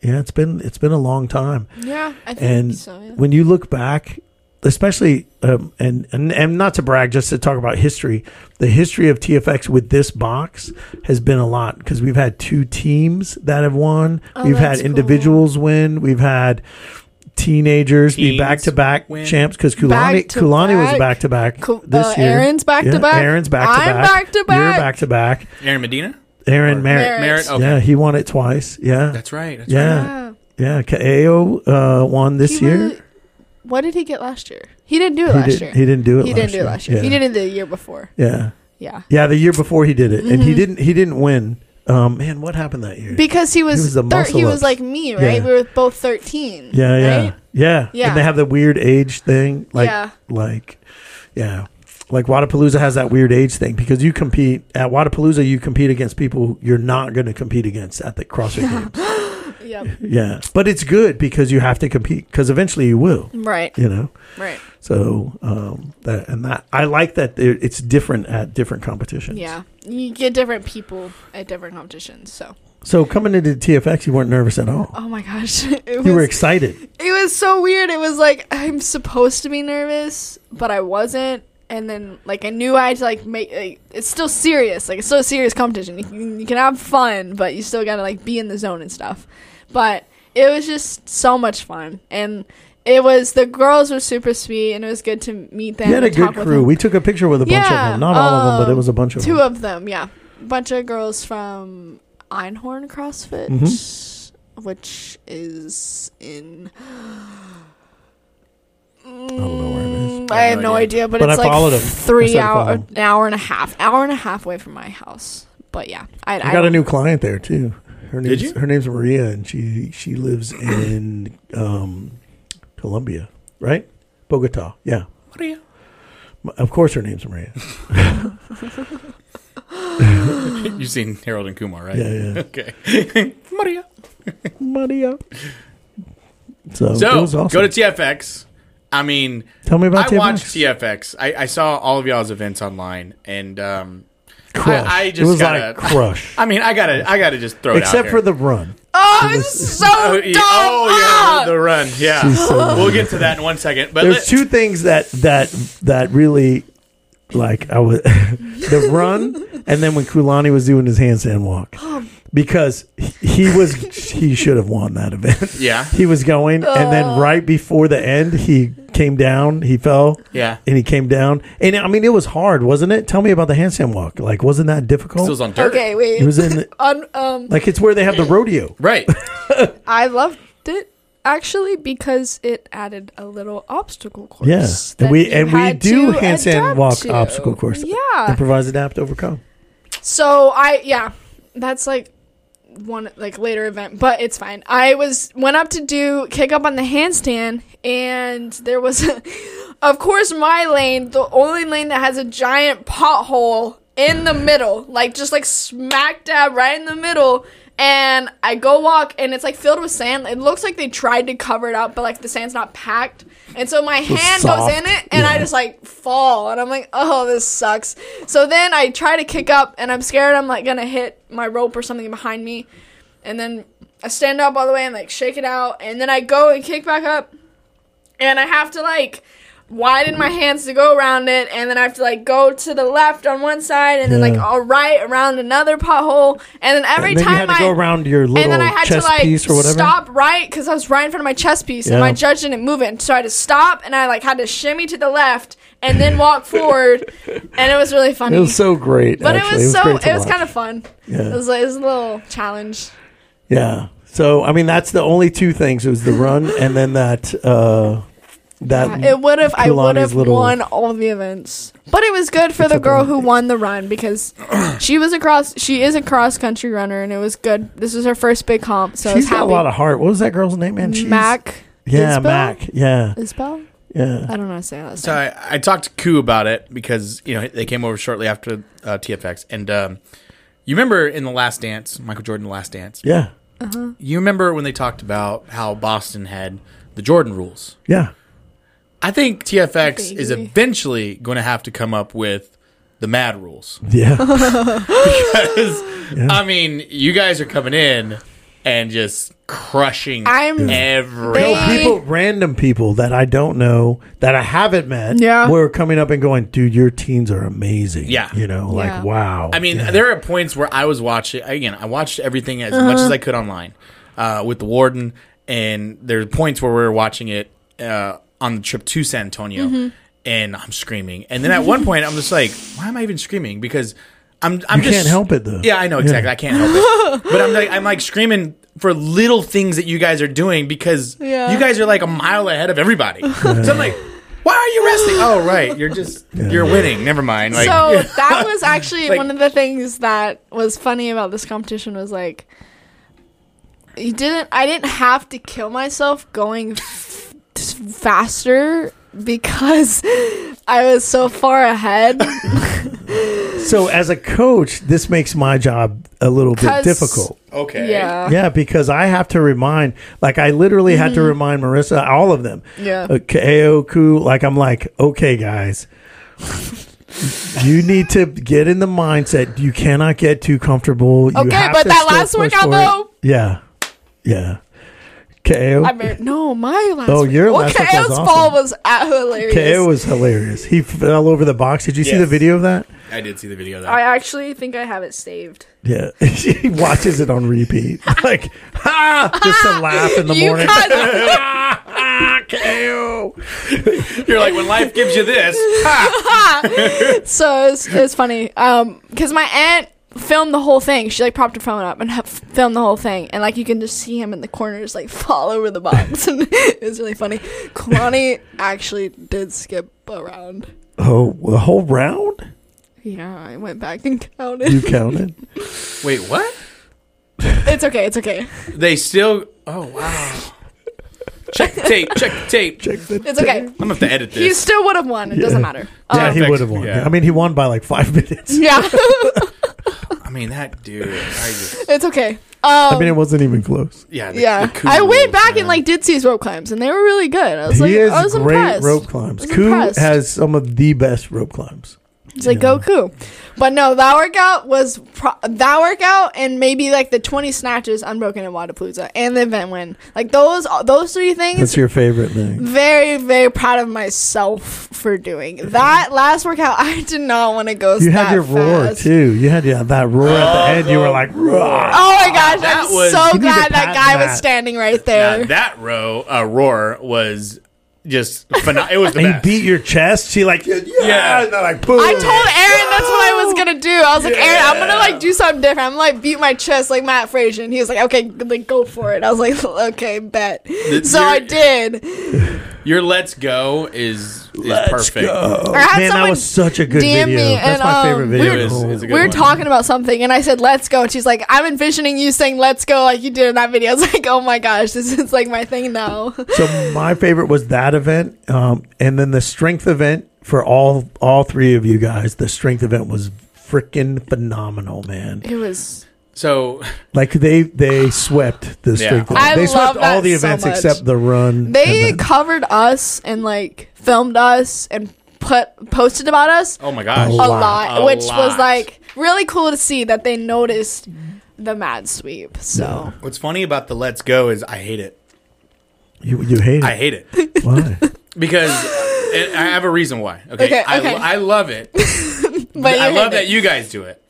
Speaker 3: yeah, it's been it's been a long time.
Speaker 6: Yeah, I think
Speaker 3: And
Speaker 6: so. Yeah.
Speaker 3: when you look back, especially um, and, and and not to brag, just to talk about history, the history of TFX with this box has been a lot because we've had two teams that have won, we've had
Speaker 6: Oh, that's cool.
Speaker 3: individuals win, we've had teenagers be
Speaker 4: Teens
Speaker 3: back to back
Speaker 4: win.
Speaker 3: champs because Kulani
Speaker 6: Back to
Speaker 3: Kulani was
Speaker 6: back.
Speaker 3: back to back
Speaker 6: Ku-
Speaker 3: this
Speaker 6: uh,
Speaker 3: year.
Speaker 6: Aaron's back to
Speaker 3: Yeah,
Speaker 6: back.
Speaker 3: Aaron's back to
Speaker 6: I'm
Speaker 3: back.
Speaker 6: back to
Speaker 3: You're
Speaker 6: back.
Speaker 3: back to back.
Speaker 4: Aaron Medina,
Speaker 3: Aaron Merritt.
Speaker 6: Merritt.
Speaker 4: Merritt. Okay,
Speaker 3: Yeah, he won it twice. Yeah,
Speaker 4: that's right. That's right.
Speaker 3: yeah, yeah.
Speaker 6: Yeah.
Speaker 3: Kao uh, won this
Speaker 6: He
Speaker 3: year.
Speaker 6: really- what did he get last year? He didn't do it
Speaker 3: He,
Speaker 6: last
Speaker 3: did,
Speaker 6: year.
Speaker 3: he didn't do it.
Speaker 6: He
Speaker 3: last
Speaker 6: didn't do
Speaker 3: year.
Speaker 6: it last year.
Speaker 3: Yeah.
Speaker 6: He did it the year before.
Speaker 3: Yeah,
Speaker 6: Yeah.
Speaker 3: yeah. The year before he did it, and
Speaker 6: Mm-hmm.
Speaker 3: he didn't. He didn't win. Um, man, what happened that year?
Speaker 6: Because he was
Speaker 3: was the
Speaker 6: thir- he
Speaker 3: muscle
Speaker 6: was
Speaker 3: ups.
Speaker 6: like me, right?
Speaker 3: Yeah.
Speaker 6: We were both 13.
Speaker 3: yeah, yeah,
Speaker 6: Right?
Speaker 3: yeah,
Speaker 6: Yeah.
Speaker 3: And they have the weird age thing. Like,
Speaker 6: Yeah.
Speaker 3: like, yeah. Like Wadapalooza has that weird age thing because you compete at Wadapalooza, you compete against people you're not going to compete against at the CrossFit Games.
Speaker 6: Yep.
Speaker 3: Yeah, but it's good because you have to compete because eventually you will.
Speaker 6: Right.
Speaker 3: You know,
Speaker 6: Right.
Speaker 3: so um, that and that I like that there- it's different at different competitions.
Speaker 6: Yeah. You get different people at different competitions. So,
Speaker 3: So coming into TFX, you weren't nervous at all.
Speaker 6: oh my gosh. It
Speaker 3: You were
Speaker 6: was
Speaker 3: excited.
Speaker 6: it was so weird. It was like I'm supposed to be nervous, but I wasn't. And then like I knew I had to like make like, it's still serious. Like it's still a serious competition. You can, you can have fun, but you still gotta like be in the zone and stuff. But it was just so much fun, and it was the girls were super sweet, and it was good to meet them.
Speaker 3: You had a
Speaker 6: and talk
Speaker 3: good
Speaker 6: with
Speaker 3: crew.
Speaker 6: them.
Speaker 3: We took a picture with a bunch of them. Not all of them, but it
Speaker 6: um,
Speaker 3: was a bunch of
Speaker 6: two
Speaker 3: them.
Speaker 6: of them. Yeah, bunch of girls from Einhorn CrossFit,
Speaker 3: Mm-hmm.
Speaker 6: which is in. Mm, I have no idea, but,
Speaker 3: But I
Speaker 6: it's
Speaker 3: followed 'em.
Speaker 6: like
Speaker 3: I
Speaker 6: three
Speaker 3: started
Speaker 6: hour,
Speaker 3: following.
Speaker 6: an hour and a half, hour and a half away from my house. But yeah, I,
Speaker 3: I got a new client there too. Her name's,
Speaker 4: you?
Speaker 3: Her name's Maria, and she she lives in um, Colombia, right? Bogota. Yeah.
Speaker 4: Maria.
Speaker 3: M- Of course, her name's Maria.
Speaker 4: You've seen Harold and Kumar, right?
Speaker 3: Yeah, yeah.
Speaker 4: Okay. Maria.
Speaker 3: Money up. So, it
Speaker 4: So
Speaker 3: was awesome.
Speaker 4: go to TFX. I mean,
Speaker 3: Tell me about
Speaker 4: I
Speaker 3: TFX.
Speaker 4: watched TFX. I, I saw all of y'all's events online, and um,
Speaker 3: crush.
Speaker 4: I- I
Speaker 3: it
Speaker 4: just
Speaker 3: was
Speaker 4: gotta-
Speaker 3: like crush.
Speaker 4: I mean, I gotta, I gotta just throw it out
Speaker 3: Except
Speaker 4: here.
Speaker 3: for the run.
Speaker 6: Oh, it's so
Speaker 4: Oh,
Speaker 6: dumb.
Speaker 4: yeah, oh, yeah, the run. Yeah,
Speaker 3: She's so
Speaker 4: we'll get to that in one second. But
Speaker 3: There's
Speaker 4: let-
Speaker 3: two things that that that really like I was the run and then when Kulani was doing his handstand walk. Because he he was he should have won that event.
Speaker 4: Yeah.
Speaker 3: He was going and
Speaker 6: Oh.
Speaker 3: then right before the end he came down, he fell.
Speaker 4: Yeah.
Speaker 3: And he came down. And I mean it was hard, wasn't it? Tell me about the handstand walk. Like wasn't that difficult?
Speaker 4: It was on dirt.
Speaker 6: Okay, wait.
Speaker 3: It was in the-
Speaker 6: on, um,
Speaker 3: like it's where they have the rodeo.
Speaker 4: Right.
Speaker 6: I loved it actually because it added a little obstacle course.
Speaker 3: Yeah.
Speaker 6: that
Speaker 3: And we
Speaker 6: you
Speaker 3: and we
Speaker 6: had
Speaker 3: do
Speaker 6: to
Speaker 3: handstand
Speaker 6: adapt
Speaker 3: walk
Speaker 6: to.
Speaker 3: obstacle course.
Speaker 6: Yeah.
Speaker 3: Improvise, adapt, overcome.
Speaker 6: So I yeah, that's like one like later event, but it's fine. I was went up to do kick up on the handstand, and there was, of course, my lane, the only lane that has a giant pothole in the middle, like just like smack dab right in the middle. And I go walk, and it's like filled with sand. It looks like they tried to cover it up, but like the sand's not packed. And so my hand
Speaker 3: soft.
Speaker 6: goes in it, and I
Speaker 3: Yeah.
Speaker 6: just like fall and I'm like, oh, this sucks. So then I try to kick up and I'm scared I'm like gonna hit my rope or something behind me. And then I stand up all the way and like shake it out. And then I go and kick back up and I have to like widen my hands to go around it. And then I have to like go to the left on one side and then like
Speaker 3: Yeah.
Speaker 6: all right around another pothole. And then every
Speaker 3: And then you
Speaker 6: time
Speaker 3: had to
Speaker 6: I
Speaker 3: go around your little
Speaker 6: and then I had
Speaker 3: chest
Speaker 6: to like
Speaker 3: piece or whatever.
Speaker 6: stop right because I was right in front of my chest piece
Speaker 3: Yeah.
Speaker 6: and my judge didn't move it. So I had to stop and I like had to shimmy to the left and then walk forward, and it was really funny.
Speaker 3: It was so great.
Speaker 6: but
Speaker 3: actually.
Speaker 6: it was, so
Speaker 3: great to
Speaker 6: it was
Speaker 3: watch.
Speaker 6: kind of fun. It was like it was a little challenge.
Speaker 3: yeah. So I mean, that's the only two things. It was the run and then that uh, that
Speaker 6: It would have I would
Speaker 3: Kehlani's
Speaker 6: have
Speaker 3: little-
Speaker 6: won all the events, but it was good for
Speaker 3: Except
Speaker 6: the
Speaker 3: the
Speaker 6: girl
Speaker 3: one
Speaker 6: who
Speaker 3: thing.
Speaker 6: won the run because she was a cross she is a cross country runner and it was good. This was her first big comp, so I was
Speaker 3: she's got
Speaker 6: happy.
Speaker 3: a lot of heart. What was that girl's name? Man, she's
Speaker 6: Mac.
Speaker 3: Yeah,
Speaker 6: Isbell?
Speaker 3: Mac. Yeah,
Speaker 6: Isbell?
Speaker 3: yeah.
Speaker 6: I don't know how to say that.
Speaker 4: So I, I talked to Koo about it because you know they came over shortly after uh, TFX, and um, you remember in the Last Dance, Michael Jordan, the Last Dance.
Speaker 3: Yeah,
Speaker 4: You remember when they talked about how Boston had the Jordan rules?
Speaker 3: yeah.
Speaker 4: I think TFX is
Speaker 6: Vaguely.
Speaker 4: eventually going to have to come up with the Mad rules.
Speaker 3: Yeah,
Speaker 4: I mean, you guys are coming in and just crushing
Speaker 6: I'm-
Speaker 4: every.
Speaker 3: No,
Speaker 6: They-
Speaker 3: people, random people that I don't know that I haven't met,
Speaker 6: Yeah.
Speaker 3: were coming up and going, "Dude, your teens are amazing."
Speaker 4: Yeah.
Speaker 3: you know, like
Speaker 6: Yeah.
Speaker 3: wow.
Speaker 4: I mean, there are points where I was watching. Again, I watched everything as much
Speaker 6: Uh-huh.
Speaker 4: as I could online uh, with the warden, and there are points where we were watching it uh, on the trip to San Antonio,
Speaker 6: Mm-hmm.
Speaker 4: and I'm screaming. And then at one point, I'm just like, "Why am I even screaming?" Because I'm, I'm
Speaker 3: You
Speaker 4: just
Speaker 3: can't help it, though.
Speaker 4: Yeah, I know exactly. I can't help it. But I'm like, I'm like screaming for little things that you guys are doing because
Speaker 6: Yeah.
Speaker 4: you guys are like a mile ahead of everybody. so I'm like. Why are you resting? Oh, right. You're just, you're winning. Never mind. Like,
Speaker 6: so that was actually
Speaker 4: Like-
Speaker 6: one of the things that was funny about this competition was like you didn't i didn't have to kill myself going f- faster because i was so far ahead
Speaker 3: so as a coach, this makes my job a little bit
Speaker 6: 'Cause-
Speaker 3: difficult.
Speaker 4: okay.
Speaker 6: yeah
Speaker 3: yeah, because I have to remind, like, I literally had to remind Marissa, all of them.
Speaker 6: Mm-hmm. Yeah.
Speaker 3: Uh, Kao, Ku, like, I'm like, okay, guys, you need to get in the mindset. You cannot get too comfortable. You
Speaker 6: Okay,
Speaker 3: have
Speaker 6: but
Speaker 3: to
Speaker 6: that
Speaker 3: still
Speaker 6: last
Speaker 3: push
Speaker 6: workout,
Speaker 3: for it.
Speaker 6: though-
Speaker 3: Yeah. Yeah. Kao.
Speaker 6: I mean, no, my last.
Speaker 3: Oh, your
Speaker 6: well,
Speaker 3: last one was
Speaker 6: Kao's
Speaker 3: awesome.
Speaker 6: fall was at hilarious.
Speaker 3: Kao was hilarious. He fell over the box. Did you see
Speaker 4: Yes.
Speaker 3: the video of that?
Speaker 4: I did see the video of that.
Speaker 6: I actually think I have it saved.
Speaker 3: Yeah. he watches it on repeat. Like, ha! Just to laugh in the
Speaker 6: you
Speaker 3: morning.
Speaker 6: guys,
Speaker 3: Kao.
Speaker 4: You're like, when life gives you this,
Speaker 6: so it's it's funny. Um, because my aunt filmed the whole thing. She like propped her phone up and ha- filmed the whole thing, and like you can just see him in the corners like fall over the box, and it was really funny. Kalani actually did skip a round.
Speaker 3: Oh, a whole round?
Speaker 6: Yeah, I went back and counted.
Speaker 3: You counted?
Speaker 4: wait, what?
Speaker 6: it's okay. It's okay.
Speaker 4: They still. Oh wow. Check the tape. Check the tape.
Speaker 6: It's okay.
Speaker 4: I'm gonna have to edit
Speaker 6: You
Speaker 4: this.
Speaker 6: still would have won. It doesn't matter.
Speaker 3: Yeah,
Speaker 6: Um,
Speaker 3: he
Speaker 4: Perfect.
Speaker 3: would have won.
Speaker 4: Yeah.
Speaker 3: I mean, he won by like five minutes.
Speaker 6: yeah.
Speaker 4: I mean, that dude. I just,
Speaker 6: It's okay. Um,
Speaker 3: I mean, it wasn't even close.
Speaker 4: yeah. the-
Speaker 6: yeah,
Speaker 4: the coup
Speaker 6: I went
Speaker 4: rules,
Speaker 6: back
Speaker 4: man.
Speaker 6: and like did see his rope climbs, and they were really good. I was
Speaker 3: He
Speaker 6: like,
Speaker 3: has
Speaker 6: I was
Speaker 3: great
Speaker 6: impressed.
Speaker 3: rope climbs.
Speaker 6: I was
Speaker 3: Ku
Speaker 6: impressed.
Speaker 3: has some of the best rope climbs.
Speaker 6: It's like
Speaker 3: Yeah.
Speaker 6: Goku. But no, that workout was pro- that workout and maybe like the 20 snatches unbroken in Wadapalooza and the event win. Like those those three
Speaker 3: That's
Speaker 6: things
Speaker 3: your favorite thing.
Speaker 6: very very proud of myself for doing. That last workout I did not want to go
Speaker 3: You
Speaker 6: that
Speaker 3: had your roar
Speaker 6: fast.
Speaker 3: too. You had yeah, that roar at
Speaker 4: Oh,
Speaker 3: the end. You were like, "Roar."
Speaker 6: Oh my gosh,
Speaker 4: That
Speaker 6: I'm
Speaker 4: was-
Speaker 6: so
Speaker 3: You need to
Speaker 6: glad that
Speaker 3: patent
Speaker 6: guy
Speaker 3: that.
Speaker 6: was standing right
Speaker 4: Now,
Speaker 6: there.
Speaker 4: that row uh, roar was just phenomenal. It was the
Speaker 3: and you
Speaker 4: best.
Speaker 3: beat your chest. She like, yeah,
Speaker 4: Yeah.
Speaker 3: and then like, boom.
Speaker 6: I told Aaron that's what I was gonna do. I was like, Aaron, I'm gonna like do something different. I'm gonna, like beat my chest like Matt Frazier, and he was like, okay, like go for it. I was like, okay, bet. So I
Speaker 4: you're-
Speaker 6: did.
Speaker 4: Your let's go is, is perfect.
Speaker 3: go.
Speaker 6: I had
Speaker 3: Man, that
Speaker 6: someone
Speaker 3: was such a good
Speaker 6: DM me
Speaker 3: video. That's
Speaker 6: and,
Speaker 3: my
Speaker 6: um,
Speaker 3: favorite video.
Speaker 6: we
Speaker 4: were-
Speaker 3: of the whole-
Speaker 4: It is a good
Speaker 6: We were
Speaker 4: one.
Speaker 6: talking about something, and I said, "Let's go," and she's like, "I'm envisioning you saying let's go like you did in that video." I was like, "Oh my gosh, this is like my thing now."
Speaker 3: so my favorite was that event, um, and then the strength event for all all three of you guys. The strength event was freaking phenomenal, man.
Speaker 6: It was
Speaker 4: So
Speaker 3: Like they they swept the strength.
Speaker 4: I
Speaker 3: event. they
Speaker 6: love
Speaker 3: swept all
Speaker 6: that
Speaker 3: the
Speaker 6: so
Speaker 3: events
Speaker 6: much.
Speaker 3: except the run.
Speaker 6: they
Speaker 3: event.
Speaker 6: covered us and like filmed us and put posted about us
Speaker 4: oh my gosh.
Speaker 6: a
Speaker 3: lot.
Speaker 6: lot,
Speaker 4: A
Speaker 6: which was
Speaker 4: lot.
Speaker 6: like really cool to see that they noticed the mad sweep. So
Speaker 4: What's funny about the let's go is I hate it.
Speaker 3: you you hate it.
Speaker 4: I hate it.
Speaker 3: Why?
Speaker 4: because it, I have a reason why. Okay,
Speaker 6: Okay,
Speaker 4: I,
Speaker 6: okay.
Speaker 4: I love it.
Speaker 6: but
Speaker 4: I
Speaker 6: you
Speaker 4: love
Speaker 6: hate
Speaker 4: that
Speaker 6: it.
Speaker 4: you guys do it.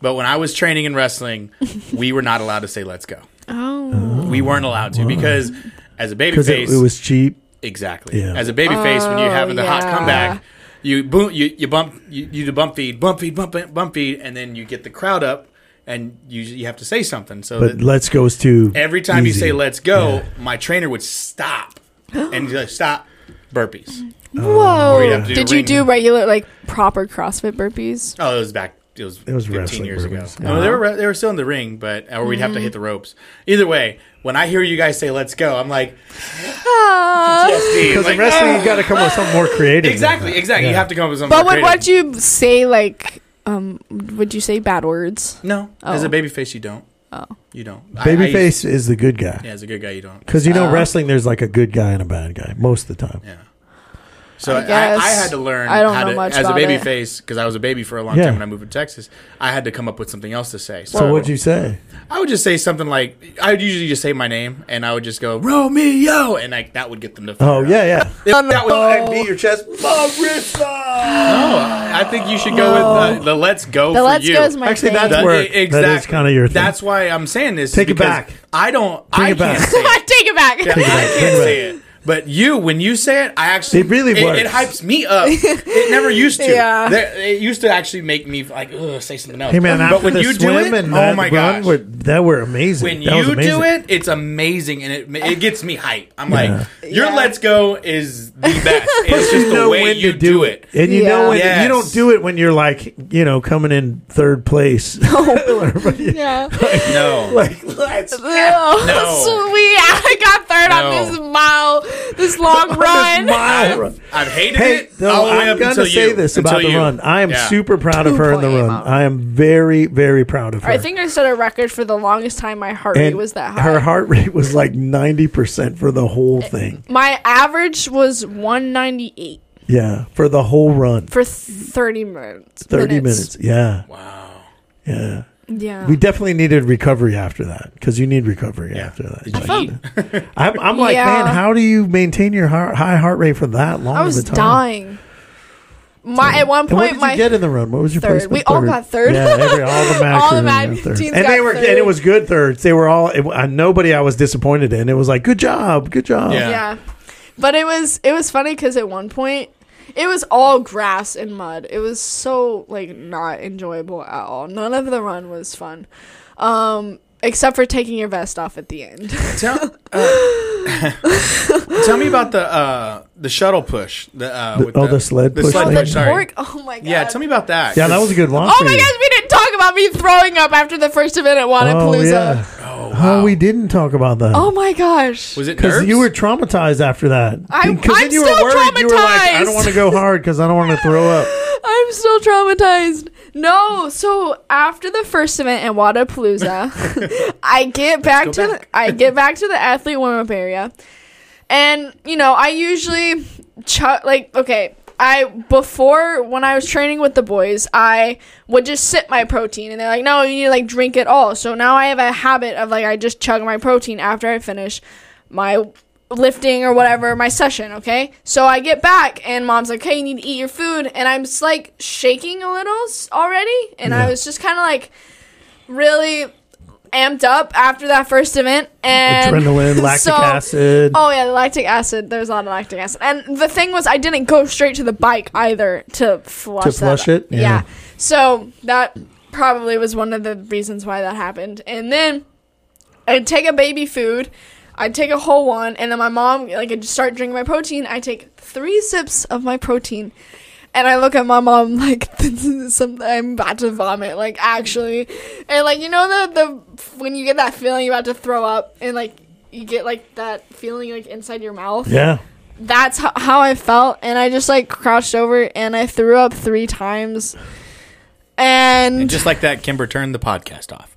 Speaker 4: But when I was training in wrestling, we were not allowed to say "Let's go."
Speaker 6: Oh.
Speaker 4: We weren't allowed to because, as a baby
Speaker 3: Because it,
Speaker 4: face,
Speaker 3: it was cheap.
Speaker 4: exactly
Speaker 3: Yeah.
Speaker 4: as a baby face, when you're having the hot
Speaker 6: Oh, yeah.
Speaker 4: comeback, you boom, you, you bump, you, you do bump feed, bump feed, bump feed, bump feed, and then you get the crowd up, and you you have to say something. So
Speaker 3: But
Speaker 4: that
Speaker 3: let's go is too.
Speaker 4: every time
Speaker 3: easy.
Speaker 4: you say "Let's go," my trainer would stop and he'd be like, stop burpees.
Speaker 6: Whoa!
Speaker 4: you'd have to do
Speaker 6: Oh. Did you
Speaker 4: ring-
Speaker 6: do regular like proper CrossFit burpees?
Speaker 4: Oh, it was back. It was,
Speaker 3: was
Speaker 4: 15
Speaker 3: wrestling Uh-huh.
Speaker 4: years ago.
Speaker 3: burpees.
Speaker 4: No, they were re- they were still in the ring, but or we'd have to
Speaker 6: Mm-hmm.
Speaker 4: hit the ropes. Either way, when I hear you guys say "Let's go," I'm like,
Speaker 3: Because
Speaker 4: because
Speaker 3: in wrestling, you got to come up with something more creative. than
Speaker 4: "Ah!" exactly,
Speaker 3: that.
Speaker 4: exactly. You
Speaker 3: Yeah.
Speaker 4: have to come up with something.
Speaker 6: But
Speaker 4: more
Speaker 6: would what
Speaker 4: creative.
Speaker 6: you say like um would you say bad words?
Speaker 4: No, as
Speaker 6: Oh.
Speaker 4: a babyface, you don't. Oh, you don't. I- I used-
Speaker 3: Babyface is the good guy.
Speaker 4: yeah, as a good guy, you don't.
Speaker 3: Because you know, wrestling, there's like a good guy and a bad guy most of the time.
Speaker 4: Yeah. So I, I,
Speaker 6: guess.
Speaker 4: had to learn
Speaker 6: I don't
Speaker 4: how
Speaker 6: know
Speaker 4: to,
Speaker 6: much
Speaker 4: as a
Speaker 6: about
Speaker 4: baby
Speaker 6: it.
Speaker 4: face, because I was a baby for a long
Speaker 3: Yeah.
Speaker 4: time when I moved to Texas. I had to come up with something else to say.
Speaker 3: So what'd you say?
Speaker 4: I would just say something like I would usually just say my name, and I would just go Romeo, and like that would get them to. fire
Speaker 3: Oh
Speaker 4: up.
Speaker 3: yeah, yeah.
Speaker 4: That was- I-
Speaker 3: your chest, Marissa.
Speaker 4: I think you should go with uh, the, the let's go.
Speaker 6: The
Speaker 4: for
Speaker 6: let's
Speaker 4: you.
Speaker 6: go is my
Speaker 3: Actually,
Speaker 6: thing.
Speaker 3: that's
Speaker 4: That-
Speaker 3: where-
Speaker 4: e-
Speaker 3: That is kinda your thing.
Speaker 4: That's why I'm saying this.
Speaker 3: Take it
Speaker 4: because
Speaker 3: back.
Speaker 4: I don't. I
Speaker 3: it
Speaker 4: can't
Speaker 3: back.
Speaker 4: say it.
Speaker 6: Take it back.
Speaker 4: I can't
Speaker 3: back.
Speaker 4: say it. But you, when you say it, I actually
Speaker 3: It really
Speaker 4: it, it
Speaker 3: works.
Speaker 4: hypes me up. It never used to.
Speaker 6: Yeah.
Speaker 4: There- it used to actually make me like Ugh, say something else.
Speaker 3: Hey man,
Speaker 4: but
Speaker 3: after
Speaker 4: when
Speaker 3: the
Speaker 4: you do
Speaker 3: swim
Speaker 4: it,
Speaker 3: and
Speaker 4: oh
Speaker 3: that
Speaker 4: my
Speaker 3: run,
Speaker 4: gosh,
Speaker 3: were, that were amazing.
Speaker 4: when
Speaker 3: that was
Speaker 4: you do
Speaker 3: amazing.
Speaker 4: it, it's amazing and it ma- it gets me hype. I'm like, your
Speaker 6: Yeah.
Speaker 4: let's go is the best. It's just
Speaker 3: you know
Speaker 4: the way
Speaker 3: when to
Speaker 4: you do it.
Speaker 3: and you
Speaker 6: Yeah.
Speaker 3: know when
Speaker 4: Yes.
Speaker 3: you don't do it when you're like you know coming in third place.
Speaker 6: yeah.
Speaker 4: No.
Speaker 3: like let's
Speaker 6: Ew, Sweet. I got third
Speaker 4: No.
Speaker 6: on this mile, this long run.
Speaker 3: mile.
Speaker 4: I've, I've hated
Speaker 3: Hey,
Speaker 4: it
Speaker 3: though,
Speaker 4: all the way
Speaker 3: I'm
Speaker 4: up
Speaker 3: gonna
Speaker 4: until you.
Speaker 3: say this about
Speaker 4: until
Speaker 3: the
Speaker 4: you.
Speaker 3: run. I am
Speaker 4: Yeah.
Speaker 3: super proud of her in the
Speaker 6: 2.8
Speaker 3: run.
Speaker 6: miles.
Speaker 3: I am very, very proud of her.
Speaker 6: I think I set a record for the longest time my heart rate was that high. Eh.
Speaker 3: her heart rate was like 90% for the whole thing.
Speaker 6: my average was 198
Speaker 3: Yeah, for the whole run.
Speaker 6: for 30 minutes.
Speaker 3: 30 minutes. Yeah.
Speaker 4: Wow.
Speaker 3: Yeah.
Speaker 6: Yeah.
Speaker 3: We definitely needed recovery after that because you need recovery after that.
Speaker 4: Did you
Speaker 6: felt-
Speaker 4: eat?
Speaker 3: I'm, I'm like,
Speaker 6: Yeah.
Speaker 3: man, how do you maintain your heart, high heart rate for that long?
Speaker 6: I was
Speaker 3: of a time?
Speaker 6: dying. My at one
Speaker 3: And what
Speaker 6: point
Speaker 3: did
Speaker 6: my
Speaker 3: you get in the run? What was your
Speaker 6: Third.
Speaker 3: placement?
Speaker 6: We all got third.
Speaker 3: Yeah, every, all the Mac
Speaker 6: All the
Speaker 3: crew
Speaker 6: Mac
Speaker 3: got third.
Speaker 6: teams
Speaker 3: and they
Speaker 6: got
Speaker 3: were, and
Speaker 6: third.
Speaker 3: it was good thirds. They were all. It, uh, nobody I was disappointed in. It was like, good job, good job.
Speaker 4: Yeah.
Speaker 6: yeah. But it was it was funny because at one point it was all grass and mud. It was so like not enjoyable at all. None of the run was fun, um, except for taking your vest off at the end.
Speaker 4: tell, uh, tell me about the uh, the shuttle push. The, uh, with
Speaker 3: oh, the sled
Speaker 4: the
Speaker 3: push
Speaker 4: sled
Speaker 3: thing?
Speaker 4: push. Sorry.
Speaker 6: Pork- oh my god.
Speaker 4: Yeah, tell me about that.
Speaker 3: Yeah, that was a good one.
Speaker 6: Oh
Speaker 3: for
Speaker 6: my
Speaker 3: you.
Speaker 6: gosh, we didn't talk about me throwing up after the first event at
Speaker 3: Oh
Speaker 6: Wadapalooza.
Speaker 3: yeah. Oh, we didn't talk about that.
Speaker 6: Oh my gosh.
Speaker 4: Was it
Speaker 3: Because
Speaker 4: nerves?
Speaker 3: you were traumatized after that.
Speaker 6: I'm-
Speaker 3: 'Cause
Speaker 6: I'm still
Speaker 3: You were like, I don't
Speaker 6: traumatized.
Speaker 3: want to go hard because I don't want to throw up.
Speaker 6: I'm still traumatized. No, so after the first event in Wadapalooza, I get back
Speaker 4: go
Speaker 6: to
Speaker 4: back.
Speaker 6: The, I get back to the athlete warm up area, and you know I usually chuck like okay I before when I was training with the boys I would just sip my protein and they're like no you need to like drink it all so now I have a habit of like I just chug my protein after I finish my lifting or whatever my session okay so i get back and mom's like hey you need to eat your food and i'm just like shaking a little s- already and i was just kind of like really amped up after that first event and
Speaker 3: Adrenaline, lactic
Speaker 6: so-
Speaker 3: acid.
Speaker 6: oh yeah the lactic acid there's a lot of lactic acid and the thing was i didn't go straight to the bike either to flush
Speaker 3: To
Speaker 6: that
Speaker 3: flush
Speaker 6: up.
Speaker 3: it?
Speaker 6: yeah.
Speaker 3: Yeah.
Speaker 6: so that probably was one of the reasons why that happened and then I'd take a baby food, I'd take a whole one, and then my mom like I'd just start drinking my protein. I take three sips of my protein, and I look at my mom like this is something I'm about to vomit, like actually, and like you know the the when you get that feeling you're about to throw up, and like you get like that feeling like inside your mouth.
Speaker 3: Yeah.
Speaker 6: That's ho- how I felt, and I just like crouched over and I threw up three times. And,
Speaker 4: And just like that, Kimber turned the podcast off.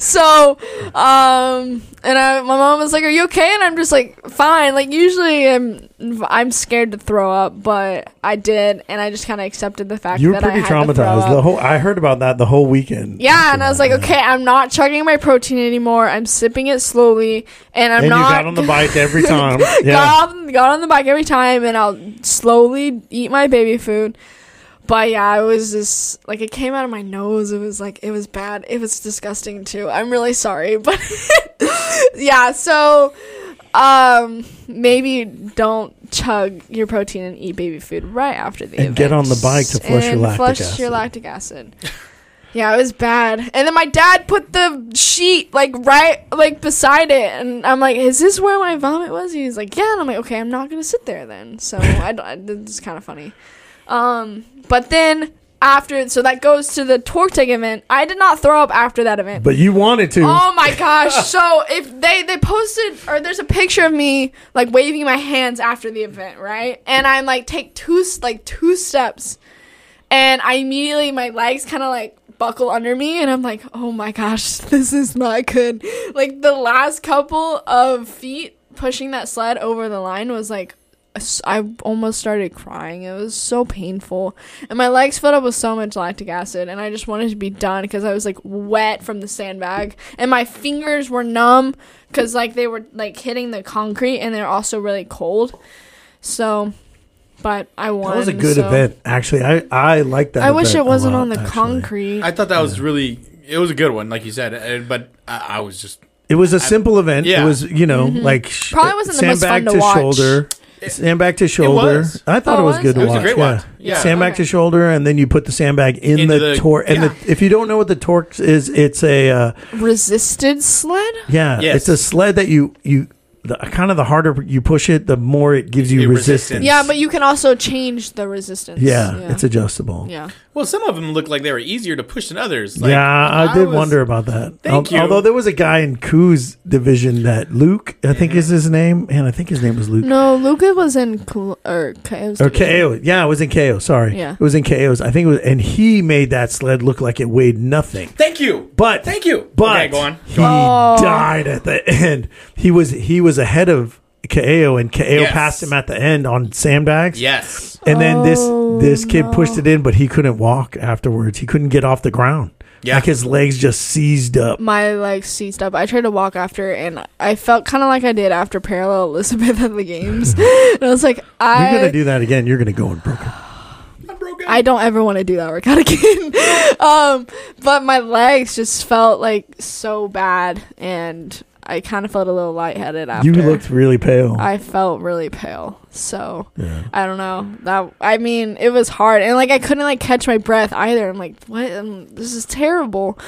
Speaker 6: so um and I, my mom was like are you okay and i'm just like fine like usually i'm i'm scared to throw up but i did and i just kind of accepted the fact
Speaker 3: You were
Speaker 6: that i
Speaker 3: pretty
Speaker 6: had to throw
Speaker 3: traumatized.
Speaker 6: up.
Speaker 3: The whole I heard about that the whole weekend.
Speaker 6: yeah and i was like okay i'm not chugging my protein anymore i'm sipping it slowly and i'm
Speaker 3: and
Speaker 6: not
Speaker 3: you got on the bike every time. Yeah.
Speaker 6: got, on, got on the bike every time and I'll slowly eat my baby food. But yeah, I was just like it came out of my nose. It was like it was bad. It was disgusting too. I'm really sorry, but yeah, so um maybe don't chug your protein and eat baby food right after the
Speaker 3: And get
Speaker 6: event.
Speaker 3: on the bike to flush your
Speaker 6: And
Speaker 3: lactic
Speaker 6: flush
Speaker 3: acid.
Speaker 6: your lactic acid. Yeah, it was bad. And then my dad put the sheet like right like beside it, and I'm like, "Is this where my vomit was?" He's like, "Yeah," and I'm like, "Okay, I'm not gonna sit there then." So I don't. It's kind of funny. Um, but then after, so that goes to the torque tag event. I did not throw up after that event.
Speaker 3: But you wanted to.
Speaker 6: Oh my gosh! So if they they posted or there's a picture of me like waving my hands after the event, right? And I'm like take two s- like two steps, and I immediately my legs kind of like buckle under me, and I'm like, oh my gosh, this is not good. Like the last couple of feet pushing that sled over the line was like. s- I almost started crying. It was so painful. And my legs filled up with so much lactic acid, and I just wanted to be done because I was like wet from the sandbag, and my fingers were numb because like they were like hitting the concrete, and they're also really cold. So, but I won.
Speaker 3: that was a good
Speaker 6: so-
Speaker 3: event. Actually, I I like that.
Speaker 6: I wish
Speaker 3: event
Speaker 6: it
Speaker 3: a
Speaker 6: wasn't
Speaker 3: lot,
Speaker 6: on the
Speaker 3: actually.
Speaker 6: concrete.
Speaker 4: I thought that was really, it was a good one, like you said. uh, But I, I was just,
Speaker 3: It was a simple event.
Speaker 4: yeah.
Speaker 3: It was you know like sh-
Speaker 6: Mm-hmm. Probably wasn't the most
Speaker 3: sandbag
Speaker 6: fun to
Speaker 3: to
Speaker 6: watch.
Speaker 3: shoulder. Sandbag to shoulder.
Speaker 4: was.
Speaker 3: I thought
Speaker 6: Oh,
Speaker 3: it was
Speaker 6: it
Speaker 3: good
Speaker 6: was?
Speaker 3: to
Speaker 6: It was
Speaker 4: a
Speaker 3: watch.
Speaker 4: great
Speaker 3: yeah.
Speaker 4: watch. Yeah.
Speaker 3: Sandbag
Speaker 6: Okay.
Speaker 3: to shoulder, and then you put the sandbag in
Speaker 4: Into
Speaker 3: the,
Speaker 4: the-
Speaker 3: torque. And
Speaker 4: yeah.
Speaker 3: the, if you don't know what the torque is, it's a uh,
Speaker 6: Resisted sled.
Speaker 3: Yeah,
Speaker 4: Yes.
Speaker 3: it's a sled that you you the, kind of the harder you push it, the more it gives you
Speaker 4: It
Speaker 3: resistance.
Speaker 4: resistance.
Speaker 6: Yeah, but you can also change the resistance.
Speaker 3: Yeah, it's adjustable. Yeah,
Speaker 6: yeah.
Speaker 4: well, some of them looked like they were easier to push than others. Like,
Speaker 3: I, did
Speaker 4: was-
Speaker 3: wonder about that.
Speaker 4: Thank you.
Speaker 3: Although there was a guy in Koo's division that Luke, I think
Speaker 4: Mm-hmm.
Speaker 3: is his name, and I think his name was Luke.
Speaker 6: No, Luca was in cl- or K-
Speaker 3: Or KO. Yeah, it was in KO. Sorry.
Speaker 6: Yeah.
Speaker 3: It was in KO's. I think it was, and he made that sled look like it weighed nothing.
Speaker 4: Thank you.
Speaker 3: But
Speaker 4: Thank you.
Speaker 3: But
Speaker 4: Okay, go on.
Speaker 3: he
Speaker 6: Oh.
Speaker 3: died at the end. He was he was ahead of KO and KO
Speaker 4: Yes.
Speaker 3: passed him at the end on sandbags.
Speaker 4: Yes.
Speaker 3: And then
Speaker 6: Oh,
Speaker 3: this this kid pushed it in, but he couldn't walk afterwards. He couldn't get off the ground.
Speaker 4: Yeah.
Speaker 3: Like his legs just seized up.
Speaker 6: My like seized up. I tried to walk after, and I felt kind of like I did after parallel Elizabeth at the games. and I was like,
Speaker 3: You're gonna
Speaker 6: I
Speaker 3: do that again. You're gonna go and broken.
Speaker 4: I broke out.
Speaker 6: I don't ever want to do that workout again. um, but my legs just felt like so bad, and I kind of felt a little lightheaded after.
Speaker 3: You looked really pale.
Speaker 6: I felt really pale. So I don't know. That I mean, it was hard, and like I couldn't like catch my breath either. I'm like, what? Um this is terrible.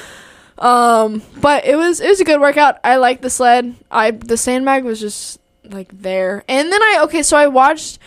Speaker 6: Um, but it was it was a good workout. I liked the sled. I the sandbag was just like there, and then I okay. So I watched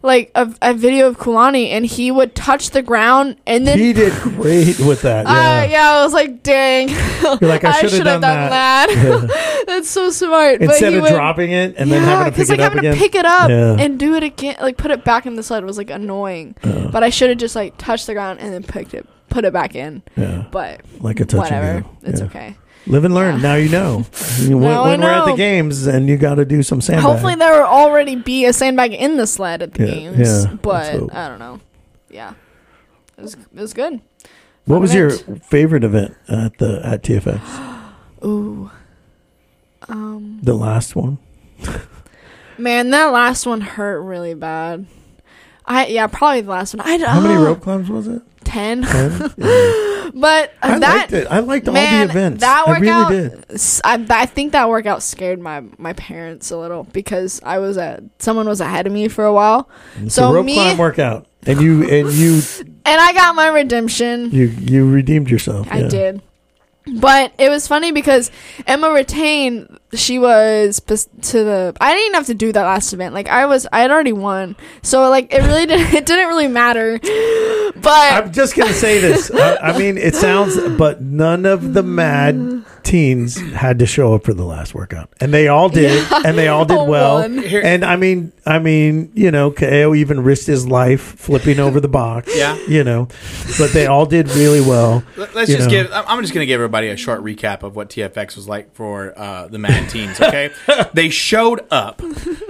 Speaker 6: like a, a video of Kulani, and he would touch the ground and then.
Speaker 3: He did great with that.
Speaker 6: Uh,
Speaker 3: Yeah.
Speaker 6: yeah, I was like, dang.
Speaker 3: You're like, I shoulda
Speaker 6: shoulda
Speaker 3: done that.
Speaker 6: That's so smart. But
Speaker 3: Instead
Speaker 6: he
Speaker 3: of
Speaker 6: would-
Speaker 3: dropping it and then having to pick
Speaker 6: 'cause,
Speaker 3: it
Speaker 6: like
Speaker 3: up
Speaker 6: having
Speaker 3: again.
Speaker 6: to pick it up
Speaker 3: Yeah.
Speaker 6: and do it again, like put it back in the sled was like annoying.
Speaker 3: Uh.
Speaker 6: But I should have just like touched the ground and then picked it, put it back in.
Speaker 3: yeah.
Speaker 6: But
Speaker 3: Like a touch
Speaker 6: whatever,
Speaker 3: and go.
Speaker 6: it's
Speaker 3: Yeah.
Speaker 6: okay.
Speaker 3: Live and learn. Now you know. when
Speaker 6: Now I
Speaker 3: when we're at the
Speaker 6: know.
Speaker 3: games and you got to do some sandbag.
Speaker 6: Hopefully, there will already be a sandbag in the sled at the
Speaker 3: Yeah,
Speaker 6: games.
Speaker 3: yeah, let's hope.
Speaker 6: but I don't know. Yeah, it was it was good.
Speaker 3: what was your
Speaker 6: event.
Speaker 3: favorite event at the at TFX?
Speaker 6: Ooh, um,
Speaker 3: The last one.
Speaker 6: man, that last one hurt really bad. I yeah, probably the last one. I oh,
Speaker 3: How many rope climbs was it?
Speaker 6: Ten,
Speaker 3: Ten? Yeah.
Speaker 6: but
Speaker 3: I
Speaker 6: that
Speaker 3: liked it. I liked all
Speaker 6: man,
Speaker 3: the events.
Speaker 6: that
Speaker 3: I
Speaker 6: workout-
Speaker 3: really did.
Speaker 6: S- I, th- I think that workout scared my my parents a little because I was at someone was ahead of me for a while,
Speaker 3: It's
Speaker 6: So
Speaker 3: a rope
Speaker 6: me-
Speaker 3: climb workout, and you and you
Speaker 6: and I got my redemption.
Speaker 3: you you redeemed yourself.
Speaker 6: I
Speaker 3: yeah.
Speaker 6: did. But it was funny because Emma Retain, she was pos- to the. I didn't even have to do that last event. Like I was, I had already won, so like it really didn't. It didn't really matter. But
Speaker 3: I'm just gonna say this. I, I mean, it sounds, but none of the mad teens had to show up for the last workout, and they all did, and they all did
Speaker 6: All
Speaker 3: well.
Speaker 6: won.
Speaker 3: And I mean, I mean, you know, Ko even risked his life flipping over the box.
Speaker 4: Yeah.
Speaker 3: you know, but they all did really well.
Speaker 4: Let- Let's
Speaker 3: you
Speaker 4: just
Speaker 3: know.
Speaker 4: give. I'm I'm just gonna give everybody a short recap of what TFX was like for uh, the Madden teens. Okay, they showed up,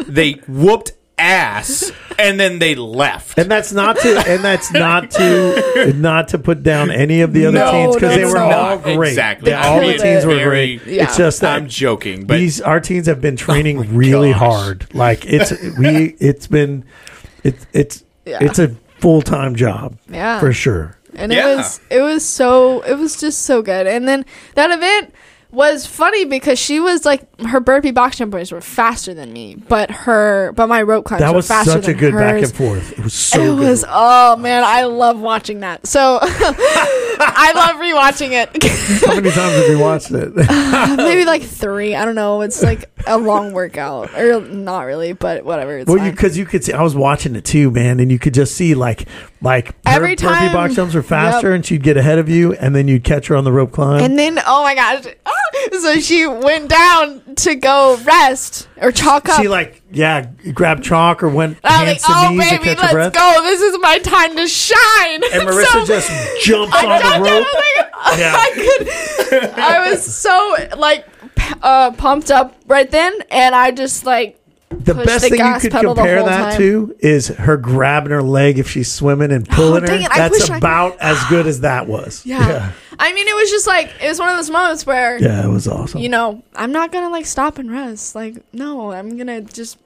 Speaker 4: they whooped ass, and then they left.
Speaker 3: And that's not to, and that's not to, not to put down any of the other
Speaker 6: No,
Speaker 3: teens because
Speaker 6: no,
Speaker 3: they
Speaker 6: no,
Speaker 3: were
Speaker 6: no.
Speaker 3: all great.
Speaker 4: Exactly.
Speaker 3: They- all
Speaker 4: I'm
Speaker 3: the
Speaker 4: being
Speaker 3: teens were
Speaker 4: very-
Speaker 3: great.
Speaker 6: Yeah.
Speaker 3: It's just that
Speaker 4: I'm joking, but
Speaker 3: these our teens have
Speaker 6: Oh
Speaker 3: been training really
Speaker 4: gosh.
Speaker 3: hard. Like it's we it's been it's it's
Speaker 6: Yeah.
Speaker 3: it's a full time job
Speaker 6: yeah,
Speaker 3: for sure.
Speaker 6: and it
Speaker 4: Yeah.
Speaker 6: was it was so it was just so good. And then that event was funny because she was like her burpee box jump boys were faster than me, but her but my rope climbs
Speaker 3: That
Speaker 6: were
Speaker 3: was
Speaker 6: faster
Speaker 3: such a
Speaker 6: than
Speaker 3: good back
Speaker 6: hers.
Speaker 3: and forth. It was so
Speaker 6: it
Speaker 3: good.
Speaker 6: was oh man, I love watching that. So I love rewatching it.
Speaker 3: How many times have we watched it?
Speaker 6: Maybe like three. I don't know. It's like a long workout, or not really, but whatever. It's
Speaker 3: well, you
Speaker 6: fine.
Speaker 3: because you could see I was watching it too, man, and you could just see like like her
Speaker 6: Every
Speaker 3: burpee
Speaker 6: time-
Speaker 3: box jumps were faster,
Speaker 6: Yep.
Speaker 3: and she'd get ahead of you, and then you'd catch her on the rope climb.
Speaker 6: and then oh my gosh, so she went down to go rest or chalk up.
Speaker 3: she like yeah, grabbed chalk or went
Speaker 6: And I
Speaker 3: hands
Speaker 6: was like,
Speaker 3: to
Speaker 6: oh
Speaker 3: knees to
Speaker 6: baby,
Speaker 3: catch her breath.
Speaker 6: let's go. This is my time to shine.
Speaker 3: And Marissa
Speaker 6: So-
Speaker 3: just jumps
Speaker 6: I
Speaker 3: on
Speaker 6: jumped
Speaker 3: the
Speaker 6: in,
Speaker 3: rope.
Speaker 6: I was like,
Speaker 3: Yeah.
Speaker 6: I could. I was so like p- uh, pumped up right then, and I just like
Speaker 3: The
Speaker 6: push
Speaker 3: best
Speaker 6: the
Speaker 3: thing you
Speaker 6: gas
Speaker 3: could
Speaker 6: pedal the
Speaker 3: compare
Speaker 6: whole
Speaker 3: that
Speaker 6: time. Oh,
Speaker 3: to is her grabbing her leg if she's swimming and pulling her.
Speaker 6: dang it, I
Speaker 3: That's
Speaker 6: wish I-
Speaker 3: about as good as that was.
Speaker 6: yeah.
Speaker 3: yeah.
Speaker 6: I mean, it was just like it was one of those moments where
Speaker 3: Yeah, it was awesome.
Speaker 6: you know I'm not gonna like stop and rest. Like no, I'm gonna just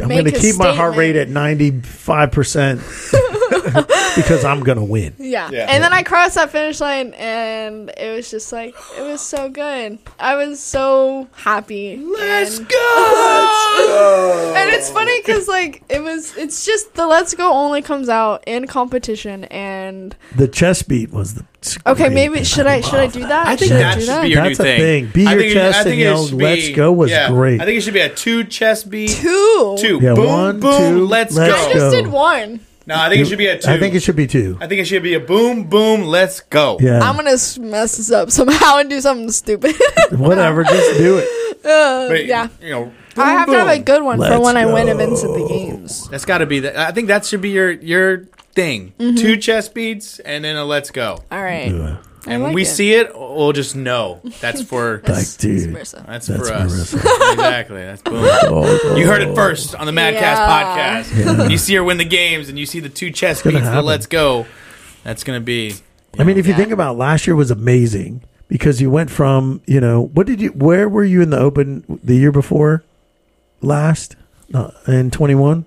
Speaker 3: I'm
Speaker 6: make
Speaker 3: going to
Speaker 6: a
Speaker 3: keep my heart
Speaker 6: statement.
Speaker 3: rate at 95% because I'm going to win.
Speaker 6: yeah.
Speaker 4: Yeah.
Speaker 6: And then I crossed that finish line, and it was just like it was so good. I was so happy. Let's go. and it's funny because like it was it's just the let's go only comes out in competition and
Speaker 3: The chest beat was the. it's
Speaker 6: okay
Speaker 3: great,
Speaker 6: maybe
Speaker 3: man.
Speaker 6: should i should i
Speaker 3: love
Speaker 6: do that
Speaker 4: I think
Speaker 6: should
Speaker 4: that
Speaker 6: i do
Speaker 4: should
Speaker 6: that
Speaker 4: be your
Speaker 3: That's
Speaker 4: new
Speaker 3: a
Speaker 4: thing.
Speaker 3: thing. Be
Speaker 4: I
Speaker 3: your
Speaker 4: think it-
Speaker 3: chest
Speaker 4: I think
Speaker 3: and
Speaker 4: it
Speaker 3: yell,
Speaker 4: should be-
Speaker 3: "Let's go" was
Speaker 4: yeah.
Speaker 3: great.
Speaker 4: I think it should be a two chest beat.
Speaker 6: two
Speaker 4: Two.
Speaker 3: Yeah,
Speaker 4: boom,
Speaker 3: one,
Speaker 4: boom.
Speaker 3: two,
Speaker 4: let's,
Speaker 3: let's
Speaker 6: i
Speaker 4: go.
Speaker 3: go.
Speaker 6: just did one
Speaker 4: No, I think it should be a two.
Speaker 3: I think it should be two.
Speaker 4: I think it should be a boom, boom. Let's go.
Speaker 3: Yeah.
Speaker 6: i'm gonna s- mess this up somehow and do something stupid
Speaker 3: Whatever, just do it.
Speaker 6: Uh,
Speaker 4: But,
Speaker 6: yeah
Speaker 4: You know,
Speaker 6: i have to have a
Speaker 4: boom.
Speaker 6: good one for
Speaker 3: Let's
Speaker 6: when i win
Speaker 3: go.
Speaker 6: events at the games
Speaker 4: That's got to be that. I think that should be your your thing. Two chest beats and then a let's go.
Speaker 6: all right
Speaker 3: Yeah.
Speaker 6: I
Speaker 4: And when
Speaker 6: like
Speaker 4: we
Speaker 6: it.
Speaker 4: see it, we'll just know that's for
Speaker 3: Like, dude.
Speaker 6: Marissa.
Speaker 4: that's,
Speaker 3: That's
Speaker 4: for us. exactly. That's boom.
Speaker 3: Oh,
Speaker 4: You heard it first on the Madcast
Speaker 6: Yeah.
Speaker 4: podcast. You see her win the games, and you see the two chest
Speaker 3: gonna
Speaker 4: beats. The
Speaker 3: happen.
Speaker 4: let's go. That's gonna be.
Speaker 3: I mean, if you
Speaker 6: Yeah.
Speaker 3: think about it, last year was amazing because you went from, you know, what did you, where were you in the open the year before last uh, in 21?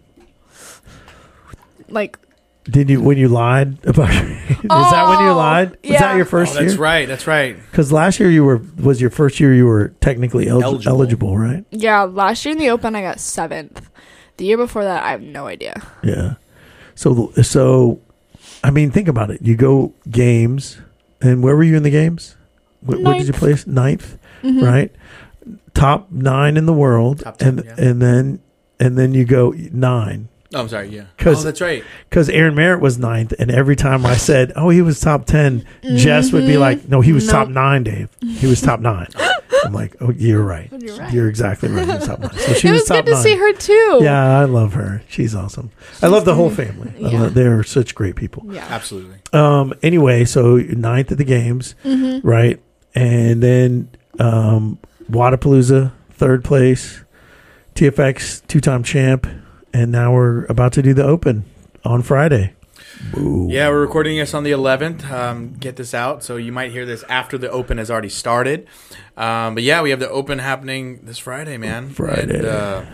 Speaker 6: like
Speaker 3: Did you, when you lied about, is that when you
Speaker 6: Oh,
Speaker 3: lied? Was
Speaker 6: yeah.
Speaker 3: that your
Speaker 4: Oh,
Speaker 3: first
Speaker 4: that's
Speaker 3: year?
Speaker 4: right. That's right.
Speaker 3: Because last year you were, was your first year you were technically el- eligible.
Speaker 4: Eligible.
Speaker 3: right?
Speaker 6: yeah last year in the open i got seventh the year before that i have no idea
Speaker 3: Yeah. So, so, I mean, think about it. You go games, and where were you in the games? What, what did you
Speaker 6: Ninth. Mm-hmm.
Speaker 3: place? Ninth, right? Top nine in the world,
Speaker 4: Top ten,
Speaker 3: and
Speaker 4: yeah.
Speaker 3: and then and then you go nine.
Speaker 4: Oh, I'm sorry. Yeah.
Speaker 3: 'Cause-
Speaker 4: oh, that's right.
Speaker 3: because Aaron Merritt was ninth, and every time I said, "Oh, he was top 10
Speaker 6: Mm-hmm.
Speaker 3: Jess would be like, "No, he was top nine, Dave. He was top nine. I'm like, "Oh, you're right.
Speaker 6: You're right.
Speaker 3: exactly right. He was top nine. So she
Speaker 6: It
Speaker 3: was,
Speaker 6: was,
Speaker 3: top
Speaker 6: good to
Speaker 3: nine.
Speaker 6: see her too.
Speaker 3: Yeah, I love her. She's awesome. I love the whole family. I
Speaker 6: Yeah.
Speaker 3: love- they're such great people.
Speaker 6: Yeah.
Speaker 4: Absolutely.
Speaker 3: Um. Anyway, so ninth at the games,
Speaker 6: Mm-hmm.
Speaker 3: right? And then um, Wadapalooza, third place, TFX two-time champ, and now we're about to do the Open on Friday.
Speaker 4: Yeah, we're recording this on the 11th. Um, get this out, so you might hear this after the Open has already started. Um, but yeah, we have the Open happening this Friday, man.
Speaker 3: Friday.
Speaker 4: And, uh,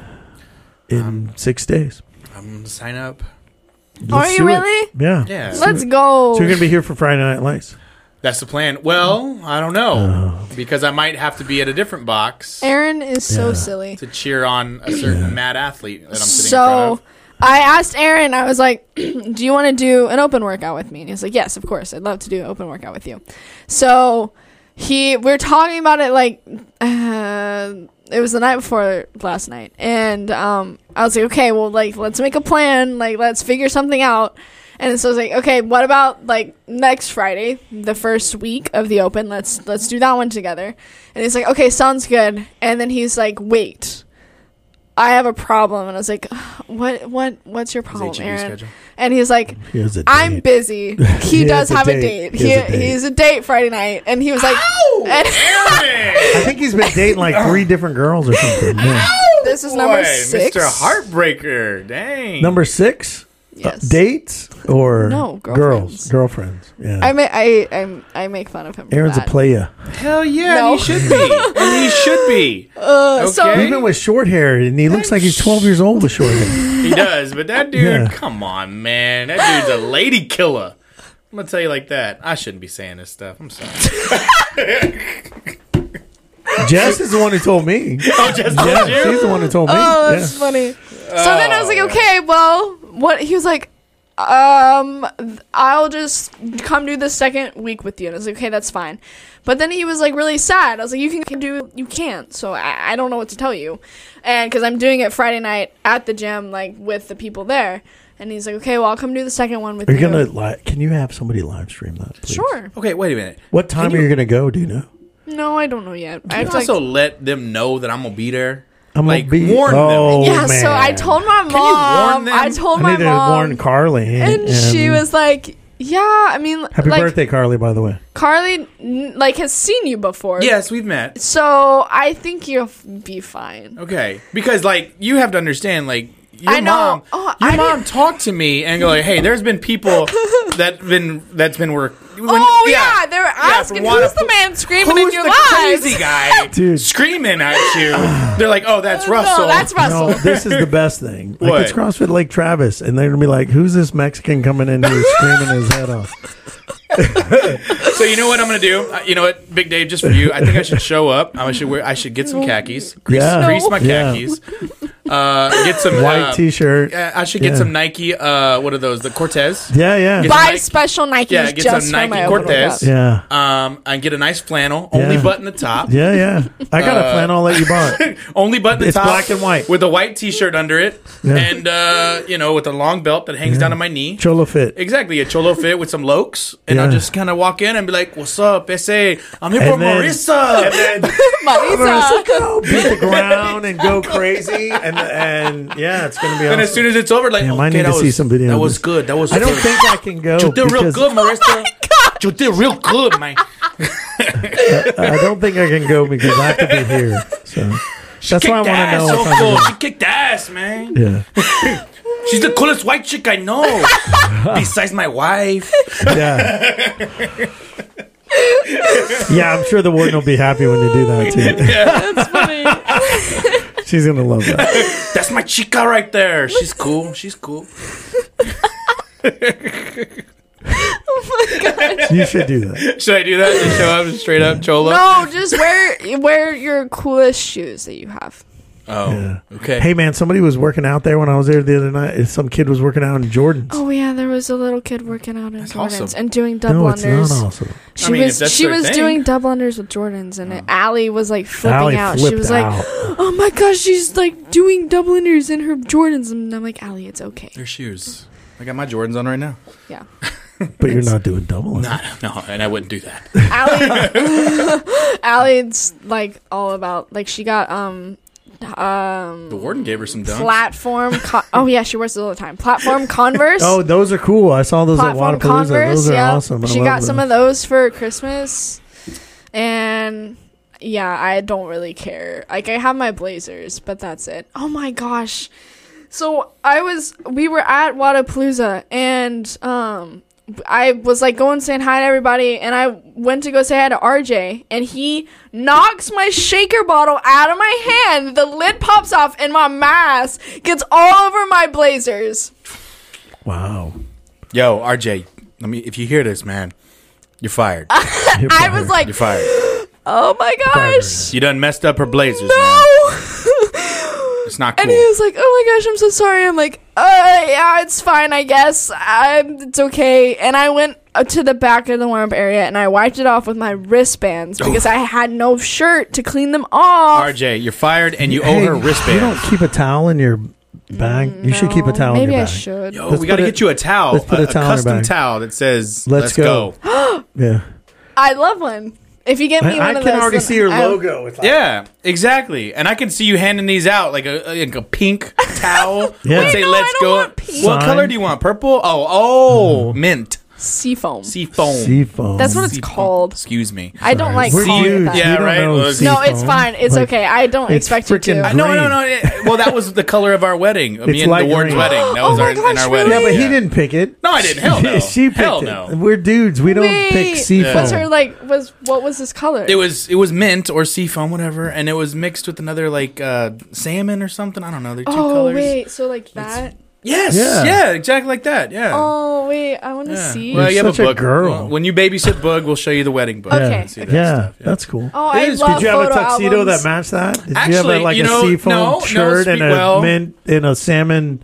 Speaker 3: in six days.
Speaker 4: I'm gonna sign up.
Speaker 6: Are
Speaker 3: Um, Let's
Speaker 6: you
Speaker 3: do it.
Speaker 6: really?
Speaker 3: Yeah.
Speaker 4: Yeah,
Speaker 6: Let's go.
Speaker 3: So you're gonna be here for Friday Night Lights.
Speaker 4: that's the plan. Well, I don't know
Speaker 3: Oh.
Speaker 4: because I might have to be at a different box
Speaker 6: Aaron is so
Speaker 3: Yeah.
Speaker 6: silly.
Speaker 4: to cheer on a certain mad athlete that I'm sitting in front
Speaker 6: So
Speaker 4: of.
Speaker 6: I asked Aaron, I was like, Do you want to do an open workout with me? And he's like, Yes, of course. I'd love to do an open workout with you. So he, we are talking about it like, uh, it was the night before last night. And um, I was like, Okay, well, like, let's make a plan. Like, let's figure something out. And so I was like, okay, what about like next Friday, the first week of the open? Let's let's do that one together. And he's like, okay, sounds good. And then he's like, wait, I have a problem. And I was like, what what what's your problem,
Speaker 4: HEB
Speaker 6: Aaron?
Speaker 4: schedule.
Speaker 6: And he's like,
Speaker 3: Here's a
Speaker 6: I'm
Speaker 3: date.
Speaker 6: busy. He
Speaker 3: has
Speaker 6: does
Speaker 3: a
Speaker 6: have a
Speaker 3: date.
Speaker 6: date.
Speaker 3: He
Speaker 6: He,
Speaker 3: has a date.
Speaker 6: he's a date Friday night, and he was like, and
Speaker 3: I think he's been dating like three different girls or something. Yeah.
Speaker 6: this is number
Speaker 4: Boy,
Speaker 6: six.
Speaker 4: Mr. Heartbreaker. Dang.
Speaker 3: Number six,
Speaker 6: Yes.
Speaker 3: Uh, dates or
Speaker 6: No,
Speaker 3: girls,
Speaker 6: girlfriends.
Speaker 3: girlfriends. Yeah.
Speaker 6: I ma- I I'm, I make fun of him. for
Speaker 3: Aaron's a
Speaker 6: that.
Speaker 3: playa.
Speaker 4: Hell yeah,
Speaker 6: No.
Speaker 4: and he should be. and he should be.
Speaker 6: Uh,
Speaker 4: okay.
Speaker 3: Even with short hair, and he looks like he's 12 years old with short hair.
Speaker 4: He does, but that dude,
Speaker 3: Yeah.
Speaker 4: come on, man. That dude's a lady killer. I'm gonna tell you like that. I shouldn't be saying this stuff. I'm sorry.
Speaker 3: Jess is the one who told me.
Speaker 4: Oh, just
Speaker 3: Yeah, she's the one who told me.
Speaker 6: Oh,
Speaker 3: Yeah.
Speaker 6: that's funny. So then I was like,
Speaker 4: Oh.
Speaker 6: okay, well, what? He was like, um, th- I'll just come do the second week with you. And I was like, okay, that's fine. But then he was like really sad. I was like, you can- can do, you can't. So I, I don't know what to tell you. And because I'm doing it Friday night at the gym, like with the people there. And he's like, okay, well, I'll come do the second one with
Speaker 3: Are
Speaker 6: you.
Speaker 3: you gonna? Li- can you have somebody live stream that? Please?
Speaker 6: Sure.
Speaker 4: Okay, wait a minute.
Speaker 3: What time are you gonna go? Do you know?
Speaker 6: No, I don't know yet. I
Speaker 4: I
Speaker 6: have to, like-
Speaker 4: also let them know that I'm gonna be there.
Speaker 3: I'm
Speaker 4: Like,
Speaker 3: gonna be.
Speaker 4: warn them.
Speaker 3: oh,
Speaker 6: yeah,
Speaker 3: man.
Speaker 6: so I told my mom.
Speaker 4: warn them?
Speaker 6: I told
Speaker 3: I
Speaker 6: my
Speaker 3: need to
Speaker 6: mom.
Speaker 3: warn Carly,
Speaker 6: and she was like, "Yeah, I mean,
Speaker 3: Happy
Speaker 6: like
Speaker 3: birthday, Carly, by the way.
Speaker 6: Carly, n- like has seen you before.
Speaker 4: Yes, we've met.
Speaker 6: So I think you'll f- be fine.
Speaker 4: Okay, because like you have to understand, like your
Speaker 6: I know.
Speaker 4: mom,
Speaker 6: Oh,
Speaker 4: your
Speaker 6: I
Speaker 4: mom
Speaker 6: didn't-
Speaker 4: talked to me and go like, "Hey, there's been people that been that's been work." when-
Speaker 6: oh yeah, they were
Speaker 4: Yeah,
Speaker 6: asking
Speaker 4: wanna-
Speaker 6: who's the man screaming in
Speaker 4: who's
Speaker 6: your
Speaker 4: the
Speaker 6: lives?
Speaker 4: crazy guy
Speaker 3: Dude.
Speaker 4: screaming at you? They're like, "Oh, that's Russell."
Speaker 6: No, that's Russell.
Speaker 3: No, this is the best thing. Like
Speaker 4: What?
Speaker 3: it's CrossFit Lake Travis, and they're gonna be like, "Who's this Mexican coming in here screaming his head off?"
Speaker 4: So you know what I'm gonna do? Uh, you know what, Big Dave, just for you, I think I should show up. I should wear. I should get some khakis. Crease,
Speaker 3: Yeah.
Speaker 4: crease my
Speaker 3: Yeah.
Speaker 4: khakis. Uh, get some
Speaker 3: White
Speaker 4: uh,
Speaker 3: T-shirt.
Speaker 4: uh, I should get
Speaker 3: Yeah.
Speaker 4: some Nike. Uh, what are those? The Cortez.
Speaker 3: Yeah, yeah,
Speaker 4: Get-
Speaker 6: Buy
Speaker 4: Nike-
Speaker 6: special Nikes
Speaker 4: Yeah, get some
Speaker 6: just for
Speaker 4: Nike
Speaker 6: my
Speaker 4: Cortez.
Speaker 6: Cortez.
Speaker 3: yeah,
Speaker 4: Um, and get a nice flannel, only
Speaker 3: Yeah.
Speaker 4: button the top.
Speaker 3: yeah, yeah. I got
Speaker 4: Uh,
Speaker 3: a flannel that you bought.
Speaker 4: Only button the
Speaker 3: It's
Speaker 4: top.
Speaker 3: black and white.
Speaker 4: with a white T-shirt under it,
Speaker 3: Yeah.
Speaker 4: and uh, you know, with a long belt that hangs down to my knee.
Speaker 3: Cholo fit.
Speaker 4: Exactly, a cholo fit with some lokes, and I'll
Speaker 3: Yeah.
Speaker 4: just kind of walk in and be like, "What's up, SA? I'm here
Speaker 3: And
Speaker 4: for
Speaker 3: then-
Speaker 4: Marissa."
Speaker 6: Oh, Marisa.
Speaker 3: Go beat the ground and go crazy, and and yeah, it's gonna be.
Speaker 4: And as
Speaker 3: Awesome.
Speaker 4: soon as it's over, like,
Speaker 3: Damn,
Speaker 4: okay,
Speaker 3: I need
Speaker 4: that
Speaker 3: to
Speaker 4: was,
Speaker 3: see some video
Speaker 4: That
Speaker 3: of
Speaker 4: was
Speaker 3: this.
Speaker 4: good. That was.
Speaker 3: I don't
Speaker 4: good.
Speaker 3: think I can go.
Speaker 4: you did real
Speaker 3: because Oh
Speaker 4: good, Marissa. you did real good, man.
Speaker 3: I don't think I can go because I have to be here. So that's why I
Speaker 4: Kicked
Speaker 3: want
Speaker 4: ass,
Speaker 3: to know.
Speaker 4: so
Speaker 3: If I'm
Speaker 4: cool.
Speaker 3: gonna-
Speaker 4: She kicked ass, man.
Speaker 3: yeah.
Speaker 4: She's the coolest white chick I know. Besides my wife.
Speaker 3: Yeah. yeah, I'm sure the warden will be happy when they do that too. She's gonna love that.
Speaker 4: That's my chica right there. She's cool. She's cool.
Speaker 3: You should do that.
Speaker 4: Should I do that? Just
Speaker 6: uh,
Speaker 4: show up straight up cholo?
Speaker 6: No, just wear wear your coolest shoes that you have.
Speaker 4: Oh, okay.
Speaker 3: Hey man, somebody was working out there when I was there the other night. and Some kid was working out in Jordans.
Speaker 6: Oh yeah, there was a little kid working out in Jordans
Speaker 4: awesome.
Speaker 6: and doing double
Speaker 3: no, it's
Speaker 6: unders.
Speaker 3: not awesome.
Speaker 6: She
Speaker 4: I mean, if
Speaker 6: was
Speaker 4: that's
Speaker 6: she
Speaker 4: their
Speaker 6: was
Speaker 4: thing.
Speaker 6: doing double unders with Jordans, and Allie was like flipping
Speaker 3: Allie
Speaker 6: out. She
Speaker 3: flipped
Speaker 6: was
Speaker 3: out.
Speaker 6: like, "Oh my gosh, she's like doing double unders in her Jordans," and I'm like, "Allie, it's okay."
Speaker 4: Their shoes. I got my Jordans on right now.
Speaker 6: Yeah,
Speaker 3: But you're not doing double. unders.
Speaker 4: No, and I wouldn't do that.
Speaker 6: Allie, Allie's like all about like she got um um
Speaker 4: The warden gave her some dunks.
Speaker 6: platform. Con- oh yeah, she wears it all the time. Platform Converse.
Speaker 3: Oh, those are cool. I saw those
Speaker 6: platform
Speaker 3: at Wadapalooza.
Speaker 6: Converse.
Speaker 3: those are
Speaker 6: yeah,
Speaker 3: awesome. I
Speaker 6: she
Speaker 3: love
Speaker 6: got some
Speaker 3: those.
Speaker 6: of those for Christmas, and yeah, I don't really care. Like I have my blazers, but that's it. Oh my gosh! So I was, we were at Wadapalooza, and um, I was like going saying hi to everybody, and I went to go say hi to RJ, and he knocks my shaker bottle out of my hand. The lid pops off, and my mask gets all over my blazers.
Speaker 3: Wow.
Speaker 4: Yo, RJ, let me. If you hear this, man, you're fired.
Speaker 6: I was like,
Speaker 4: You're fired.
Speaker 6: oh my gosh.
Speaker 4: You done messed up her blazers, man.
Speaker 6: no.
Speaker 4: It's not cool.
Speaker 6: and he was like, "Oh my gosh, I'm so sorry." I'm like, "Uh, yeah, it's fine, I guess. i it's okay." And I went up to the back of the warm-up area and I wiped it off with my wristbands because I had no shirt to clean them off.
Speaker 4: RJ, you're fired, and you
Speaker 3: Hey,
Speaker 4: owe her wristband.
Speaker 3: You don't keep a towel in your bag. you should keep a
Speaker 6: Mm, No,
Speaker 3: towel
Speaker 6: Maybe
Speaker 3: in your
Speaker 6: I
Speaker 3: bag.
Speaker 6: should.
Speaker 4: Yo,
Speaker 3: Let's
Speaker 4: Oh, we got to
Speaker 3: put a-
Speaker 4: get you a towel,
Speaker 3: let's put
Speaker 4: a,
Speaker 3: a
Speaker 4: a
Speaker 3: towel in her
Speaker 4: custom
Speaker 3: bag.
Speaker 4: towel that says
Speaker 3: Let's
Speaker 4: "Let's,
Speaker 3: go."
Speaker 4: go."
Speaker 3: Yeah.
Speaker 6: I love one. If you get me one
Speaker 3: I, I
Speaker 6: of
Speaker 3: can
Speaker 6: those,
Speaker 3: already
Speaker 6: then
Speaker 3: see your
Speaker 6: I-
Speaker 3: logo. It's like,
Speaker 4: Yeah, exactly. And I can see you handing these out like a like a pink towel.
Speaker 3: Yeah.
Speaker 4: Let's say
Speaker 6: Wait, no,
Speaker 4: "Let's
Speaker 6: I don't
Speaker 4: go."
Speaker 6: want pink.
Speaker 4: What
Speaker 3: Sign. Mm-hmm.
Speaker 4: color do you want? Purple? Oh, oh, mint,
Speaker 6: Seafoam.
Speaker 4: sea foam.
Speaker 3: Seafoam.
Speaker 6: That's what it's called.
Speaker 4: Excuse me.
Speaker 6: I don't like
Speaker 3: We're
Speaker 6: calling it
Speaker 3: huge.
Speaker 6: that.
Speaker 4: Yeah,
Speaker 3: We don't
Speaker 4: right?
Speaker 3: know
Speaker 4: Well, it's-
Speaker 6: No,
Speaker 3: seafoam.
Speaker 6: it's fine. It's
Speaker 3: Like,
Speaker 6: okay. I don't
Speaker 3: it's
Speaker 6: expect you to.
Speaker 3: freaking
Speaker 6: I
Speaker 4: Uh, No, no,
Speaker 3: Green.
Speaker 4: no. it- well, that was the color of our wedding. Me
Speaker 3: It's
Speaker 4: and
Speaker 3: light
Speaker 4: the ward's
Speaker 3: green.
Speaker 4: wedding. That was
Speaker 6: Oh
Speaker 4: our,
Speaker 6: my gosh,
Speaker 4: in our
Speaker 6: really?
Speaker 4: wedding.
Speaker 3: Yeah, but he
Speaker 4: Yeah.
Speaker 3: didn't pick it.
Speaker 4: No, I didn't. Hell no.
Speaker 3: she picked
Speaker 4: Hell
Speaker 3: it.
Speaker 4: no.
Speaker 3: We're dudes. We don't pick seafoam.
Speaker 6: Was her like was what was this color?
Speaker 4: It was it was mint or seafoam, whatever, and it was mixed with another like uh, salmon or something. I don't know. They're two
Speaker 6: oh
Speaker 4: colors.
Speaker 6: wait, so like that.
Speaker 4: Yes.
Speaker 3: Yeah.
Speaker 4: Yeah. Exactly like that. Yeah.
Speaker 6: Oh wait, I want to
Speaker 4: yeah.
Speaker 6: see.
Speaker 4: Well,
Speaker 3: You're
Speaker 4: you have
Speaker 3: such a
Speaker 4: a book.
Speaker 3: girl.
Speaker 4: Well, when you babysit Bug, we'll show you the wedding book.
Speaker 3: yeah.
Speaker 6: Okay.
Speaker 4: See that
Speaker 3: Yeah,
Speaker 4: stuff, yeah.
Speaker 3: that's cool.
Speaker 6: oh, I
Speaker 4: It is.
Speaker 6: love
Speaker 3: Did you have a
Speaker 6: photo
Speaker 3: tuxedo that
Speaker 6: albums.
Speaker 3: matched that? Did you have
Speaker 4: Actually,
Speaker 3: a, like
Speaker 4: you
Speaker 3: a
Speaker 4: know,
Speaker 3: seafoam
Speaker 4: no, no,
Speaker 3: shirt and
Speaker 4: speak-
Speaker 3: a
Speaker 4: well-
Speaker 3: mint and a salmon?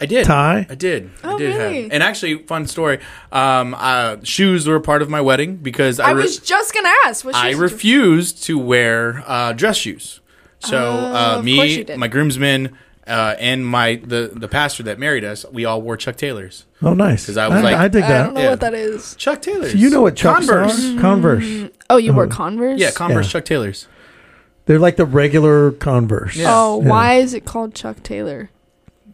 Speaker 4: I did.
Speaker 3: Tie?
Speaker 4: I did.
Speaker 6: Oh,
Speaker 4: I did
Speaker 6: really?
Speaker 4: have. And actually, fun story. Um, uh, shoes were part of my wedding because I,
Speaker 6: I
Speaker 4: re-
Speaker 6: was just gonna ask. What
Speaker 4: I
Speaker 6: shoes-
Speaker 4: refused to wear uh, dress shoes. So uh,
Speaker 6: Oh, of course you
Speaker 4: me,
Speaker 6: did.
Speaker 4: my groomsmen, uh, and my the the pastor that married us, we all wore Chuck Taylors.
Speaker 3: Oh, nice.
Speaker 4: 'Cause I was
Speaker 3: I,
Speaker 4: like-
Speaker 3: I dig
Speaker 6: I
Speaker 3: that.
Speaker 6: don't know
Speaker 4: Yeah.
Speaker 6: what that is.
Speaker 4: Chuck Taylors.
Speaker 3: You know what Chucks
Speaker 4: Converse?
Speaker 3: are? Converse.
Speaker 6: Oh, you
Speaker 3: Um,
Speaker 6: wore Converse.
Speaker 4: Yeah, Converse
Speaker 3: Yeah.
Speaker 4: Chuck Taylors.
Speaker 3: They're like the regular Converse.
Speaker 4: Yeah.
Speaker 6: Oh,
Speaker 3: Yeah.
Speaker 6: why is it called Chuck Taylor?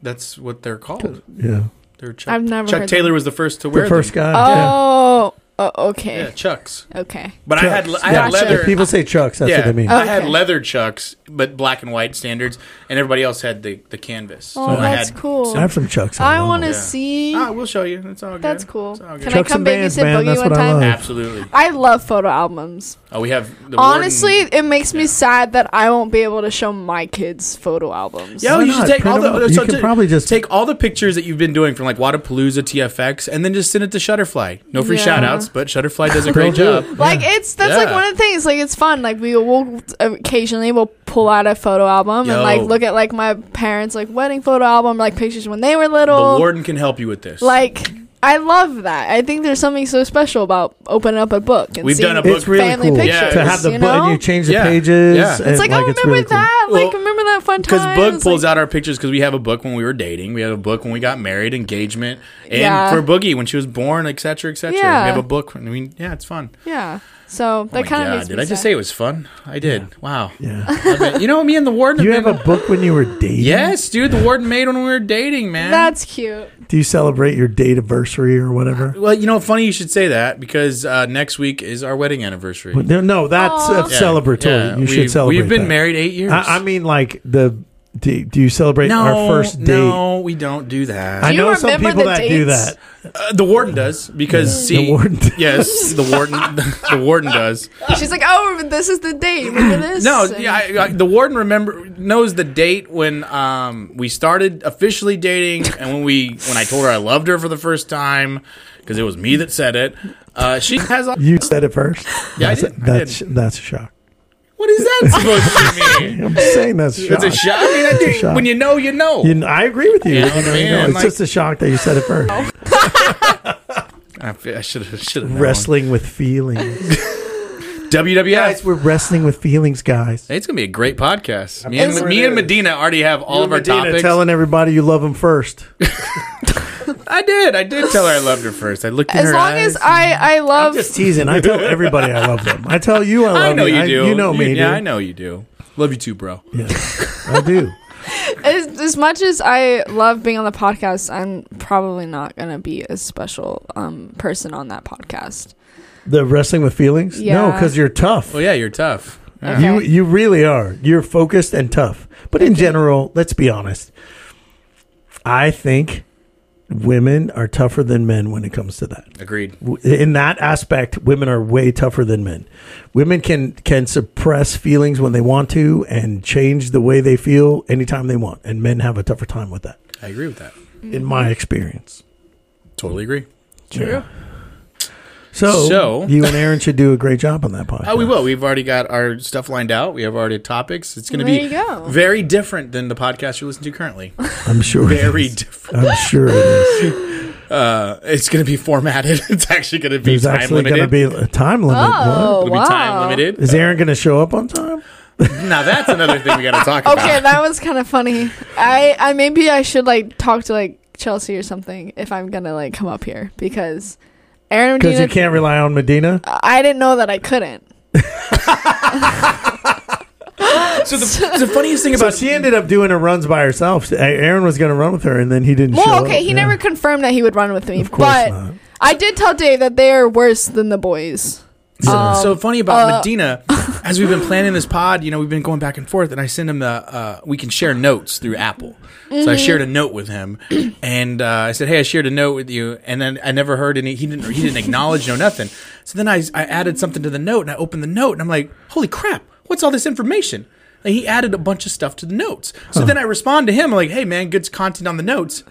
Speaker 4: That's what they're called.
Speaker 3: Yeah.
Speaker 4: They're Chuck.
Speaker 6: I've never
Speaker 4: Chuck
Speaker 6: heard
Speaker 4: Taylor was the first to wear
Speaker 3: The first guy.
Speaker 4: them.
Speaker 3: yeah.
Speaker 6: Oh, oh, okay,
Speaker 4: Yeah, Chucks.
Speaker 6: okay.
Speaker 4: But I had
Speaker 3: Chucks.
Speaker 4: I had
Speaker 6: Gotcha.
Speaker 4: leather.
Speaker 3: If people say Chucks, that's
Speaker 4: yeah,
Speaker 3: what they mean.
Speaker 4: I had
Speaker 6: Okay.
Speaker 4: leather Chucks, but black and white standards, and everybody else had the, the canvas.
Speaker 6: Oh,
Speaker 4: I
Speaker 6: that's
Speaker 4: had
Speaker 6: cool.
Speaker 3: I have some Chucks.
Speaker 6: I
Speaker 3: love
Speaker 6: want to
Speaker 3: them.
Speaker 6: see.
Speaker 4: Ah, we'll show you. It's all good.
Speaker 6: That's cool.
Speaker 4: It's all good.
Speaker 6: Can
Speaker 3: Chucks
Speaker 6: I come
Speaker 3: and bands,
Speaker 6: babysit
Speaker 3: man,
Speaker 6: Boogie
Speaker 3: that's
Speaker 6: one
Speaker 3: what I
Speaker 6: time?
Speaker 3: love.
Speaker 4: Absolutely.
Speaker 6: I love photo albums.
Speaker 4: Oh, we have the
Speaker 6: Honestly,
Speaker 4: warden-
Speaker 6: it makes me sad that I won't be able to show my kids photo albums.
Speaker 4: Yeah,
Speaker 3: Why
Speaker 4: you should
Speaker 3: not?
Speaker 4: take
Speaker 3: Print
Speaker 4: all
Speaker 3: them
Speaker 4: the.
Speaker 3: out. You can
Speaker 4: ta-
Speaker 3: probably just-
Speaker 4: take all the pictures that you've been doing from like Wadapalooza, TFX, and then just send it to Shutterfly. No free
Speaker 6: Yeah.
Speaker 4: shout outs, but Shutterfly does a great job.
Speaker 6: Like it's that's like
Speaker 4: Yeah.
Speaker 6: one of the things. Like it's fun. Like we will occasionally we'll pull out a photo album and
Speaker 4: Yo.
Speaker 6: like look at like my parents like wedding photo album, like pictures when they were
Speaker 4: The
Speaker 6: little.
Speaker 4: warden can help you with this.
Speaker 6: like I love that. I think there's something so special about opening up a book and
Speaker 4: We've
Speaker 6: seeing
Speaker 4: done a book
Speaker 3: It's really
Speaker 6: family
Speaker 3: cool
Speaker 6: pictures.
Speaker 4: Yeah,
Speaker 3: to have the
Speaker 6: you
Speaker 3: book
Speaker 6: know?
Speaker 3: and you change the
Speaker 4: Yeah.
Speaker 3: pages.
Speaker 4: Yeah. It's
Speaker 3: and,
Speaker 6: it's like, oh,
Speaker 3: it's
Speaker 6: remember
Speaker 3: really cool.
Speaker 6: that? Like
Speaker 4: Well,
Speaker 6: remember that fun time?
Speaker 4: Because Bug
Speaker 6: It's
Speaker 4: pulls
Speaker 6: like-
Speaker 4: out our pictures because we have a book when we were dating. We had a book when we got married, engagement, and
Speaker 6: Yeah.
Speaker 4: for Boogie when she was born, etc., cetera, etc.
Speaker 6: Yeah.
Speaker 4: We have a book. I mean, yeah, it's fun.
Speaker 6: Yeah. So
Speaker 4: Oh
Speaker 6: that
Speaker 4: my
Speaker 6: kind of
Speaker 4: God,
Speaker 6: makes
Speaker 4: did
Speaker 6: me
Speaker 4: I just
Speaker 6: sad.
Speaker 4: say it was fun? I did. Wow.
Speaker 3: Yeah.
Speaker 4: Okay. you know me and the warden.
Speaker 3: You
Speaker 4: have
Speaker 3: have
Speaker 4: been-
Speaker 3: a book when you were dating?
Speaker 4: yes, dude. The warden made when we were dating, man.
Speaker 6: That's cute.
Speaker 3: Do you celebrate your date anniversary or whatever?
Speaker 4: well, you know, funny you should say that because uh, next week is our wedding anniversary.
Speaker 3: But no, no, that's uh,
Speaker 4: Yeah,
Speaker 3: celebratory.
Speaker 4: yeah,
Speaker 3: you should
Speaker 4: we've-
Speaker 3: celebrate.
Speaker 4: We've been
Speaker 3: that.
Speaker 4: married eight years.
Speaker 3: I, I mean, like the do, do you celebrate
Speaker 4: no,
Speaker 3: our first date?
Speaker 4: No, we don't do that.
Speaker 3: I
Speaker 6: you
Speaker 3: know some
Speaker 6: remember
Speaker 3: people
Speaker 6: the
Speaker 3: that do
Speaker 6: dates?
Speaker 3: that.
Speaker 4: Uh, the warden does because see,
Speaker 3: The warden does.
Speaker 4: yes, the warden, the warden does.
Speaker 6: She's like, oh, this is the date. Remember this?
Speaker 4: No,
Speaker 6: And-
Speaker 4: yeah, I, I, the warden remember knows the date when um, we started officially dating, and when we when I told her I loved her for the first time because it was me that said it. Uh, she has all
Speaker 3: You said it first.
Speaker 4: Yeah, I
Speaker 3: that's
Speaker 4: did. I
Speaker 3: that's
Speaker 4: did.
Speaker 3: that's a shock.
Speaker 4: What is that supposed to mean?
Speaker 3: I'm just saying that's
Speaker 4: It's a shock. I mean, I think
Speaker 3: shock.
Speaker 4: when you know, you know.
Speaker 3: You know, I agree with you.
Speaker 4: Yeah,
Speaker 3: you know, you
Speaker 4: man,
Speaker 3: know, it's
Speaker 4: like-
Speaker 3: just a shock that you said it first.
Speaker 4: I should have should have
Speaker 3: Wrestling with feelings.
Speaker 4: WWF.
Speaker 3: Guys, we're wrestling with feelings, guys.
Speaker 4: It's gonna be a great podcast. Me and,
Speaker 3: sure
Speaker 4: me
Speaker 3: it
Speaker 4: and
Speaker 3: is.
Speaker 4: Medina already have all of our
Speaker 3: Medina
Speaker 4: topics.
Speaker 3: telling everybody you love them first.
Speaker 4: I did. I did tell her I loved her first. I looked in
Speaker 6: As
Speaker 4: her
Speaker 6: long
Speaker 4: eyes.
Speaker 6: as I I love
Speaker 3: Just teasing. I tell everybody I love them. I tell you I love
Speaker 4: I know you
Speaker 3: I-
Speaker 4: do.
Speaker 3: you know me.
Speaker 4: Yeah,
Speaker 3: dude.
Speaker 4: I know you do. Love you too, bro.
Speaker 3: I do.
Speaker 6: as, as much as I love being on the podcast, I'm probably not gonna be a special um person on that podcast.
Speaker 3: The wrestling with feelings? No,
Speaker 6: Yeah.
Speaker 3: because you're tough.
Speaker 4: Well, yeah, you're tough. Yeah.
Speaker 3: You you really are. You're focused and tough. But in general, let's be honest. I think women are tougher than men when it comes to that.
Speaker 4: Agreed.
Speaker 3: W- In that aspect, women are way tougher than men. Women can can suppress feelings when they want to and change the way they feel anytime they want, and men have a tougher time with that.
Speaker 4: I agree with that.
Speaker 3: In my experience.
Speaker 4: Totally agree.
Speaker 3: True. So,
Speaker 4: So-
Speaker 3: you and Aaron should do a great job on that podcast.
Speaker 4: Oh, we will. We've already got our stuff lined out. We have already topics. It's going to
Speaker 6: There
Speaker 4: be
Speaker 6: you go.
Speaker 4: very different than the podcast you're listening to currently.
Speaker 3: I'm sure. it
Speaker 4: Very
Speaker 3: is.
Speaker 4: different.
Speaker 3: I'm sure it is.
Speaker 4: Uh, it's going to be formatted. It's actually going to be
Speaker 3: There's
Speaker 4: time
Speaker 3: actually going to
Speaker 4: limited.
Speaker 3: be a time limit.
Speaker 6: Oh,
Speaker 3: What?
Speaker 4: It'll
Speaker 6: wow.
Speaker 4: be time limited.
Speaker 3: Is Aaron going to show up on time?
Speaker 4: Now that's another thing we got to talk about.
Speaker 6: Okay, that was kind of funny. I I maybe I should like talk to like Chelsea or something if I'm gonna like come up here because Aaron
Speaker 3: Because you
Speaker 6: Medina.
Speaker 3: can't rely on Medina.
Speaker 6: I didn't know that I couldn't.
Speaker 4: So the, the funniest thing
Speaker 3: So
Speaker 4: about
Speaker 3: she ended up doing her runs by herself. A- Aaron was going to run with her, and then he didn't show
Speaker 6: Well,
Speaker 3: up.
Speaker 6: okay, he
Speaker 3: Yeah.
Speaker 6: never confirmed that he would run with me,
Speaker 3: Of course
Speaker 6: but
Speaker 3: not.
Speaker 6: I did tell Dave that they are worse than the boys.
Speaker 4: So, so funny about
Speaker 6: uh,
Speaker 4: Medina, as we've been planning this pod, you know, we've been going back and forth, and I send him the uh, we can share notes through Apple. So I shared a note with him, and uh, I said, "Hey, I shared a note with you," and then I never heard any. He didn't. He didn't acknowledge no nothing. So then I I added something to the note, and I opened the note, and I'm like, "Holy crap! What's all this information?" Like, he added a bunch of stuff to the notes. So then I respond to him like, "Hey man, good content on the notes."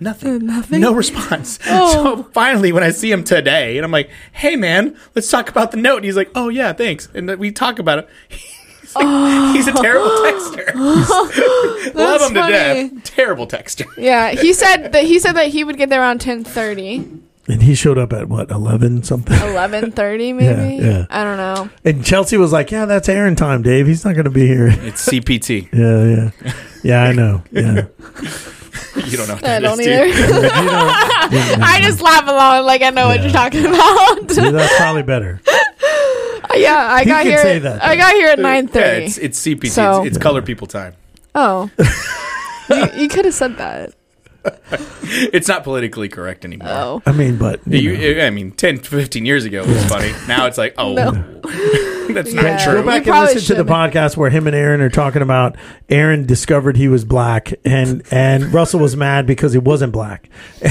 Speaker 4: Nothing. Nothing. No response.
Speaker 6: Oh.
Speaker 4: So finally, when I see him today, and I'm like, "Hey man, let's talk about the note," and he's like, "Oh yeah, thanks," and then we talk about it. He's, like- he's a terrible texter. Love him
Speaker 6: Oh. funny.
Speaker 4: to death. Terrible texter.
Speaker 6: Yeah, he said that he said that he would get there around 10:30,
Speaker 3: And he showed up at what eleven something.
Speaker 6: 11:30 maybe.
Speaker 3: Yeah, yeah.
Speaker 6: I don't know.
Speaker 3: And Chelsea was like, "Yeah, that's Aaron time, Dave. He's not going to be here."
Speaker 4: It's CPT.
Speaker 3: yeah, yeah, yeah. I know. Yeah,
Speaker 4: You don't know. What
Speaker 6: I
Speaker 4: that
Speaker 6: don't
Speaker 4: is,
Speaker 6: either.
Speaker 4: dude.
Speaker 6: I just laugh along like I know what
Speaker 3: Yeah.
Speaker 6: you're talking about.
Speaker 3: Yeah, that's probably better.
Speaker 6: yeah, I
Speaker 3: He
Speaker 6: got
Speaker 3: can
Speaker 6: here.
Speaker 3: say that,
Speaker 6: I
Speaker 3: though.
Speaker 6: got here at
Speaker 4: Yeah,
Speaker 6: 9:30.
Speaker 4: it's, it's CPT.
Speaker 6: So-
Speaker 4: It's, it's color people time.
Speaker 6: oh. you you could have said that.
Speaker 4: It's not politically correct anymore.
Speaker 6: Oh.
Speaker 3: I mean, but you
Speaker 4: You,
Speaker 3: know.
Speaker 4: I mean, 10, 15 years ago it was funny. Now it's like, oh,
Speaker 6: No.
Speaker 4: that's
Speaker 6: Yeah.
Speaker 4: not true.
Speaker 3: Go
Speaker 6: You
Speaker 3: back and
Speaker 6: probably
Speaker 3: listen to the
Speaker 6: shouldn't.
Speaker 3: podcast where him and Aaron are talking about Aaron discovered he was black and and Russell was mad because he wasn't black.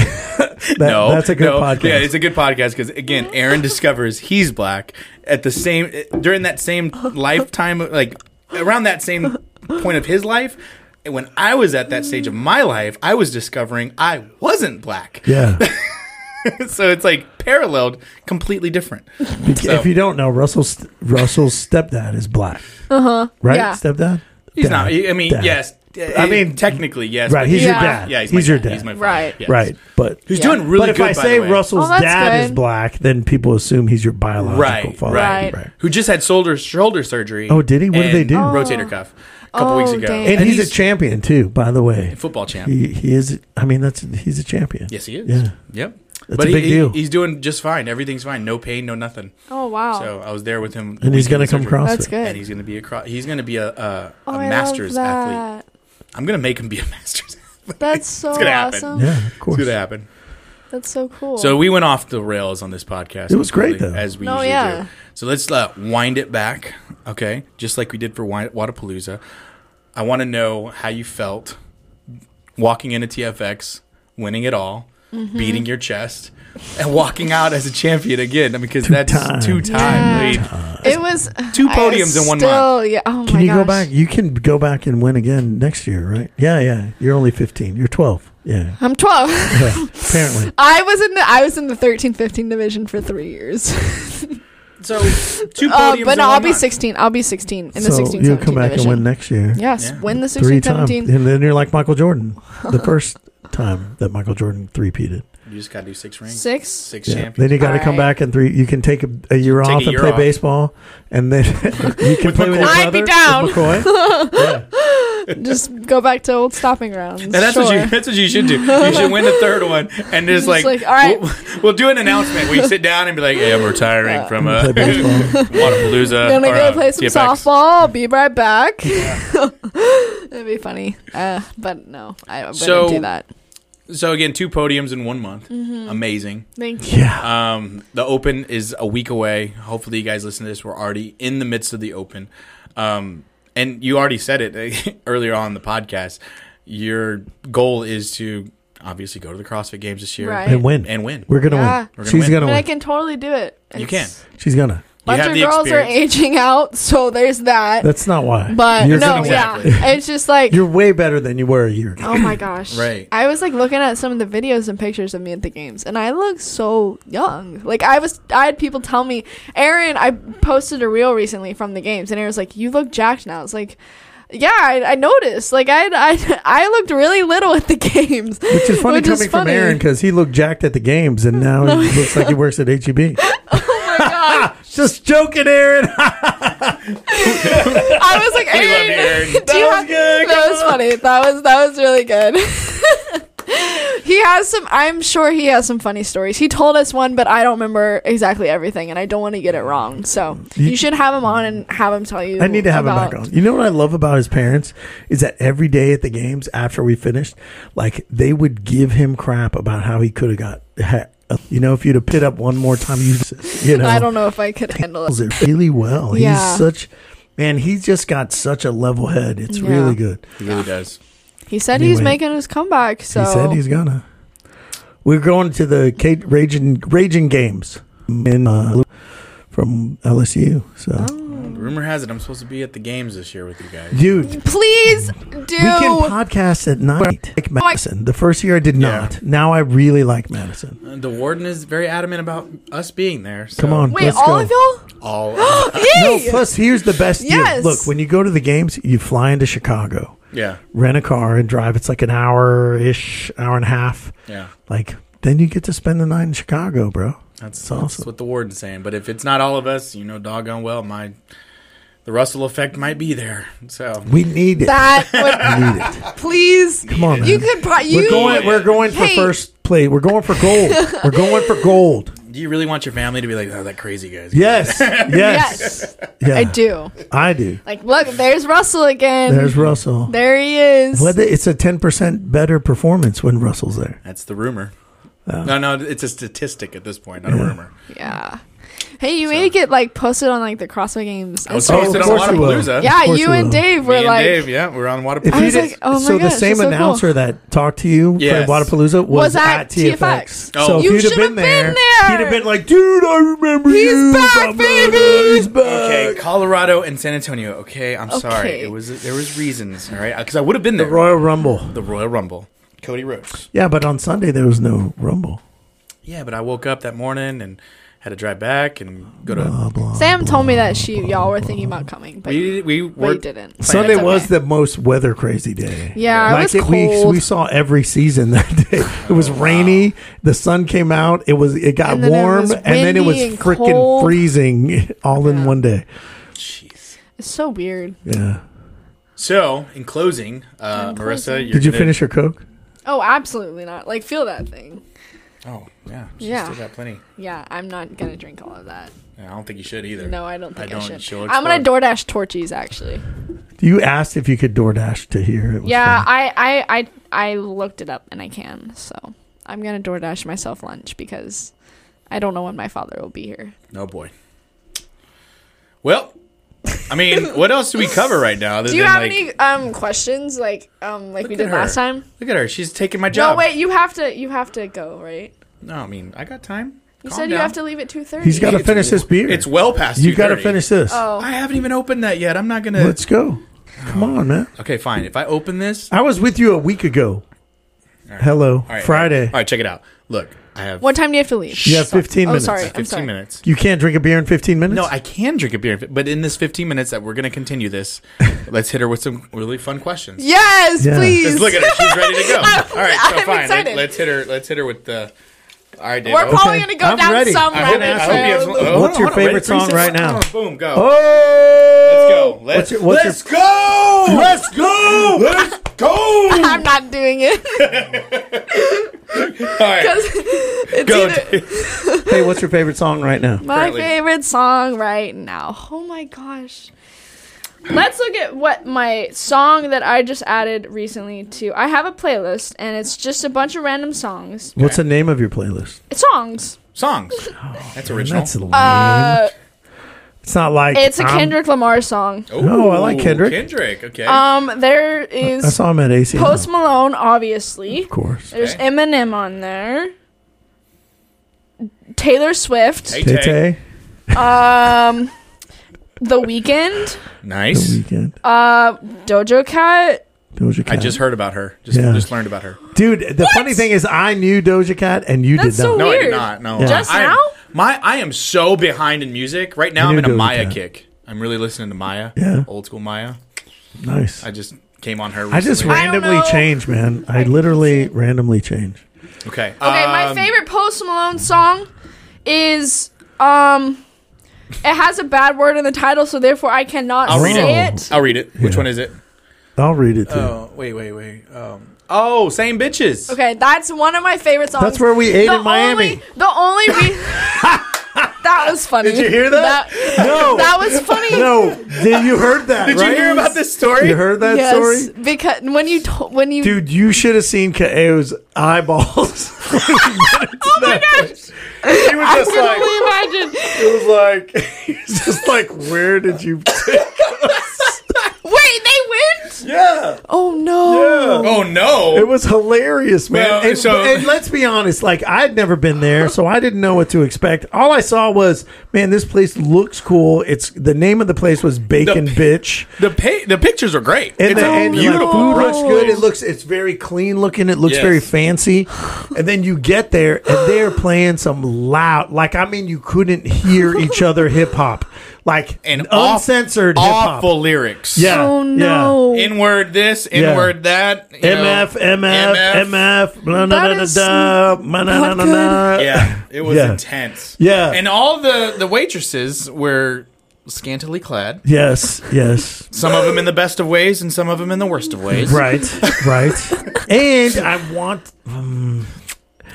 Speaker 3: That-
Speaker 4: no,
Speaker 3: that's a good
Speaker 4: no.
Speaker 3: podcast.
Speaker 4: Yeah, it's a good podcast because again, Aaron discovers he's black at the same during that same lifetime, like around that same point of his life. And when I was at that stage of my life, I was discovering I wasn't black.
Speaker 3: yeah.
Speaker 4: so it's like paralleled, completely different. So-
Speaker 3: If you don't know, Russell's Russell's stepdad is black. Uh huh. Right,
Speaker 6: Uh-huh. Yeah.
Speaker 3: stepdad.
Speaker 4: He's
Speaker 3: Dad.
Speaker 4: not. I mean,
Speaker 3: Dad.
Speaker 4: yes.
Speaker 3: I mean,
Speaker 4: technically, yes.
Speaker 3: Right,
Speaker 4: but
Speaker 3: he's
Speaker 6: Yeah.
Speaker 3: your dad.
Speaker 4: Yeah, he's,
Speaker 3: he's
Speaker 4: my
Speaker 3: your
Speaker 4: dad.
Speaker 3: dad.
Speaker 4: He's my father.
Speaker 6: Right.
Speaker 4: Yes.
Speaker 3: Right, but
Speaker 4: Who's
Speaker 6: Yeah.
Speaker 4: doing really
Speaker 3: but if
Speaker 4: good.
Speaker 3: I
Speaker 4: by
Speaker 3: say
Speaker 4: the way.
Speaker 3: Russell's
Speaker 6: Oh, that's
Speaker 3: dad is
Speaker 6: good.
Speaker 3: black, then people assume he's your biological
Speaker 4: right,
Speaker 3: father.
Speaker 4: right,
Speaker 6: Right.
Speaker 4: who just had shoulder shoulder surgery.
Speaker 3: Oh, did he? What did
Speaker 4: and
Speaker 3: they do? Oh.
Speaker 4: Rotator cuff a couple
Speaker 6: Oh,
Speaker 4: weeks ago,
Speaker 6: dang.
Speaker 3: And, he's, a
Speaker 4: champ
Speaker 3: champion too, by the way.
Speaker 4: football champ.
Speaker 3: He, he is. I mean, that's he's a champion.
Speaker 4: yes, he is.
Speaker 3: Yeah.
Speaker 4: Yep.
Speaker 3: That's
Speaker 4: but
Speaker 3: a
Speaker 4: he-
Speaker 3: big
Speaker 4: he,
Speaker 3: deal.
Speaker 4: He's doing just fine. Everything's fine. No pain, no nothing.
Speaker 6: Oh wow.
Speaker 4: So I was there with him,
Speaker 3: And he's
Speaker 4: the
Speaker 3: gonna
Speaker 4: week of
Speaker 3: come
Speaker 4: the surgery.
Speaker 3: cross.
Speaker 6: That's good.
Speaker 4: And he's gonna be a cro- he's gonna be a, a,
Speaker 6: oh,
Speaker 4: a
Speaker 6: I
Speaker 4: masters
Speaker 6: love
Speaker 4: athlete.
Speaker 6: that.
Speaker 4: I'm gonna make him be a masters. athlete.
Speaker 6: That's so
Speaker 4: gonna happen.
Speaker 6: awesome.
Speaker 3: Yeah, of course.
Speaker 4: It's gonna happen.
Speaker 6: That's so cool.
Speaker 4: So we went off the rails on this podcast.
Speaker 3: It was great, though.
Speaker 4: as we
Speaker 6: No,
Speaker 4: usually
Speaker 6: Oh, yeah.
Speaker 4: do. So let's uh, wind it back, okay? Just like we did for Wi- Wadapalooza. I want to know how you felt walking into TFX, winning it all,
Speaker 6: Mm-hmm.
Speaker 4: beating your chest, and walking out as a champion again. I mean, because that's
Speaker 3: times.
Speaker 4: two time lead.
Speaker 6: it was
Speaker 4: Two
Speaker 6: I
Speaker 4: podiums in one month.
Speaker 6: Still, yeah. Oh
Speaker 3: Can
Speaker 6: my
Speaker 3: you go
Speaker 6: gosh.
Speaker 3: back? You can go back and win again next year, right? Yeah, yeah. You're only 15. You're 12. Yeah.
Speaker 6: I'm 12.
Speaker 3: yeah apparently.
Speaker 6: I was in the I was in the 13 15 division for 3 years.
Speaker 4: So two
Speaker 6: Uh,
Speaker 4: podiums.
Speaker 6: but
Speaker 4: in
Speaker 6: no,
Speaker 4: one
Speaker 6: I'll be
Speaker 4: month.
Speaker 6: 16. I'll be 16 in the
Speaker 3: so
Speaker 6: 16
Speaker 3: you'll come
Speaker 6: 17
Speaker 3: back
Speaker 6: division.
Speaker 3: and win next year.
Speaker 6: Yes,
Speaker 4: Yeah.
Speaker 6: win the
Speaker 3: three
Speaker 6: 16
Speaker 3: times,
Speaker 6: 17.
Speaker 3: and then you're like Michael Jordan, the first time that Michael Jordan three-peated.
Speaker 4: You just gotta do six rings.
Speaker 6: Six?
Speaker 4: Six
Speaker 3: Yeah.
Speaker 4: champions.
Speaker 3: Then you got to
Speaker 6: All
Speaker 3: come
Speaker 6: right.
Speaker 3: back and three. You can take a, a year
Speaker 4: Take a
Speaker 3: off and
Speaker 4: year
Speaker 3: play
Speaker 4: off.
Speaker 3: baseball, and then you can
Speaker 4: With
Speaker 3: play with your
Speaker 4: McCoy.
Speaker 6: I'd
Speaker 3: brother. with
Speaker 6: be down.
Speaker 3: McCoy. yeah.
Speaker 6: Just go back to old stopping grounds.
Speaker 4: And that's what you that's what you should do. You should win the third one and just,
Speaker 6: Just
Speaker 4: like,
Speaker 6: like, all right.
Speaker 4: we'll, we'll do an announcement where you sit down and be like, "Hey, I'm retiring from
Speaker 3: Play
Speaker 4: a
Speaker 3: baseball.
Speaker 4: Wadapalooza."
Speaker 6: Gonna
Speaker 4: or,
Speaker 6: go
Speaker 4: uh,
Speaker 6: play some
Speaker 4: TFX."
Speaker 6: softball. I'll be right back. That'd be funny. Uh, but no, I wouldn't
Speaker 4: So-
Speaker 6: do that.
Speaker 4: So again, two podiums in one month.
Speaker 6: Mm-hmm.
Speaker 4: Amazing.
Speaker 6: Thank you.
Speaker 3: yeah.
Speaker 4: Um, the Open is a week away. Hopefully, you guys listen to this. We're already in the midst of the Open, um, and you already said it earlier on in the podcast. Your goal is to obviously go to the CrossFit Games this year
Speaker 6: Right.
Speaker 3: And win.
Speaker 4: and win.
Speaker 3: We're gonna
Speaker 6: Yeah.
Speaker 3: win.
Speaker 4: We're gonna
Speaker 3: She's
Speaker 4: win.
Speaker 3: gonna
Speaker 6: And
Speaker 3: win.
Speaker 6: I can totally do it.
Speaker 4: You
Speaker 6: It's-
Speaker 3: She's gonna.
Speaker 4: You
Speaker 6: bunch
Speaker 4: have
Speaker 6: of
Speaker 4: the
Speaker 6: girls are
Speaker 4: experience.
Speaker 6: aging out, so there's that.
Speaker 3: That's not why.
Speaker 6: but
Speaker 3: you're
Speaker 6: no,
Speaker 3: gonna win.
Speaker 4: Exactly.
Speaker 6: yeah, it's just like
Speaker 3: You're way better than you were a year ago.
Speaker 6: oh my gosh,
Speaker 4: Right.
Speaker 6: I was like looking at some of the videos and pictures of me at the games, and I look so young. Like I was, I had people tell me, Aaron, I posted a reel recently from the games, and Aaron's like, you look jacked now. It's like. Yeah, I, I noticed. Like I, I, I looked really little at the games,
Speaker 3: Which is funny
Speaker 6: Which is
Speaker 3: coming from
Speaker 6: funny.
Speaker 3: Aaron because he looked jacked at the games and now he looks like he works at HEB.
Speaker 6: Oh my god!
Speaker 3: Just joking, Aaron.
Speaker 6: I was like,
Speaker 4: We love
Speaker 6: Aaron,
Speaker 4: you, Aaron.
Speaker 6: do you
Speaker 3: was
Speaker 6: have-
Speaker 3: good.
Speaker 6: That
Speaker 3: Come
Speaker 6: was
Speaker 3: on.
Speaker 6: funny. That was that was really good. he has some. I'm sure he has some funny stories. He told us one, but I don't remember exactly everything, and I don't want to get it wrong. So you, should have him on and have him tell you.
Speaker 3: I need to have
Speaker 6: about-
Speaker 3: him back on. You know what I love about his parents is that every day at the games after we finished, like they would give him crap about how he could have got. ha- You know, if you'd have pit up one more time, you you know,
Speaker 6: I don't know if I could handle
Speaker 3: handles
Speaker 6: it.
Speaker 3: it really well.
Speaker 6: Yeah.
Speaker 3: He's such man. He's just got such a level head. It's
Speaker 6: Yeah.
Speaker 3: really good.
Speaker 4: It really does.
Speaker 6: He said he's
Speaker 3: Anyway.
Speaker 6: making his comeback. So
Speaker 3: He said he's gonna. We're going to the Kate Raging Raging Games in uh, from LSU. So,
Speaker 6: Oh.
Speaker 4: Rumor has it I'm supposed to be at the games this year with you guys.
Speaker 3: dude,
Speaker 6: Please
Speaker 3: we can
Speaker 6: do.
Speaker 3: podcast at night. Like Madison. The first year I did not. Now I really like Madison.
Speaker 4: Uh, The warden is very adamant about us being there. So
Speaker 3: Come on,
Speaker 6: Wait,
Speaker 3: let's
Speaker 6: all
Speaker 3: go.
Speaker 6: of y'all?
Speaker 4: all
Speaker 3: No,
Speaker 6: Yay!
Speaker 3: plus here's the best deal.
Speaker 6: Yes.
Speaker 3: Look, when you go to the games, you fly into Chicago,
Speaker 4: yeah,
Speaker 3: rent a car, and drive. It's like an hour ish, hour and a half.
Speaker 4: yeah.
Speaker 3: Like then you get to spend the night in Chicago, bro.
Speaker 4: That's,
Speaker 3: It's
Speaker 4: that's
Speaker 3: awesome.
Speaker 4: what the warden's saying. But if it's not all of us, you know, doggone well, my the Russell effect might be there. So
Speaker 3: We need it.
Speaker 6: that
Speaker 3: we
Speaker 6: would
Speaker 3: need it.
Speaker 6: please.
Speaker 3: Come on,
Speaker 6: You
Speaker 3: man.
Speaker 6: could. Pro- you
Speaker 3: We're going. We're going for
Speaker 6: Hey.
Speaker 3: first play. We're going for gold. We're going for gold.
Speaker 4: do you really want your family to be like, oh, that crazy guy's
Speaker 3: Yes. Yes.
Speaker 6: Yes,
Speaker 3: Yeah.
Speaker 6: I do.
Speaker 3: I do.
Speaker 6: Like, look, there's Russell again.
Speaker 3: There's Russell.
Speaker 6: there he is.
Speaker 3: Well, th- it's a ten percent better performance when Russell's there.
Speaker 4: That's the rumor. no, no, it's a statistic at this point, not a rumor.
Speaker 6: Yeah. Hey, you made it like posted on like the CrossFit Games.
Speaker 4: I was
Speaker 6: Instagram.
Speaker 3: Oh,
Speaker 4: posted
Speaker 3: of
Speaker 4: on
Speaker 3: course we will.
Speaker 4: Wadapalooza.
Speaker 3: of
Speaker 6: yeah,
Speaker 3: course
Speaker 6: you
Speaker 3: we
Speaker 6: and
Speaker 3: will.
Speaker 6: Dave were
Speaker 4: Me and
Speaker 6: like,
Speaker 4: Dave, yeah, we're on Wadapalooza.
Speaker 3: If
Speaker 6: I
Speaker 3: you
Speaker 6: was
Speaker 3: did,
Speaker 6: like, oh my
Speaker 3: so the
Speaker 6: gosh,
Speaker 3: same
Speaker 6: that's so cool.
Speaker 3: announcer that talked to you
Speaker 4: Yes.
Speaker 3: from Wadapalooza was,
Speaker 6: Was at
Speaker 3: at TFX.
Speaker 6: TFX.
Speaker 4: Oh.
Speaker 3: So if
Speaker 6: You
Speaker 3: you'd have
Speaker 6: should have
Speaker 3: been there,
Speaker 6: been there.
Speaker 3: he'd have been like, "Dude, I remember
Speaker 6: He's
Speaker 3: you.
Speaker 6: back,
Speaker 3: blah, blah, blah,
Speaker 6: baby."
Speaker 3: He's back."
Speaker 4: Okay, Colorado and San Antonio. Okay, I'm sorry.
Speaker 6: Okay.
Speaker 4: It was there was reasons, all right? Because I would have been there.
Speaker 3: The Royal Rumble.
Speaker 4: the Royal Rumble. Cody Rhodes.
Speaker 3: Yeah, but on Sunday there was no Rumble.
Speaker 4: Yeah, but I woke up that morning and had to drive back and go to.
Speaker 3: Blah, blah.
Speaker 6: Sam told me that she y'all were thinking about coming, but
Speaker 4: We we
Speaker 6: we
Speaker 4: were
Speaker 6: didn't.
Speaker 3: Sunday
Speaker 6: It's okay.
Speaker 3: was the most weather crazy day.
Speaker 6: Yeah, it was
Speaker 3: We,
Speaker 6: cold.
Speaker 3: we saw every season that day. It was rainy. The sun came out. It was it got
Speaker 6: And then it
Speaker 3: warm,
Speaker 6: was
Speaker 3: and then it was
Speaker 6: windy and
Speaker 3: freaking
Speaker 6: cold.
Speaker 3: freezing all in one day.
Speaker 4: Jeez.
Speaker 6: It's so weird.
Speaker 3: Yeah.
Speaker 4: So in closing, uh,
Speaker 6: In
Speaker 4: Marissa,
Speaker 6: closing.
Speaker 4: you're
Speaker 3: Did you
Speaker 4: gonna-
Speaker 3: finish your coke?
Speaker 6: Oh, absolutely not. Like, feel that thing.
Speaker 4: Oh yeah, she's
Speaker 6: Yeah.
Speaker 4: still got plenty.
Speaker 6: Yeah, I'm not gonna drink all of that.
Speaker 4: Yeah, I don't think you should either.
Speaker 6: No, I don't think I,
Speaker 4: don't.
Speaker 6: should.
Speaker 4: She'll
Speaker 6: I'm gonna DoorDash Torchies actually.
Speaker 3: You asked if you could DoorDash to here. It was
Speaker 6: Yeah,
Speaker 3: fun.
Speaker 6: I, I I I looked it up and I can. So I'm gonna DoorDash myself lunch because I don't know when my father will be here.
Speaker 4: explode. No boy. Well, I mean, what else do we cover right now? other
Speaker 6: Do you
Speaker 4: than,
Speaker 6: have
Speaker 4: like-
Speaker 6: any um questions like um like we
Speaker 4: Look at
Speaker 6: did last
Speaker 4: her.
Speaker 6: time?
Speaker 4: Look at her. She's taking my job.
Speaker 6: No, wait. You have to you have to go right.
Speaker 4: No, I mean, I got time.
Speaker 6: You
Speaker 4: Calm
Speaker 6: said you
Speaker 4: down.
Speaker 6: have to leave at two thirty.
Speaker 3: He's got to
Speaker 4: It's
Speaker 3: finish this beer.
Speaker 4: It's well past.
Speaker 3: you got to
Speaker 4: 2:30.
Speaker 3: finish this.
Speaker 6: Oh,
Speaker 4: I haven't even opened that yet. I'm not gonna.
Speaker 3: Let's go. Come on, man.
Speaker 4: okay, fine. If I open this,
Speaker 3: I was with you a week ago. Hello,
Speaker 4: All right,
Speaker 3: Friday.
Speaker 4: All right, check it out. Look, I have
Speaker 6: What time do you have to leave?
Speaker 3: You have 15
Speaker 6: oh,
Speaker 3: minutes.
Speaker 6: sorry. I'm
Speaker 4: 15
Speaker 6: sorry.
Speaker 4: minutes.
Speaker 3: You can't drink a beer in 15 minutes?
Speaker 4: No, I can drink a beer, but in this 15 minutes that we're going to continue this, let's hit her with some really fun questions.
Speaker 6: Yes,
Speaker 3: Yeah.
Speaker 6: please.
Speaker 4: Just look at her; she's ready to go. All right, so
Speaker 6: I'm
Speaker 4: fine.
Speaker 6: excited.
Speaker 4: Let, us hit her. Let's hit her with the. All right, Dave.
Speaker 6: We're probably
Speaker 3: Okay.
Speaker 6: gonna go
Speaker 3: I'm
Speaker 6: down
Speaker 3: ready.
Speaker 6: some
Speaker 4: I hope,
Speaker 6: rabbit
Speaker 4: I hope you have some-
Speaker 6: trail.
Speaker 4: oh,
Speaker 3: What's your
Speaker 4: hold on, hold on, wait,
Speaker 3: favorite
Speaker 4: three
Speaker 3: song right now?
Speaker 4: seconds. Boom, go. Let's
Speaker 3: Oh!
Speaker 4: go. Let's,
Speaker 3: What's your- what's your-
Speaker 4: let's go. Let's go. Let's go.
Speaker 6: I'm not doing it.
Speaker 4: All right.
Speaker 6: it's
Speaker 4: Go,
Speaker 6: either
Speaker 4: Dave.
Speaker 3: Hey, what's your favorite song right now?
Speaker 6: my
Speaker 4: Currently.
Speaker 6: favorite song right now. Oh my gosh. Let's look at what my song that I just added recently to. I have a playlist and it's just a bunch of random songs.
Speaker 3: What's the name of your playlist?
Speaker 6: It's songs.
Speaker 4: Songs. That's original.
Speaker 3: Oh, That's lame.
Speaker 6: Uh,
Speaker 3: it's not like
Speaker 6: it's a
Speaker 4: Um,
Speaker 3: I'm-
Speaker 6: Kendrick Lamar song.
Speaker 4: Oh,
Speaker 3: No, I like Kendrick.
Speaker 4: Kendrick. Okay.
Speaker 6: Um, there
Speaker 3: I
Speaker 6: is
Speaker 3: saw him at AC.
Speaker 6: Post
Speaker 3: Of
Speaker 6: Malone, obviously.
Speaker 3: course.
Speaker 6: There's
Speaker 4: Okay.
Speaker 6: Eminem on there. Taylor Swift.
Speaker 4: Hey,
Speaker 3: Tay
Speaker 4: Tay.
Speaker 3: Tay.
Speaker 6: Um, The Weeknd.
Speaker 3: The
Speaker 4: Nice.
Speaker 3: weekend.
Speaker 6: Uh, Dojo Cat.
Speaker 3: Doja
Speaker 4: I
Speaker 3: Cat.
Speaker 4: just heard about her. Just
Speaker 3: Yeah.
Speaker 4: just learned about her.
Speaker 3: Dude, the funny thing is, I knew Doja Cat and you
Speaker 6: That's
Speaker 3: did
Speaker 6: so
Speaker 3: not.
Speaker 4: No, I
Speaker 6: Weird.
Speaker 4: did not. No.
Speaker 3: Yeah. Just
Speaker 4: I am-
Speaker 6: now?
Speaker 4: My I am so behind in music. Right now
Speaker 3: I
Speaker 4: I'm
Speaker 3: knew
Speaker 4: in a
Speaker 3: Doja
Speaker 4: Maya
Speaker 3: Cat.
Speaker 4: kick. I'm really listening to Maya.
Speaker 3: Yeah.
Speaker 4: Old school Maya.
Speaker 3: nice.
Speaker 4: I
Speaker 3: I,
Speaker 4: just came on her
Speaker 3: just
Speaker 4: recently.
Speaker 6: I don't
Speaker 3: randomly
Speaker 6: know.
Speaker 3: change, man. I literally randomly change.
Speaker 4: Okay. Okay,
Speaker 6: Okay,
Speaker 3: Um,
Speaker 6: my favorite Post Malone song is um, it has a bad word in the title, so therefore I cannot
Speaker 4: I'll read
Speaker 6: say
Speaker 3: it.
Speaker 6: it.
Speaker 4: Uh, I'll read it. Which
Speaker 3: Yeah.
Speaker 4: one is it?
Speaker 3: I'll read it to you.
Speaker 4: Oh, wait, wait, wait. Um, oh, same bitches.
Speaker 6: Okay, that's one of my favorite songs.
Speaker 3: That's where we ate in Miami.
Speaker 6: Only, the only reason that was funny.
Speaker 3: Did you hear that? No.
Speaker 6: that was funny.
Speaker 3: No, did you heard that?
Speaker 4: Did you hear about this story?
Speaker 3: You heard that story?
Speaker 6: yes, because when you to- when you
Speaker 3: Dude, you should have seen Kaeo's eyeballs. oh my gosh. He was just
Speaker 6: can
Speaker 3: like,
Speaker 6: only imagine.
Speaker 3: it was like, he's just like, where did you?
Speaker 6: Wait, they went?
Speaker 3: Yeah.
Speaker 6: Oh no!
Speaker 4: Oh no.
Speaker 3: It was hilarious, man.
Speaker 4: Well,
Speaker 3: and,
Speaker 4: so-
Speaker 3: and let's be honest, like I'd never been there, so I didn't know what to expect. All I saw was, man, this place looks cool. It's the name of the place was Bacon
Speaker 4: The-
Speaker 3: Bitch.
Speaker 4: the pa- the pictures are great.
Speaker 3: And
Speaker 4: it's
Speaker 3: the,
Speaker 4: a
Speaker 3: and like,
Speaker 4: beautiful
Speaker 3: food
Speaker 4: brunch
Speaker 3: looks good.
Speaker 4: place.
Speaker 3: It looks it's very clean looking. It looks
Speaker 4: Yes.
Speaker 3: very fancy. And then you get there and they're playing some loud like I mean you couldn't hear each other hip hop. Like
Speaker 4: and aw-
Speaker 3: uncensored hip
Speaker 4: awful
Speaker 3: hop.
Speaker 4: lyrics.
Speaker 3: Yeah.
Speaker 6: Oh no!
Speaker 4: Inward this, inward that. you know.
Speaker 3: MF, MF, MF, blah,
Speaker 6: That
Speaker 3: da, da,
Speaker 6: is
Speaker 3: da, blah, da, da,
Speaker 6: not
Speaker 3: da, da.
Speaker 4: Yeah, it was
Speaker 3: Yeah.
Speaker 4: intense.
Speaker 3: Yeah.
Speaker 4: and all the the waitresses were scantily clad.
Speaker 3: Yes, yes.
Speaker 4: Some of them in the best of ways, and some of them in the worst of ways.
Speaker 3: Right, right. And I want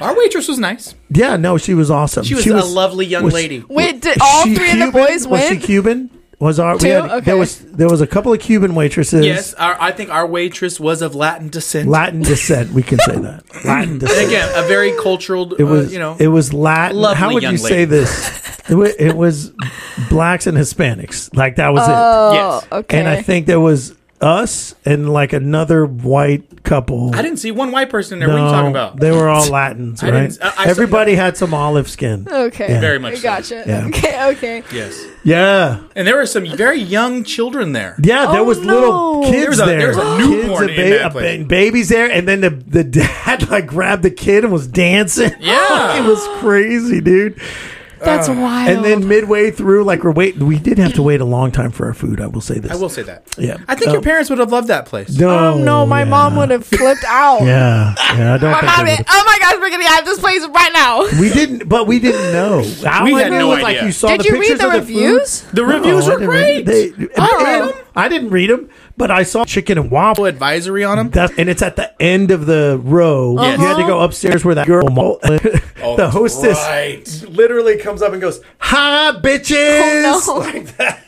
Speaker 4: Our waitress was nice.
Speaker 3: Yeah, no, she was awesome.
Speaker 4: She was, a lovely young
Speaker 3: was-
Speaker 4: lady.
Speaker 6: Wait, did all
Speaker 3: she
Speaker 6: three of the
Speaker 3: Cuban?
Speaker 6: boys
Speaker 3: Was she
Speaker 6: win?
Speaker 3: Cuban? Was our we
Speaker 6: Two?
Speaker 3: had,
Speaker 6: Okay.
Speaker 3: there was there was a couple of Cuban waitresses.
Speaker 4: Yes, our, I think our waitress was of Latin descent.
Speaker 3: Latin descent. We can say that. Latin descent.
Speaker 4: Again, a very cultural.
Speaker 3: it was
Speaker 4: uh, you know.
Speaker 3: it was Latin.
Speaker 4: lovely
Speaker 3: How would you
Speaker 4: young
Speaker 3: say
Speaker 4: lady.
Speaker 3: this? It was, it was blacks and Hispanics. Like that was
Speaker 6: Oh,
Speaker 4: Yes.
Speaker 6: okay.
Speaker 3: it. And I think there was us and like another white couple.
Speaker 4: I didn't see one white person in there. what are you talking about?
Speaker 3: They were all Latins,
Speaker 4: I
Speaker 3: right?
Speaker 4: didn't- I- I saw-
Speaker 3: Everybody had some olive skin.
Speaker 6: Okay.
Speaker 3: Yeah.
Speaker 4: Very much
Speaker 6: I
Speaker 4: so.
Speaker 6: gotcha.
Speaker 3: Yeah.
Speaker 6: Okay, okay.
Speaker 4: yes,
Speaker 3: Yeah,
Speaker 4: and there were some very young children there.
Speaker 3: yeah. There
Speaker 6: Oh,
Speaker 3: was little
Speaker 6: no.
Speaker 3: kids
Speaker 4: There was a- there was a newborn
Speaker 3: kids,
Speaker 4: in that
Speaker 3: a
Speaker 4: place.
Speaker 3: ba- babies there, and then the the dad like grabbed the kid and was dancing.
Speaker 4: Yeah.
Speaker 3: it was crazy, dude.
Speaker 6: That's wild.
Speaker 3: Oh. And then midway through, like we're waiting, we did have to wait a long time for our food. I will say this.
Speaker 4: I will say that.
Speaker 3: Yeah. Um,
Speaker 4: I think your parents would have loved that place.
Speaker 3: No,
Speaker 6: oh no, my
Speaker 3: yeah.
Speaker 6: mom would have flipped out.
Speaker 3: Yeah, yeah. I don't
Speaker 6: I'm
Speaker 3: think
Speaker 6: out
Speaker 3: they
Speaker 6: of it.
Speaker 3: would've-
Speaker 6: Oh my gosh, we're gonna have this place right now.
Speaker 3: we didn't, but we didn't know. I
Speaker 4: We
Speaker 3: only
Speaker 4: had
Speaker 3: knew
Speaker 4: no
Speaker 3: was,
Speaker 4: idea.
Speaker 3: Like you saw
Speaker 6: Did
Speaker 3: the
Speaker 6: you read
Speaker 3: pictures
Speaker 6: the
Speaker 3: of
Speaker 6: reviews?
Speaker 3: food.
Speaker 4: The reviews
Speaker 3: I
Speaker 4: were
Speaker 3: didn't read-
Speaker 4: great.
Speaker 3: They,
Speaker 6: I read
Speaker 3: and-
Speaker 6: them.
Speaker 3: I didn't read them, but I saw chicken and
Speaker 4: Full
Speaker 3: waffle.
Speaker 4: advisory on them.
Speaker 3: That's, and it's at the end of the row. You
Speaker 6: Uh-huh.
Speaker 3: had to go upstairs where that girl, Mo- the
Speaker 4: Oh, that's
Speaker 3: hostess,
Speaker 4: right.
Speaker 3: literally comes up and goes, "Hi, bitches!"
Speaker 6: Oh, no.
Speaker 3: Like that.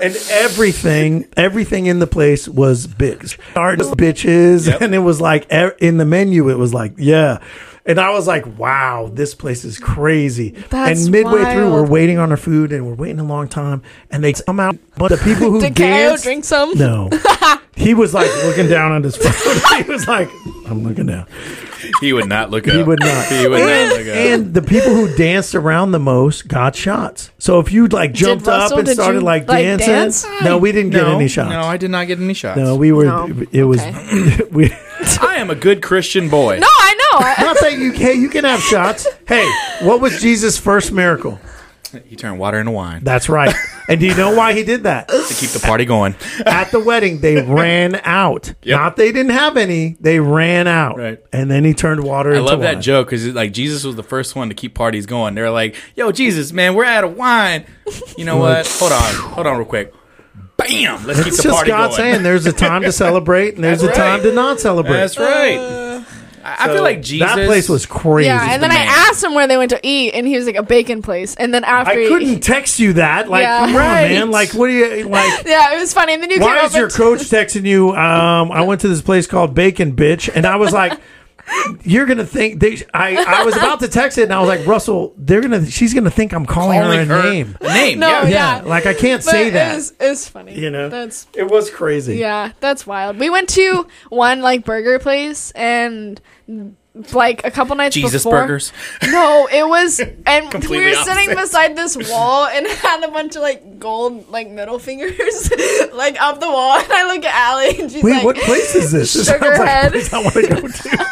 Speaker 3: And everything, everything in the place was bitch, artist bitches,
Speaker 4: Yep.
Speaker 3: and it was like e- in the menu, it was like yeah, and I was like, wow, this place is crazy.
Speaker 6: That's
Speaker 3: and midway through,
Speaker 6: wild.
Speaker 3: we're waiting on our food, and we're waiting a long time, and they come out, but the people who
Speaker 6: Did Kyle
Speaker 3: danced,
Speaker 6: drink some?
Speaker 3: no. he was like looking down on his phone. he was like, I'm looking down.
Speaker 4: He would not look up.
Speaker 3: He would not.
Speaker 4: He would not look up.
Speaker 3: And the people who danced around the most got shots. So if you like jumped
Speaker 6: Russell-
Speaker 3: up and
Speaker 6: did
Speaker 3: started
Speaker 6: you,
Speaker 3: like
Speaker 6: like,
Speaker 3: dancing,
Speaker 6: dance?
Speaker 3: no, we didn't get
Speaker 4: No,
Speaker 3: any shots.
Speaker 4: No, I did not get any shots.
Speaker 3: No, we were.
Speaker 6: No.
Speaker 3: It was.
Speaker 6: Okay.
Speaker 3: we,
Speaker 4: I am a good Christian boy.
Speaker 6: No, I I,
Speaker 3: Not that you hey, you can have shots. Hey, what was Jesus' first miracle?
Speaker 4: He turned water into wine
Speaker 3: That's right. And do you know why he did that?
Speaker 4: to keep the party going.
Speaker 3: At the wedding, they ran out.
Speaker 4: Yep.
Speaker 3: Not they didn't have any. They ran out.
Speaker 4: Right.
Speaker 3: And then he turned water
Speaker 4: I
Speaker 3: into
Speaker 4: love
Speaker 3: wine.
Speaker 4: that joke because like Jesus was the first one to keep parties going. They're like, "Yo, Jesus, man, we're out of wine. You know what? Hold on, hold on, real quick. Bam! Let's keep
Speaker 3: It's
Speaker 4: the
Speaker 3: just
Speaker 4: party
Speaker 3: God
Speaker 4: going."
Speaker 3: saying there's a time to celebrate and there's
Speaker 4: That's
Speaker 3: a time
Speaker 4: right.
Speaker 3: to not celebrate.
Speaker 4: That's right. I, I feel like Jesus.
Speaker 3: That place was crazy.
Speaker 6: yeah, and
Speaker 4: the
Speaker 6: then I
Speaker 4: man.
Speaker 6: asked him where they went to eat, and he was like a bacon place. And then after
Speaker 3: I
Speaker 6: he-
Speaker 3: couldn't text you that. Like,
Speaker 6: Yeah.
Speaker 3: come on,
Speaker 6: Right.
Speaker 3: man. Like, what do you like?
Speaker 6: yeah, it was funny. And then you came
Speaker 3: Why
Speaker 6: up
Speaker 3: is your
Speaker 6: and-
Speaker 3: coach texting you? Um, I went to this place called Bacon Bitch, and I was like, "You're gonna think they." I, I was about to text it, and I was like, "Russell, they're gonna. She's gonna think I'm calling, her a name."
Speaker 4: A name.
Speaker 6: No,
Speaker 4: yeah.
Speaker 6: Oh, yeah.
Speaker 3: Yeah, like I can't
Speaker 6: But
Speaker 3: say
Speaker 6: It
Speaker 3: that.
Speaker 6: was, it was funny.
Speaker 3: You know?
Speaker 6: that's
Speaker 3: It was crazy.
Speaker 6: yeah, that's wild. We went to one like burger place, and like a couple nights
Speaker 4: Jesus
Speaker 6: before,
Speaker 4: burgers.
Speaker 6: No, it was, and we
Speaker 4: Completely
Speaker 6: were sitting
Speaker 4: opposite.
Speaker 6: beside this wall and had a bunch of like gold like middle fingers like up the wall, and I look at Allie and she's
Speaker 3: Wait,
Speaker 6: like,
Speaker 3: what place is this? This
Speaker 6: Sugar
Speaker 3: sounds like a
Speaker 6: Head.
Speaker 3: place I want to go to.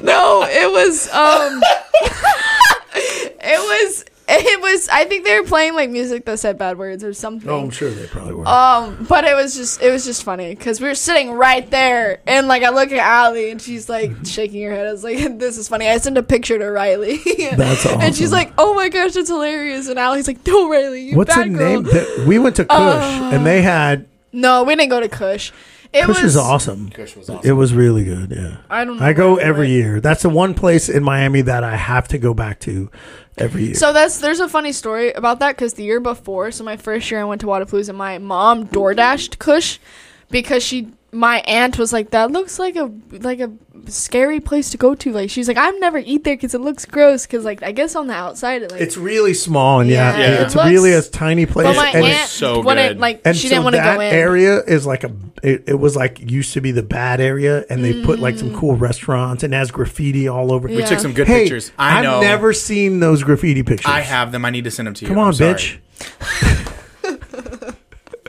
Speaker 6: No, it was um it was it was I think they were playing like music that said bad words or something.
Speaker 3: Oh, I'm sure they probably were.
Speaker 6: Um, but it was just it was just funny because we were sitting right there, and like I look at Allie and she's like shaking her head. I was like, "This is funny." I sent a picture to Riley.
Speaker 3: That's
Speaker 6: And
Speaker 3: awesome.
Speaker 6: she's like, "Oh my gosh, it's hilarious!" And Allie's like, "No, Riley, you
Speaker 3: What's
Speaker 6: bad
Speaker 3: the
Speaker 6: girl." Uh,
Speaker 3: name? That, we went to Kush, and they had
Speaker 6: No, we didn't go to Kush. It
Speaker 3: Kush
Speaker 6: was
Speaker 3: is awesome. Kush
Speaker 4: was
Speaker 3: awesome. It was really good. Yeah,
Speaker 6: I don't. Know
Speaker 3: I go
Speaker 6: where we
Speaker 3: every
Speaker 6: went.
Speaker 3: year. That's the one place in Miami that I have to go back to every year.
Speaker 6: So that's there's a funny story about that because the year before, so my first year I went to Wadapalooza, my mom door dashed Kush because she my aunt was like that looks like a like a scary place to go to like she's like I've never eat there because it looks gross because like I guess on the outside it like
Speaker 3: it's really small, and yeah,
Speaker 6: Yeah. Yeah.
Speaker 3: it's
Speaker 6: It looks-
Speaker 3: really a tiny place.
Speaker 6: but my
Speaker 3: and
Speaker 6: aunt
Speaker 4: so
Speaker 6: wouldn't
Speaker 4: good.
Speaker 6: like
Speaker 3: and
Speaker 6: she
Speaker 3: so
Speaker 6: didn't want to
Speaker 3: that
Speaker 6: go in
Speaker 3: area is like a. It, it was like used to be the bad area, and they put like some cool restaurants and has graffiti all over.
Speaker 4: We
Speaker 6: Mm. Yeah.
Speaker 4: took some good
Speaker 3: hey,
Speaker 4: pictures. I
Speaker 3: have
Speaker 4: know.
Speaker 3: never seen those graffiti pictures.
Speaker 4: I have them. I need to send them to you.
Speaker 3: Come on,
Speaker 4: I'm sorry.
Speaker 3: bitch.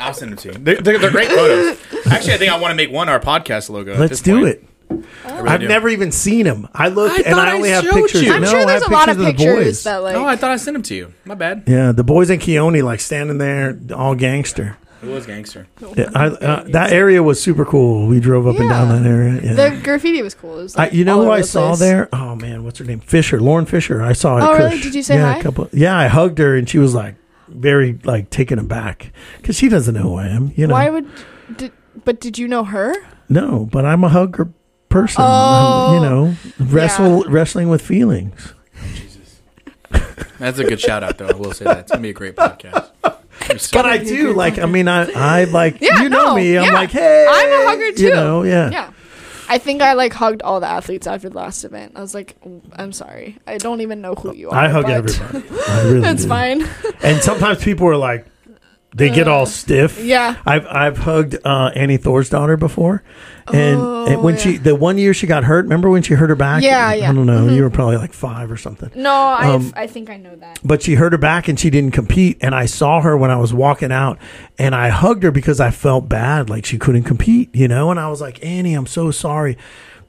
Speaker 4: I'll send them to you. They're, they're, they're great photos. Actually, I think I want to make one our podcast logo. at
Speaker 3: Let's
Speaker 4: this
Speaker 3: do
Speaker 4: point.
Speaker 3: it.
Speaker 4: I really
Speaker 3: I've
Speaker 4: do.
Speaker 3: never even seen him. I looked
Speaker 4: I
Speaker 3: and
Speaker 4: thought
Speaker 3: I
Speaker 4: I
Speaker 3: only have
Speaker 4: showed
Speaker 3: pictures.
Speaker 4: you.
Speaker 6: I'm
Speaker 3: No, I
Speaker 6: sure there's
Speaker 3: have
Speaker 6: a lot of
Speaker 3: the boys.
Speaker 6: pictures that like
Speaker 4: Oh, I thought I sent them to you. My bad.
Speaker 3: yeah, the boys and Keone like standing there all gangster.
Speaker 4: It was gangster.
Speaker 3: Yeah, I, uh, that area was super cool. We drove up and down
Speaker 6: Yeah.
Speaker 3: that area. Yeah.
Speaker 6: the graffiti was cool. It was,
Speaker 3: I,
Speaker 6: like,
Speaker 3: you
Speaker 6: all
Speaker 3: know who
Speaker 6: over
Speaker 3: I
Speaker 6: the
Speaker 3: saw
Speaker 6: place.
Speaker 3: there? Oh man, what's her name? Fisher, Lauren Fisher. I saw. At
Speaker 6: Oh, really?
Speaker 3: Kush.
Speaker 6: Did you say
Speaker 3: yeah,
Speaker 6: hi?
Speaker 3: A couple, yeah, I hugged her and she was like very like taken aback because she doesn't know who I am. You know,
Speaker 6: Why would? Did, but did you know her?
Speaker 3: no, but I'm a hugger person. I'm,
Speaker 6: Oh.
Speaker 3: you know, wrestle wrestling with feelings.
Speaker 4: That's a good shout out, though. I will say that. It's going to be a great podcast.
Speaker 3: But I do like. I mean, I I like.
Speaker 6: Yeah,
Speaker 3: you know
Speaker 6: no,
Speaker 3: me. I'm
Speaker 6: yeah.
Speaker 3: like, hey,
Speaker 6: I'm a hugger too.
Speaker 3: You know, yeah.
Speaker 6: Yeah. I think I like hugged all the athletes after the last event. I was like, I'm sorry. I don't even know who you are.
Speaker 3: I hug
Speaker 6: but
Speaker 3: everybody. I really
Speaker 6: That's
Speaker 3: do.
Speaker 6: fine. Uh,
Speaker 3: And sometimes people are like, they get all stiff.
Speaker 6: yeah.
Speaker 3: I've I've hugged uh, Annie Thor's daughter before, and, and when
Speaker 6: Oh, yeah.
Speaker 3: she the one year she got hurt, remember when she hurt her back?
Speaker 6: Yeah, yeah. Mm-hmm.
Speaker 3: I don't know. You were probably like five or something.
Speaker 6: No, I I think I know that.
Speaker 3: but she hurt her back and she didn't compete and i saw her when i was walking out and i hugged her because i felt bad like she couldn't compete you know and i was like annie i'm so sorry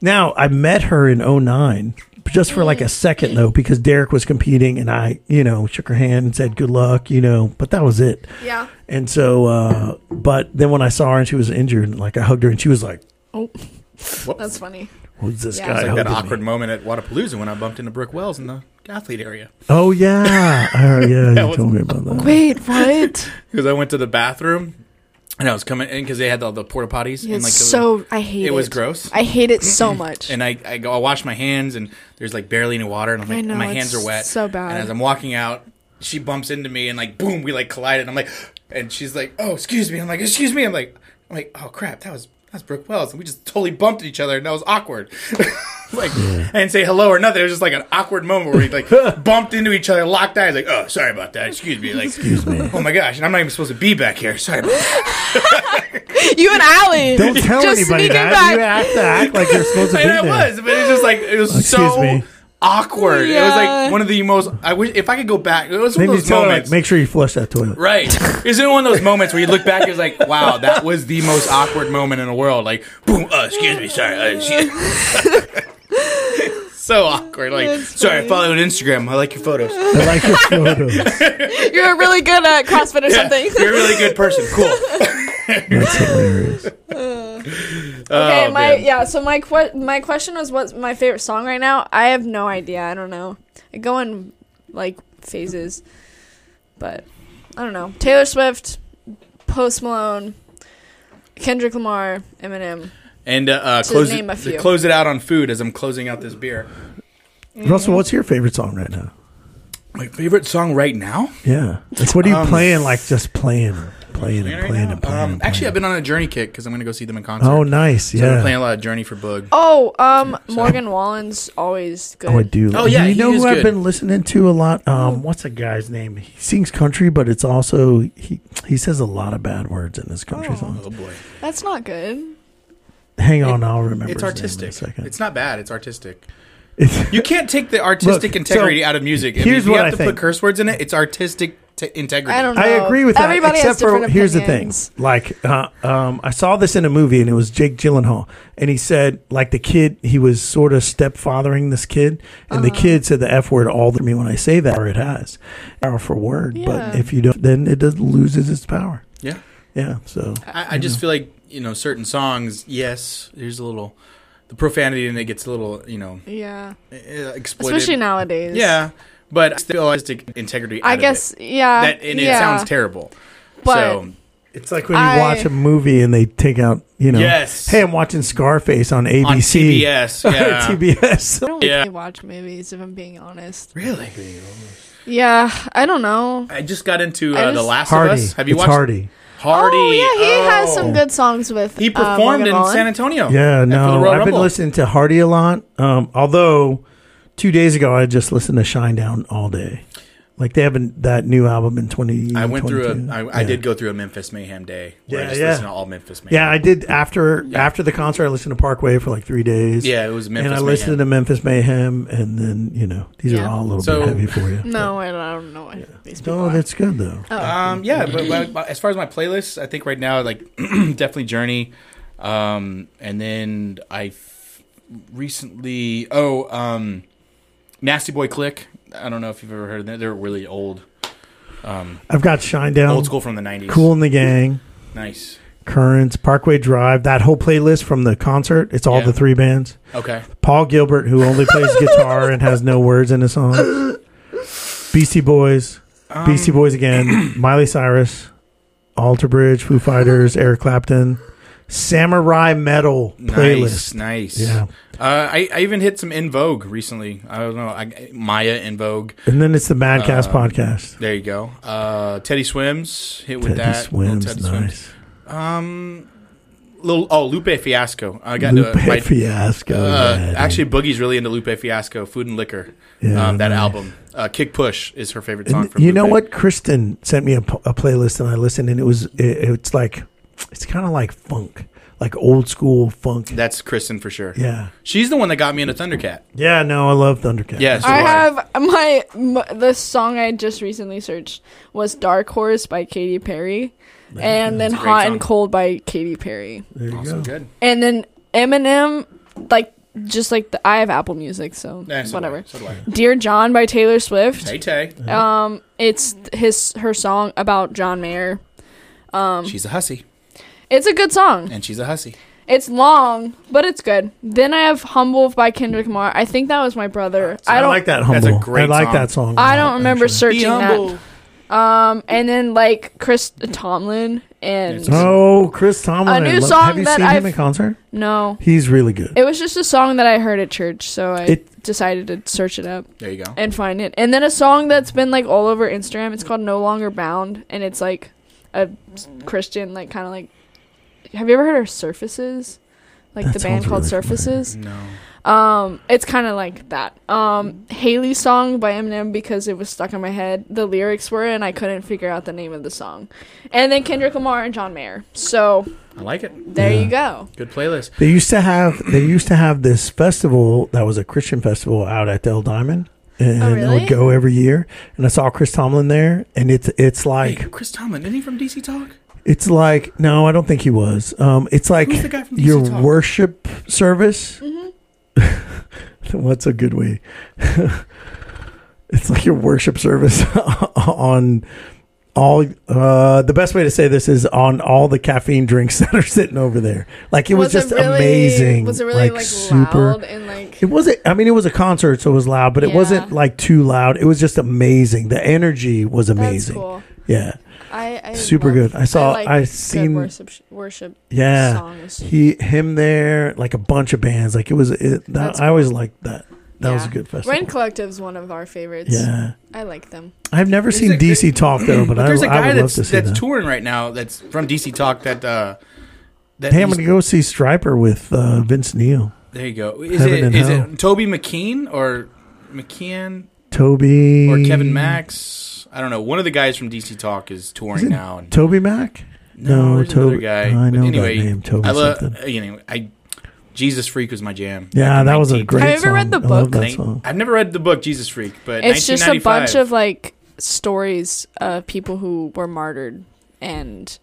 Speaker 3: now i met her in 09 just for like a second though because derek was competing and i you know shook her hand and said good luck you know but that was it
Speaker 6: Yeah.
Speaker 3: and so uh but then when i saw her and she was injured like i hugged her and she was like
Speaker 6: That's funny.
Speaker 3: who's this
Speaker 6: Yeah.
Speaker 3: guy
Speaker 6: It's
Speaker 4: like that
Speaker 3: hugging me?"
Speaker 4: awkward moment at Wadapalooza when I bumped into Brooke Wells in the athlete area.
Speaker 3: oh yeah oh yeah you
Speaker 4: was-
Speaker 3: told me about that
Speaker 6: Wait, what?
Speaker 4: Because I went to the bathroom and I was coming in because they had all the porta potties. and
Speaker 6: It's
Speaker 4: like the-
Speaker 6: so I hate it.
Speaker 4: it was gross.
Speaker 6: I hate it so much.
Speaker 4: and I, I go I wash my hands and there's like barely any water and I'm
Speaker 6: I
Speaker 4: like
Speaker 6: know,
Speaker 4: my
Speaker 6: it's
Speaker 4: hands are wet.
Speaker 6: so bad.
Speaker 4: And as I'm walking out, she bumps into me and like boom, we like collided. And I'm like, and she's like, oh excuse me. I'm like excuse me. I'm like I'm like oh crap, that was that was Brooke Wells and we just totally bumped each other and that was awkward. like I didn't say hello or nothing. It was just like an awkward moment where we like bumped into each other, locked eyes. Like oh sorry about that. Excuse me. Like excuse me. Oh my gosh, and I'm not even supposed to be back here. Sorry. About that.
Speaker 6: you and Allie.
Speaker 3: Don't tell
Speaker 6: Just
Speaker 3: anybody
Speaker 6: sneaking
Speaker 3: that.
Speaker 6: back.
Speaker 3: You have to act like you're supposed to be
Speaker 4: and I
Speaker 3: there. Oh,
Speaker 4: was, but it was just like it was
Speaker 3: Excuse
Speaker 4: so
Speaker 3: me.
Speaker 4: awkward. It was
Speaker 6: Yeah.
Speaker 4: like one of the most. I wish if I could go back. It was one
Speaker 3: Maybe
Speaker 4: of
Speaker 3: you
Speaker 4: those
Speaker 3: tell her, like,
Speaker 4: moments.
Speaker 3: make sure you flush that toilet.
Speaker 4: right. Is it one of those moments where you look back and it's like, wow, that was the most awkward moment in the world? Like, boom, uh, excuse me, sorry. Uh, shit. so awkward. Like, sorry, I follow you on Instagram. I like your photos.
Speaker 3: I like your photo.
Speaker 6: You're really good at CrossFit or something.
Speaker 4: You're a really good person. Cool.
Speaker 3: That's hilarious.
Speaker 6: okay,
Speaker 4: Oh,
Speaker 6: my
Speaker 4: man.
Speaker 6: yeah. So my que- my question was, what's my favorite song right now? I have no idea. I don't know. I go in like phases, but I don't know. Taylor Swift, Post Malone, Kendrick Lamar, Eminem.
Speaker 4: And uh, uh, close
Speaker 6: name a
Speaker 4: it,
Speaker 6: few.
Speaker 4: close it out on food as I'm closing out this beer.
Speaker 3: Russell, what's your favorite song right now?
Speaker 4: My favorite song right now.
Speaker 3: Yeah. Like, what are you playing? Like, just playing, playing, and playing, and playing.
Speaker 4: Um,
Speaker 3: and
Speaker 4: actually, I've
Speaker 3: playing.
Speaker 4: been on a Journey kick because I'm going to go see them in concert.
Speaker 3: Oh, nice.
Speaker 4: So I've been
Speaker 3: Yeah.
Speaker 4: playing a lot of Journey for Boog.
Speaker 6: Oh, um, Morgan Wallen's always good.
Speaker 3: Oh, I do.
Speaker 4: Oh, yeah,
Speaker 3: You
Speaker 4: he
Speaker 3: know
Speaker 4: is
Speaker 3: who I've
Speaker 4: good.
Speaker 3: been listening to a lot? Um, what's a guy's name? He sings country, but it's also he he says a lot of bad words in his country songs.
Speaker 4: Oh boy,
Speaker 6: That's not good.
Speaker 3: Hang on, I'll remember. his name
Speaker 4: it's
Speaker 3: in
Speaker 4: artistic.
Speaker 3: a second.
Speaker 4: It's not bad. It's artistic.
Speaker 3: It's-
Speaker 4: You can't take the artistic
Speaker 3: Look,
Speaker 4: integrity
Speaker 3: so
Speaker 4: out of music. I mean,
Speaker 3: here's
Speaker 4: if you
Speaker 3: what
Speaker 4: have
Speaker 3: I
Speaker 4: to put
Speaker 3: think.
Speaker 4: curse words in it. It's artistic t- integrity.
Speaker 6: I don't know.
Speaker 3: I agree with that.
Speaker 6: Everybody
Speaker 3: except
Speaker 6: has different
Speaker 3: for here's the thing.
Speaker 6: opinions.
Speaker 3: Like, uh, um, I saw this in a movie, and it was Jake Gyllenhaal, and he said like the kid, he was sort of stepfathering this kid, and the
Speaker 6: Uh-huh.
Speaker 3: kid said the f word all the me when I say that, or it has powerful word, but
Speaker 6: Yeah.
Speaker 3: if you don't, then it does loses its power.
Speaker 4: Yeah,
Speaker 3: Yeah, so
Speaker 4: I, I just
Speaker 3: Mm-hmm.
Speaker 4: feel like you know certain songs. Yes, there's a little the profanity in it gets a little you know
Speaker 6: Yeah,
Speaker 4: eh, exploited.
Speaker 6: especially nowadays.
Speaker 4: yeah, but still artistic integrity. out
Speaker 6: I
Speaker 4: of it.
Speaker 6: guess. Yeah.
Speaker 4: that and
Speaker 6: yeah.
Speaker 4: it sounds terrible.
Speaker 6: But-
Speaker 4: so
Speaker 3: it's like when you
Speaker 6: I-
Speaker 3: watch a movie and they take out, you know,
Speaker 4: Yes.
Speaker 3: hey, I'm watching Scarface on ABC,
Speaker 4: on TBS, yeah,
Speaker 3: TBS.
Speaker 6: I don't really
Speaker 4: Yeah.
Speaker 6: watch movies if I'm being honest.
Speaker 4: really.
Speaker 6: Yeah, I don't know.
Speaker 4: I just got into uh,
Speaker 6: I
Speaker 4: The
Speaker 6: just-
Speaker 4: Last
Speaker 3: Hardy,
Speaker 4: of Us. Have you
Speaker 3: it's
Speaker 4: watched
Speaker 3: Hardy?
Speaker 4: Hardy?
Speaker 6: Oh yeah, he has
Speaker 4: Oh.
Speaker 6: some good songs with.
Speaker 4: He
Speaker 6: uh,
Speaker 4: performed
Speaker 6: Morgan
Speaker 4: in
Speaker 6: Wallen.
Speaker 4: San Antonio.
Speaker 3: Yeah,
Speaker 4: at- for the
Speaker 3: no,
Speaker 4: Royal
Speaker 3: I've been
Speaker 4: Rumble.
Speaker 3: listening to Hardy a lot. Um, although two days ago I just listened to Shinedown all day. Like they haven't that new album in twenty.
Speaker 4: I went through a.
Speaker 3: 22.
Speaker 4: I, I did go through a Memphis Mayhem day. Where
Speaker 3: Yeah,
Speaker 4: I just
Speaker 3: yeah.
Speaker 4: listened to all Memphis Mayhem.
Speaker 3: Yeah, I did after after the concert. I listened to Parkway for like three days.
Speaker 4: Yeah, it was Memphis
Speaker 3: and I listened
Speaker 4: Mayhem.
Speaker 3: to Memphis Mayhem, and then you know these
Speaker 6: Yeah.
Speaker 3: are all a little
Speaker 4: So-
Speaker 3: bit heavy for you.
Speaker 6: No, I don't, I don't know what these
Speaker 3: but-
Speaker 6: people.
Speaker 3: oh,
Speaker 6: are.
Speaker 3: that's good though.
Speaker 4: Um, yeah, but, but- but as far as my playlist, I think right now like definitely Journey, um, and then I f- recently oh um, Nasty Boy Click. I don't know if you've ever heard of them. They're really old, um,
Speaker 3: I've got Shinedown,
Speaker 4: old school from the nineties.
Speaker 3: Cool in the Gang,
Speaker 4: nice.
Speaker 3: Currents, Parkway Drive. That whole playlist from the concert. It's all
Speaker 4: Yeah.
Speaker 3: the three bands.
Speaker 4: Okay,
Speaker 3: Paul Gilbert, who only plays guitar and has no words in his songs. Beastie Boys,
Speaker 4: Um,
Speaker 3: Beastie Boys again, Miley Cyrus, Alter Bridge, Foo Fighters, Eric Clapton, Samurai Metal playlist.
Speaker 4: nice, nice.
Speaker 3: Yeah,
Speaker 4: Uh, I, I even hit some In Vogue recently. I don't know I, Maya In Vogue.
Speaker 3: and then it's the Madcast
Speaker 4: Uh,
Speaker 3: podcast.
Speaker 4: There you go. Uh, Teddy Swims hit with
Speaker 3: Teddy
Speaker 4: that. Little
Speaker 3: swims,
Speaker 4: Teddy Swims. Um,
Speaker 3: nice.
Speaker 4: Little oh Lupe Fiasco. I got
Speaker 3: Lupe
Speaker 4: to, my,
Speaker 3: Fiasco.
Speaker 4: Uh,
Speaker 3: yeah, dude.
Speaker 4: actually, Boogie's really into Lupe Fiasco, Food and Liquor.
Speaker 3: Yeah,
Speaker 4: um, that
Speaker 3: nice.
Speaker 4: album, uh, Kick Push, is her favorite song.
Speaker 3: And
Speaker 4: From
Speaker 3: you know
Speaker 4: Lupe.
Speaker 3: what? Kristen sent me a, p- a playlist and I listened, and it was it, it's like it's kind of like funk, like old school funk.
Speaker 4: That's Kristen for sure.
Speaker 3: Yeah,
Speaker 4: she's the one that got me into Thundercat.
Speaker 3: yeah. No, I love Thundercat.
Speaker 4: Yes,
Speaker 6: I have my, m the song I just recently searched was "Dark Horse" by Katy Perry, and then
Speaker 4: great
Speaker 6: "Hot
Speaker 4: song.
Speaker 6: and Cold" by Katy Perry,
Speaker 3: there you
Speaker 4: Awesome,
Speaker 3: go.
Speaker 4: good.
Speaker 6: and then Eminem, like just like the, I have Apple Music, so
Speaker 4: Yeah, so do I.
Speaker 6: whatever.
Speaker 4: So do I.
Speaker 6: "Dear John" by Taylor Swift.
Speaker 4: Tay Tay,
Speaker 6: Um, it's his her song about John Mayer. Um,
Speaker 4: she's a hussy,
Speaker 6: It's a good song.
Speaker 4: and she's a hussy.
Speaker 6: It's long, but it's good. Then I have "Humble" by Kendrick Lamar. I think that was my brother.
Speaker 3: I,
Speaker 6: I don't
Speaker 3: like that
Speaker 4: That's
Speaker 3: humble.
Speaker 4: a great
Speaker 3: I like
Speaker 4: song.
Speaker 3: that song. a lot,
Speaker 6: I don't remember
Speaker 3: actually.
Speaker 4: Be
Speaker 6: searching
Speaker 4: humble.
Speaker 6: that. Um, and then like Chris Tomlin and
Speaker 4: It's-
Speaker 3: Oh, Chris Tomlin.
Speaker 6: A new
Speaker 3: I love-
Speaker 6: song
Speaker 3: Have you
Speaker 6: that
Speaker 3: seen
Speaker 6: I've-
Speaker 3: him in concert?
Speaker 6: no,
Speaker 3: He's really good.
Speaker 6: it was just a song that I heard at church, so I
Speaker 3: It-
Speaker 6: decided to search it up
Speaker 4: There you go.
Speaker 6: and find it. And then a song that's been like all over Instagram. It's called "No Longer Bound," and it's like a s- Christian, like kind of like. Have you ever heard of Surfaces? Like
Speaker 3: That
Speaker 6: the band
Speaker 3: sounds
Speaker 6: called
Speaker 3: really familiar.
Speaker 6: Surfaces.
Speaker 4: no,
Speaker 6: Um, it's kind of like that. Um, Haley's song by Eminem because it was stuck in my head. The lyrics were, and I couldn't figure out the name of the song. And then Kendrick Lamar and John Mayer. So
Speaker 4: I like it.
Speaker 6: there you go.
Speaker 4: Good playlist.
Speaker 3: They used to have they used to have this festival that was a Christian festival out at Del Diamond. And
Speaker 6: Oh,
Speaker 3: it
Speaker 6: really?
Speaker 3: would go every year. And I saw Chris Tomlin there and it's it's
Speaker 4: Hey,
Speaker 3: like
Speaker 4: Chris Tomlin, isn't he from DC Talk?
Speaker 3: It's like no, I don't think he was. Um, it's like
Speaker 4: Who's the guy from DC
Speaker 3: your
Speaker 4: Talk?
Speaker 3: worship service.
Speaker 6: Mm-hmm.
Speaker 3: What's a good way? it's like your worship service on all. Uh, the best way to say this is on all the caffeine drinks that are sitting over there. Like it was, just amazing.
Speaker 6: Was it really like, loud and like?
Speaker 3: It wasn't. I mean, it was a concert, so it was loud, but it
Speaker 6: Yeah.
Speaker 3: wasn't like too loud. It was just amazing. The energy was amazing.
Speaker 6: That's cool.
Speaker 3: Yeah,
Speaker 6: I, I
Speaker 3: Super
Speaker 6: love-
Speaker 3: good. I saw-
Speaker 6: like
Speaker 3: I
Speaker 6: good
Speaker 3: seen-
Speaker 6: worship worship
Speaker 3: yeah.
Speaker 6: songs.
Speaker 3: He, him there, like a bunch of bands. Like it was. It, that,
Speaker 6: That's
Speaker 3: I always liked that. That was a
Speaker 6: Yeah.
Speaker 3: good festival.
Speaker 6: Rain Collective's one of our favorites.
Speaker 3: yeah,
Speaker 6: I like them.
Speaker 3: I've never seen
Speaker 4: a-
Speaker 3: DC Talk though, but,
Speaker 4: But
Speaker 3: I,
Speaker 4: there's a
Speaker 3: I
Speaker 4: guy
Speaker 3: would love
Speaker 4: that's
Speaker 3: to see
Speaker 4: that's
Speaker 3: that.
Speaker 4: touring right now. That's from DC Talk. That uh, that
Speaker 3: Hey, I'm
Speaker 4: he's-
Speaker 3: gonna go see Striper with uh, Vince Neil,
Speaker 4: there you go. Is
Speaker 3: Heaven
Speaker 4: it
Speaker 3: and
Speaker 4: is
Speaker 3: Hell.
Speaker 4: it Toby McKean or McKeon
Speaker 3: Toby,
Speaker 4: or Kevin Max? I don't know. One of the guys from DC Talk is touring now. And
Speaker 3: Toby Mac. No,
Speaker 4: there's another
Speaker 3: Toby-
Speaker 4: guy.
Speaker 3: I
Speaker 4: But
Speaker 3: know that
Speaker 4: anyway,
Speaker 3: name, Toby
Speaker 4: I love.
Speaker 3: something.
Speaker 4: You know, I Jesus Freak was my jam.
Speaker 3: Yeah,
Speaker 4: Back in
Speaker 3: that was a
Speaker 4: 19
Speaker 3: great.
Speaker 6: Have you ever
Speaker 3: song.
Speaker 6: read the
Speaker 3: I love
Speaker 6: book?
Speaker 3: that song.
Speaker 4: I've never read the book Jesus Freak, but
Speaker 6: It's just a bunch
Speaker 4: 1995
Speaker 6: of like stories of people who were martyred and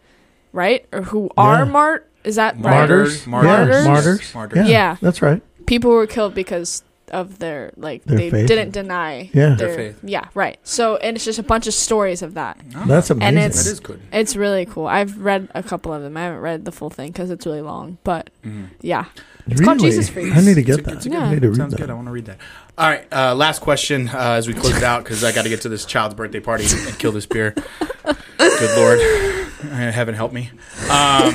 Speaker 6: right or who are
Speaker 3: Yeah.
Speaker 6: mart. Is that
Speaker 3: Martyrs.
Speaker 6: Right? Martyrs.
Speaker 3: Yeah, martyrs.
Speaker 4: Martyrs.
Speaker 3: Yeah,
Speaker 6: Yeah.
Speaker 3: that's right.
Speaker 6: People were killed because of their like
Speaker 3: Their
Speaker 6: they
Speaker 3: faith.
Speaker 6: didn't deny
Speaker 3: Yeah.
Speaker 4: Their
Speaker 6: their,
Speaker 4: faith.
Speaker 6: Yeah, right. So and it's just a bunch of stories of that.
Speaker 3: That's amazing.
Speaker 6: And it's-
Speaker 4: Oh, That is good.
Speaker 6: It's really cool. I've read a couple of them. I haven't read the full thing because it's really long. But
Speaker 4: Mm-hmm.
Speaker 6: yeah, it's called Jesus Freaks.
Speaker 3: I need to get
Speaker 4: It's a-
Speaker 3: that.
Speaker 4: it's a
Speaker 6: good-
Speaker 3: I need to read
Speaker 4: Sounds
Speaker 3: that.
Speaker 4: good. I want to read that. All right. Uh, last question uh, as we close it out because I got to get to this child's birthday party and kill this beer. Good lord, Uh, heaven help me. Um, 'cause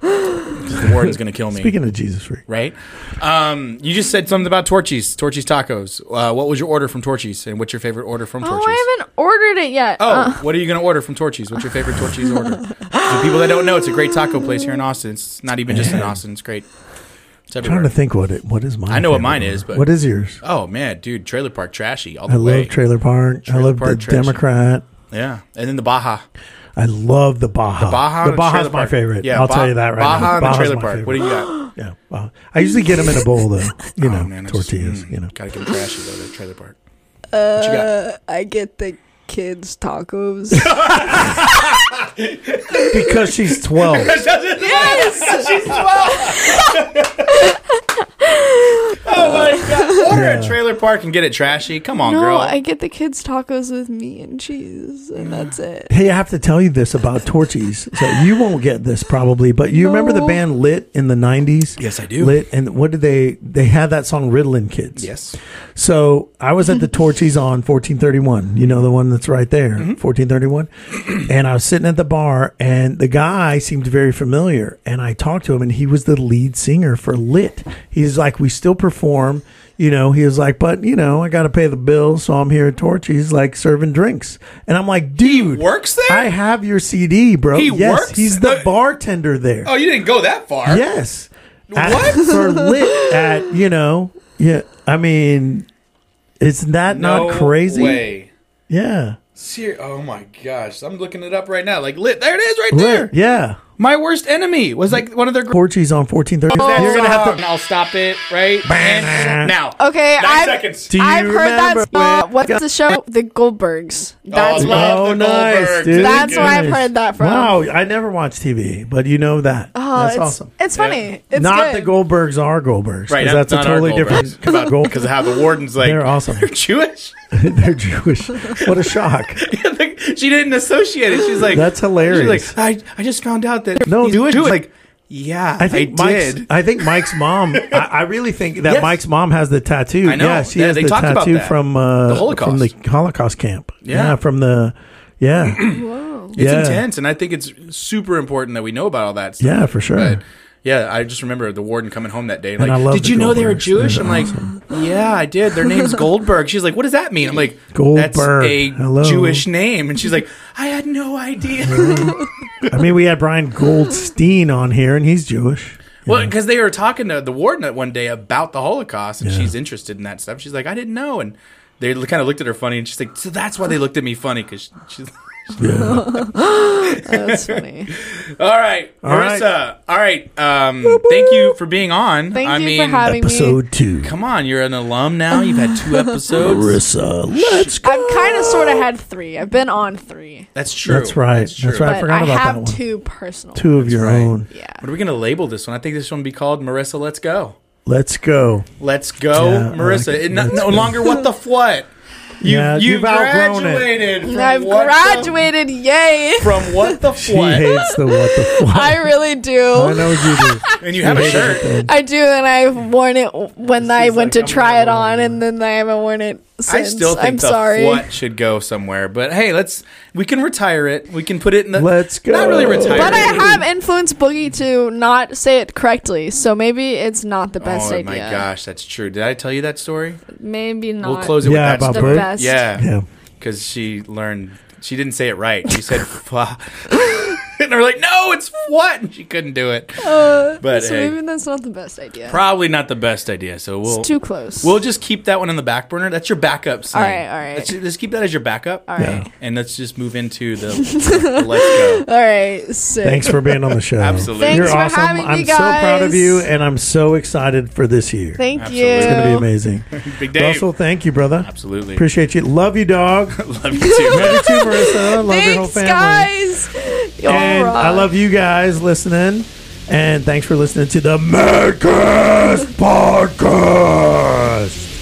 Speaker 4: the warden's gonna kill me.
Speaker 3: Speaking of Jesus Freak,
Speaker 4: Right. Um, you just said something about Torchies, Torchies tacos. Uh, what was your order from Torchies, and what's your favorite order from
Speaker 6: Oh,
Speaker 4: Torchies?
Speaker 6: I haven't ordered it yet.
Speaker 4: Oh,
Speaker 6: Uh,
Speaker 4: what are you going to order from Torchies? What's your favorite Torchies order? For people that don't know, it's a great taco place here in Austin. It's not even just in Austin. It's great. It's
Speaker 3: trying to
Speaker 4: everywhere.
Speaker 3: think what it what is mine.
Speaker 4: I know what
Speaker 3: favorite
Speaker 4: mine
Speaker 3: one.
Speaker 4: is, but-
Speaker 3: what is yours?
Speaker 4: Oh man, dude, Trailer Park Trashy all the
Speaker 3: I
Speaker 4: way.
Speaker 3: love Trailer Park. I
Speaker 4: Trailer
Speaker 3: love the
Speaker 4: Park Trash.
Speaker 3: Democrat.
Speaker 4: yeah, and then the Baja.
Speaker 3: I love the Baja. The
Speaker 4: Baja. and
Speaker 3: Baja's
Speaker 4: Trailer
Speaker 3: my
Speaker 4: Park.
Speaker 3: favorite. Yeah, I'll
Speaker 4: Ba-
Speaker 3: tell you that right
Speaker 4: Baja
Speaker 3: now.
Speaker 4: and the
Speaker 3: Baja's
Speaker 4: Trailer
Speaker 3: my
Speaker 4: Park.
Speaker 3: favorite.
Speaker 4: What do you got?
Speaker 3: yeah, Baja. I usually get them in a bowl though. You know,
Speaker 4: oh man, I just-
Speaker 3: tortillas.
Speaker 4: mm,
Speaker 3: you know,
Speaker 4: gotta get Trashy though. The Trailer Park. What you got?
Speaker 6: I get the kids tacos.
Speaker 3: because she's twelve.
Speaker 6: yes.
Speaker 4: Order at Trailer Park and get it trashy. Come on,
Speaker 6: No,
Speaker 4: oh, girl.
Speaker 6: I get the kids tacos with meat and cheese, and that's it.
Speaker 3: Hey, I have to tell you this about Torchies. So you won't get this probably, but you remember the
Speaker 6: No.
Speaker 3: band Lit in the '90s?
Speaker 4: Yes, I do.
Speaker 3: Lit, and what did they? They had that song "Riddlin' Kids."
Speaker 4: yes.
Speaker 3: So I was at the Torchies on 1431. You know the one that's right there,
Speaker 4: Mm-hmm.
Speaker 3: 1431. And I was sitting at the bar, and the guy seemed very familiar. And I talked to him, and he was the lead singer for Lit. He's like, we still perform. You know, he was like, but you know, I got to pay the bills, so I'm here at Torchies, like serving drinks. And I'm like, dude,
Speaker 4: works there?
Speaker 3: I have your CD, bro.
Speaker 4: He
Speaker 3: yes,
Speaker 4: works?
Speaker 3: he's the
Speaker 4: Uh,
Speaker 3: bartender there.
Speaker 4: Oh, you didn't go that far.
Speaker 3: Yes. At- for lit at you know yeah. I mean, isn't that
Speaker 4: No
Speaker 3: not crazy?
Speaker 4: Way.
Speaker 3: Yeah.
Speaker 4: Ser- oh my gosh, I'm looking it up right now. Like lit, there it is, right there.
Speaker 3: Lit. Yeah.
Speaker 4: My worst enemy was like one of their. Gr-
Speaker 3: Porchies on fourteen thirty.
Speaker 4: That
Speaker 3: You're gonna have
Speaker 4: song,
Speaker 3: to.
Speaker 4: I'll stop it right and now.
Speaker 6: Okay,
Speaker 4: Nine
Speaker 6: I've,
Speaker 4: seconds.
Speaker 3: Do you
Speaker 6: I've heard
Speaker 3: remember
Speaker 6: that
Speaker 3: when-
Speaker 6: song. What's the show? The Goldbergs. That's
Speaker 4: I
Speaker 6: what.
Speaker 4: love
Speaker 3: Oh,
Speaker 4: the
Speaker 3: nice,
Speaker 4: Goldbergs.
Speaker 3: dude.
Speaker 6: That's where I've heard that from.
Speaker 3: Wow, I never watch TV, but you know that.
Speaker 6: Oh,
Speaker 3: That's
Speaker 6: it's,
Speaker 3: awesome.
Speaker 6: It's funny. It's
Speaker 3: not
Speaker 6: good.
Speaker 3: the Goldbergs are Goldbergs. 'cause
Speaker 4: Right,
Speaker 3: That's a
Speaker 4: not our
Speaker 3: totally different.
Speaker 4: Goldbergs. about
Speaker 3: Gold-
Speaker 4: because of how the warden's like
Speaker 3: They're awesome.
Speaker 4: They're Jewish.
Speaker 3: They're Jewish. What a shock.
Speaker 4: she didn't associate it. She's like
Speaker 3: That's hilarious.
Speaker 4: She's like I, I just found out that
Speaker 3: No,
Speaker 4: he's
Speaker 3: do it.
Speaker 4: Jewish. Like yeah, I,
Speaker 3: I think Mike's.
Speaker 4: did.
Speaker 3: I think Mike's mom. I, I really think that
Speaker 4: Yes.
Speaker 3: Mike's mom has the tattoo.
Speaker 4: I know.
Speaker 3: Yeah, she
Speaker 4: Yeah,
Speaker 3: has
Speaker 4: they
Speaker 3: the
Speaker 4: talked about
Speaker 3: tattoo
Speaker 4: that.
Speaker 3: from uh,
Speaker 4: The Holocaust.
Speaker 3: from the Holocaust camp.
Speaker 4: Yeah.
Speaker 3: from the. Yeah,
Speaker 4: It's
Speaker 3: yeah.
Speaker 4: intense, and I think it's super important that we know about all that. stuff.
Speaker 3: yeah, for sure.
Speaker 4: But yeah, I just remember the warden coming home that day. Like,
Speaker 3: I love
Speaker 4: did
Speaker 3: the
Speaker 4: you know they were
Speaker 3: Goldbergs.
Speaker 4: Jewish?
Speaker 3: They're
Speaker 4: I'm like, yeah, I did. Their name's Goldberg. She's like, what does that mean? I'm like, that's
Speaker 3: Goldberg.
Speaker 4: a
Speaker 3: Hello.
Speaker 4: Jewish name. And she's like, I had no idea.
Speaker 3: I mean, we had Brian Goldstein on here, and he's Jewish.
Speaker 4: Well, because they were talking to the warden at one day about the Holocaust, and she's interested in that stuff. She's like, I didn't know, and they kind of looked at her funny, and she's like, so that's why they looked at me funny because she's.
Speaker 6: That's funny.
Speaker 4: All right,
Speaker 3: All right.
Speaker 4: Marissa. All right, um, thank you for being on.
Speaker 6: Thank
Speaker 4: I
Speaker 6: you
Speaker 4: mean,
Speaker 6: for having me.
Speaker 3: Episode two,
Speaker 4: Come on, you're an alum now. You've had two episodes.
Speaker 3: Marissa. Let's go.
Speaker 6: I've kind of sort of had three. I've been on three,
Speaker 4: That's true.
Speaker 3: That's right. That's,
Speaker 4: true.
Speaker 3: right. I
Speaker 6: but
Speaker 3: forgot
Speaker 6: I,
Speaker 3: about that
Speaker 6: have
Speaker 3: one.
Speaker 6: two personal.
Speaker 3: Two of your
Speaker 4: right.
Speaker 3: own.
Speaker 6: Yeah.
Speaker 4: What are we gonna label this one? I think this one would be called Marissa. Let's go.
Speaker 3: Let's go.
Speaker 4: Let's go,
Speaker 3: Yeah, I
Speaker 4: Marissa.
Speaker 3: like it.
Speaker 4: It no,
Speaker 3: Let's
Speaker 4: no
Speaker 3: go.
Speaker 4: longer what the what. You,
Speaker 3: Yeah,
Speaker 4: you
Speaker 3: you've outgrown it.
Speaker 4: graduated. From
Speaker 6: I've
Speaker 4: what
Speaker 6: graduated. Yay.
Speaker 4: The, from what the
Speaker 3: She
Speaker 4: what,
Speaker 3: hates the what the fuck.
Speaker 6: I really
Speaker 3: I
Speaker 6: do.
Speaker 3: know you do.
Speaker 4: and you have a shirt.
Speaker 6: I do, and I've worn it when I
Speaker 4: is
Speaker 6: went
Speaker 4: like
Speaker 6: to
Speaker 4: I'm
Speaker 6: try it
Speaker 4: not
Speaker 6: on, and then I haven't worn it since.
Speaker 4: I still think
Speaker 6: am
Speaker 4: the
Speaker 6: sorry.
Speaker 4: what should go somewhere, but hey, let's we can retire it. We can put it in the
Speaker 3: Let's go.
Speaker 4: Not really retire.
Speaker 6: But I
Speaker 4: it.
Speaker 6: have influenced Boogie to not say it correctly, so maybe it's not the best
Speaker 4: oh
Speaker 6: idea.
Speaker 4: my gosh, that's true. Did I tell you that story?
Speaker 6: Maybe not.
Speaker 4: we'll close it
Speaker 3: Yeah,
Speaker 4: with that.
Speaker 3: about
Speaker 6: the
Speaker 4: story.
Speaker 3: Bert?
Speaker 6: best.
Speaker 4: Yeah,
Speaker 3: Yeah.
Speaker 4: because she learned she didn't say it right. She said "fa," and they're like, "No, it's what?" And she couldn't do it.
Speaker 6: Uh,
Speaker 4: But,
Speaker 6: so
Speaker 4: hey.
Speaker 6: maybe that's not the best idea.
Speaker 4: Probably not the best idea. So we'll
Speaker 6: it's too close.
Speaker 4: We'll just keep that one on the back burner. That's your backup. Sign.
Speaker 6: All right, all right.
Speaker 4: Let's ju- let's keep that as your backup.
Speaker 6: All right.
Speaker 4: And let's just move into the, the let's go.
Speaker 6: All right. Sick.
Speaker 3: Thanks for being on the show.
Speaker 4: Absolutely.
Speaker 6: Thanks
Speaker 3: You're
Speaker 6: for
Speaker 3: awesome.
Speaker 6: having me,
Speaker 3: I'm so proud of
Speaker 6: guys.
Speaker 3: you, and I'm so excited for this year.
Speaker 6: Thank
Speaker 4: Absolutely.
Speaker 6: you.
Speaker 4: It's
Speaker 3: it's going to be amazing.
Speaker 4: Big Dave.
Speaker 3: Russell, thank you, brother.
Speaker 4: Absolutely.
Speaker 3: Appreciate you. Love you, dog. Love
Speaker 4: Love you too, man.
Speaker 3: you too, Marissa. Love your whole
Speaker 6: Thanks,
Speaker 3: family.
Speaker 6: guys. Y'all
Speaker 3: And
Speaker 6: rock.
Speaker 3: I love you guys listening. And thanks for listening to the Madcast Podcast.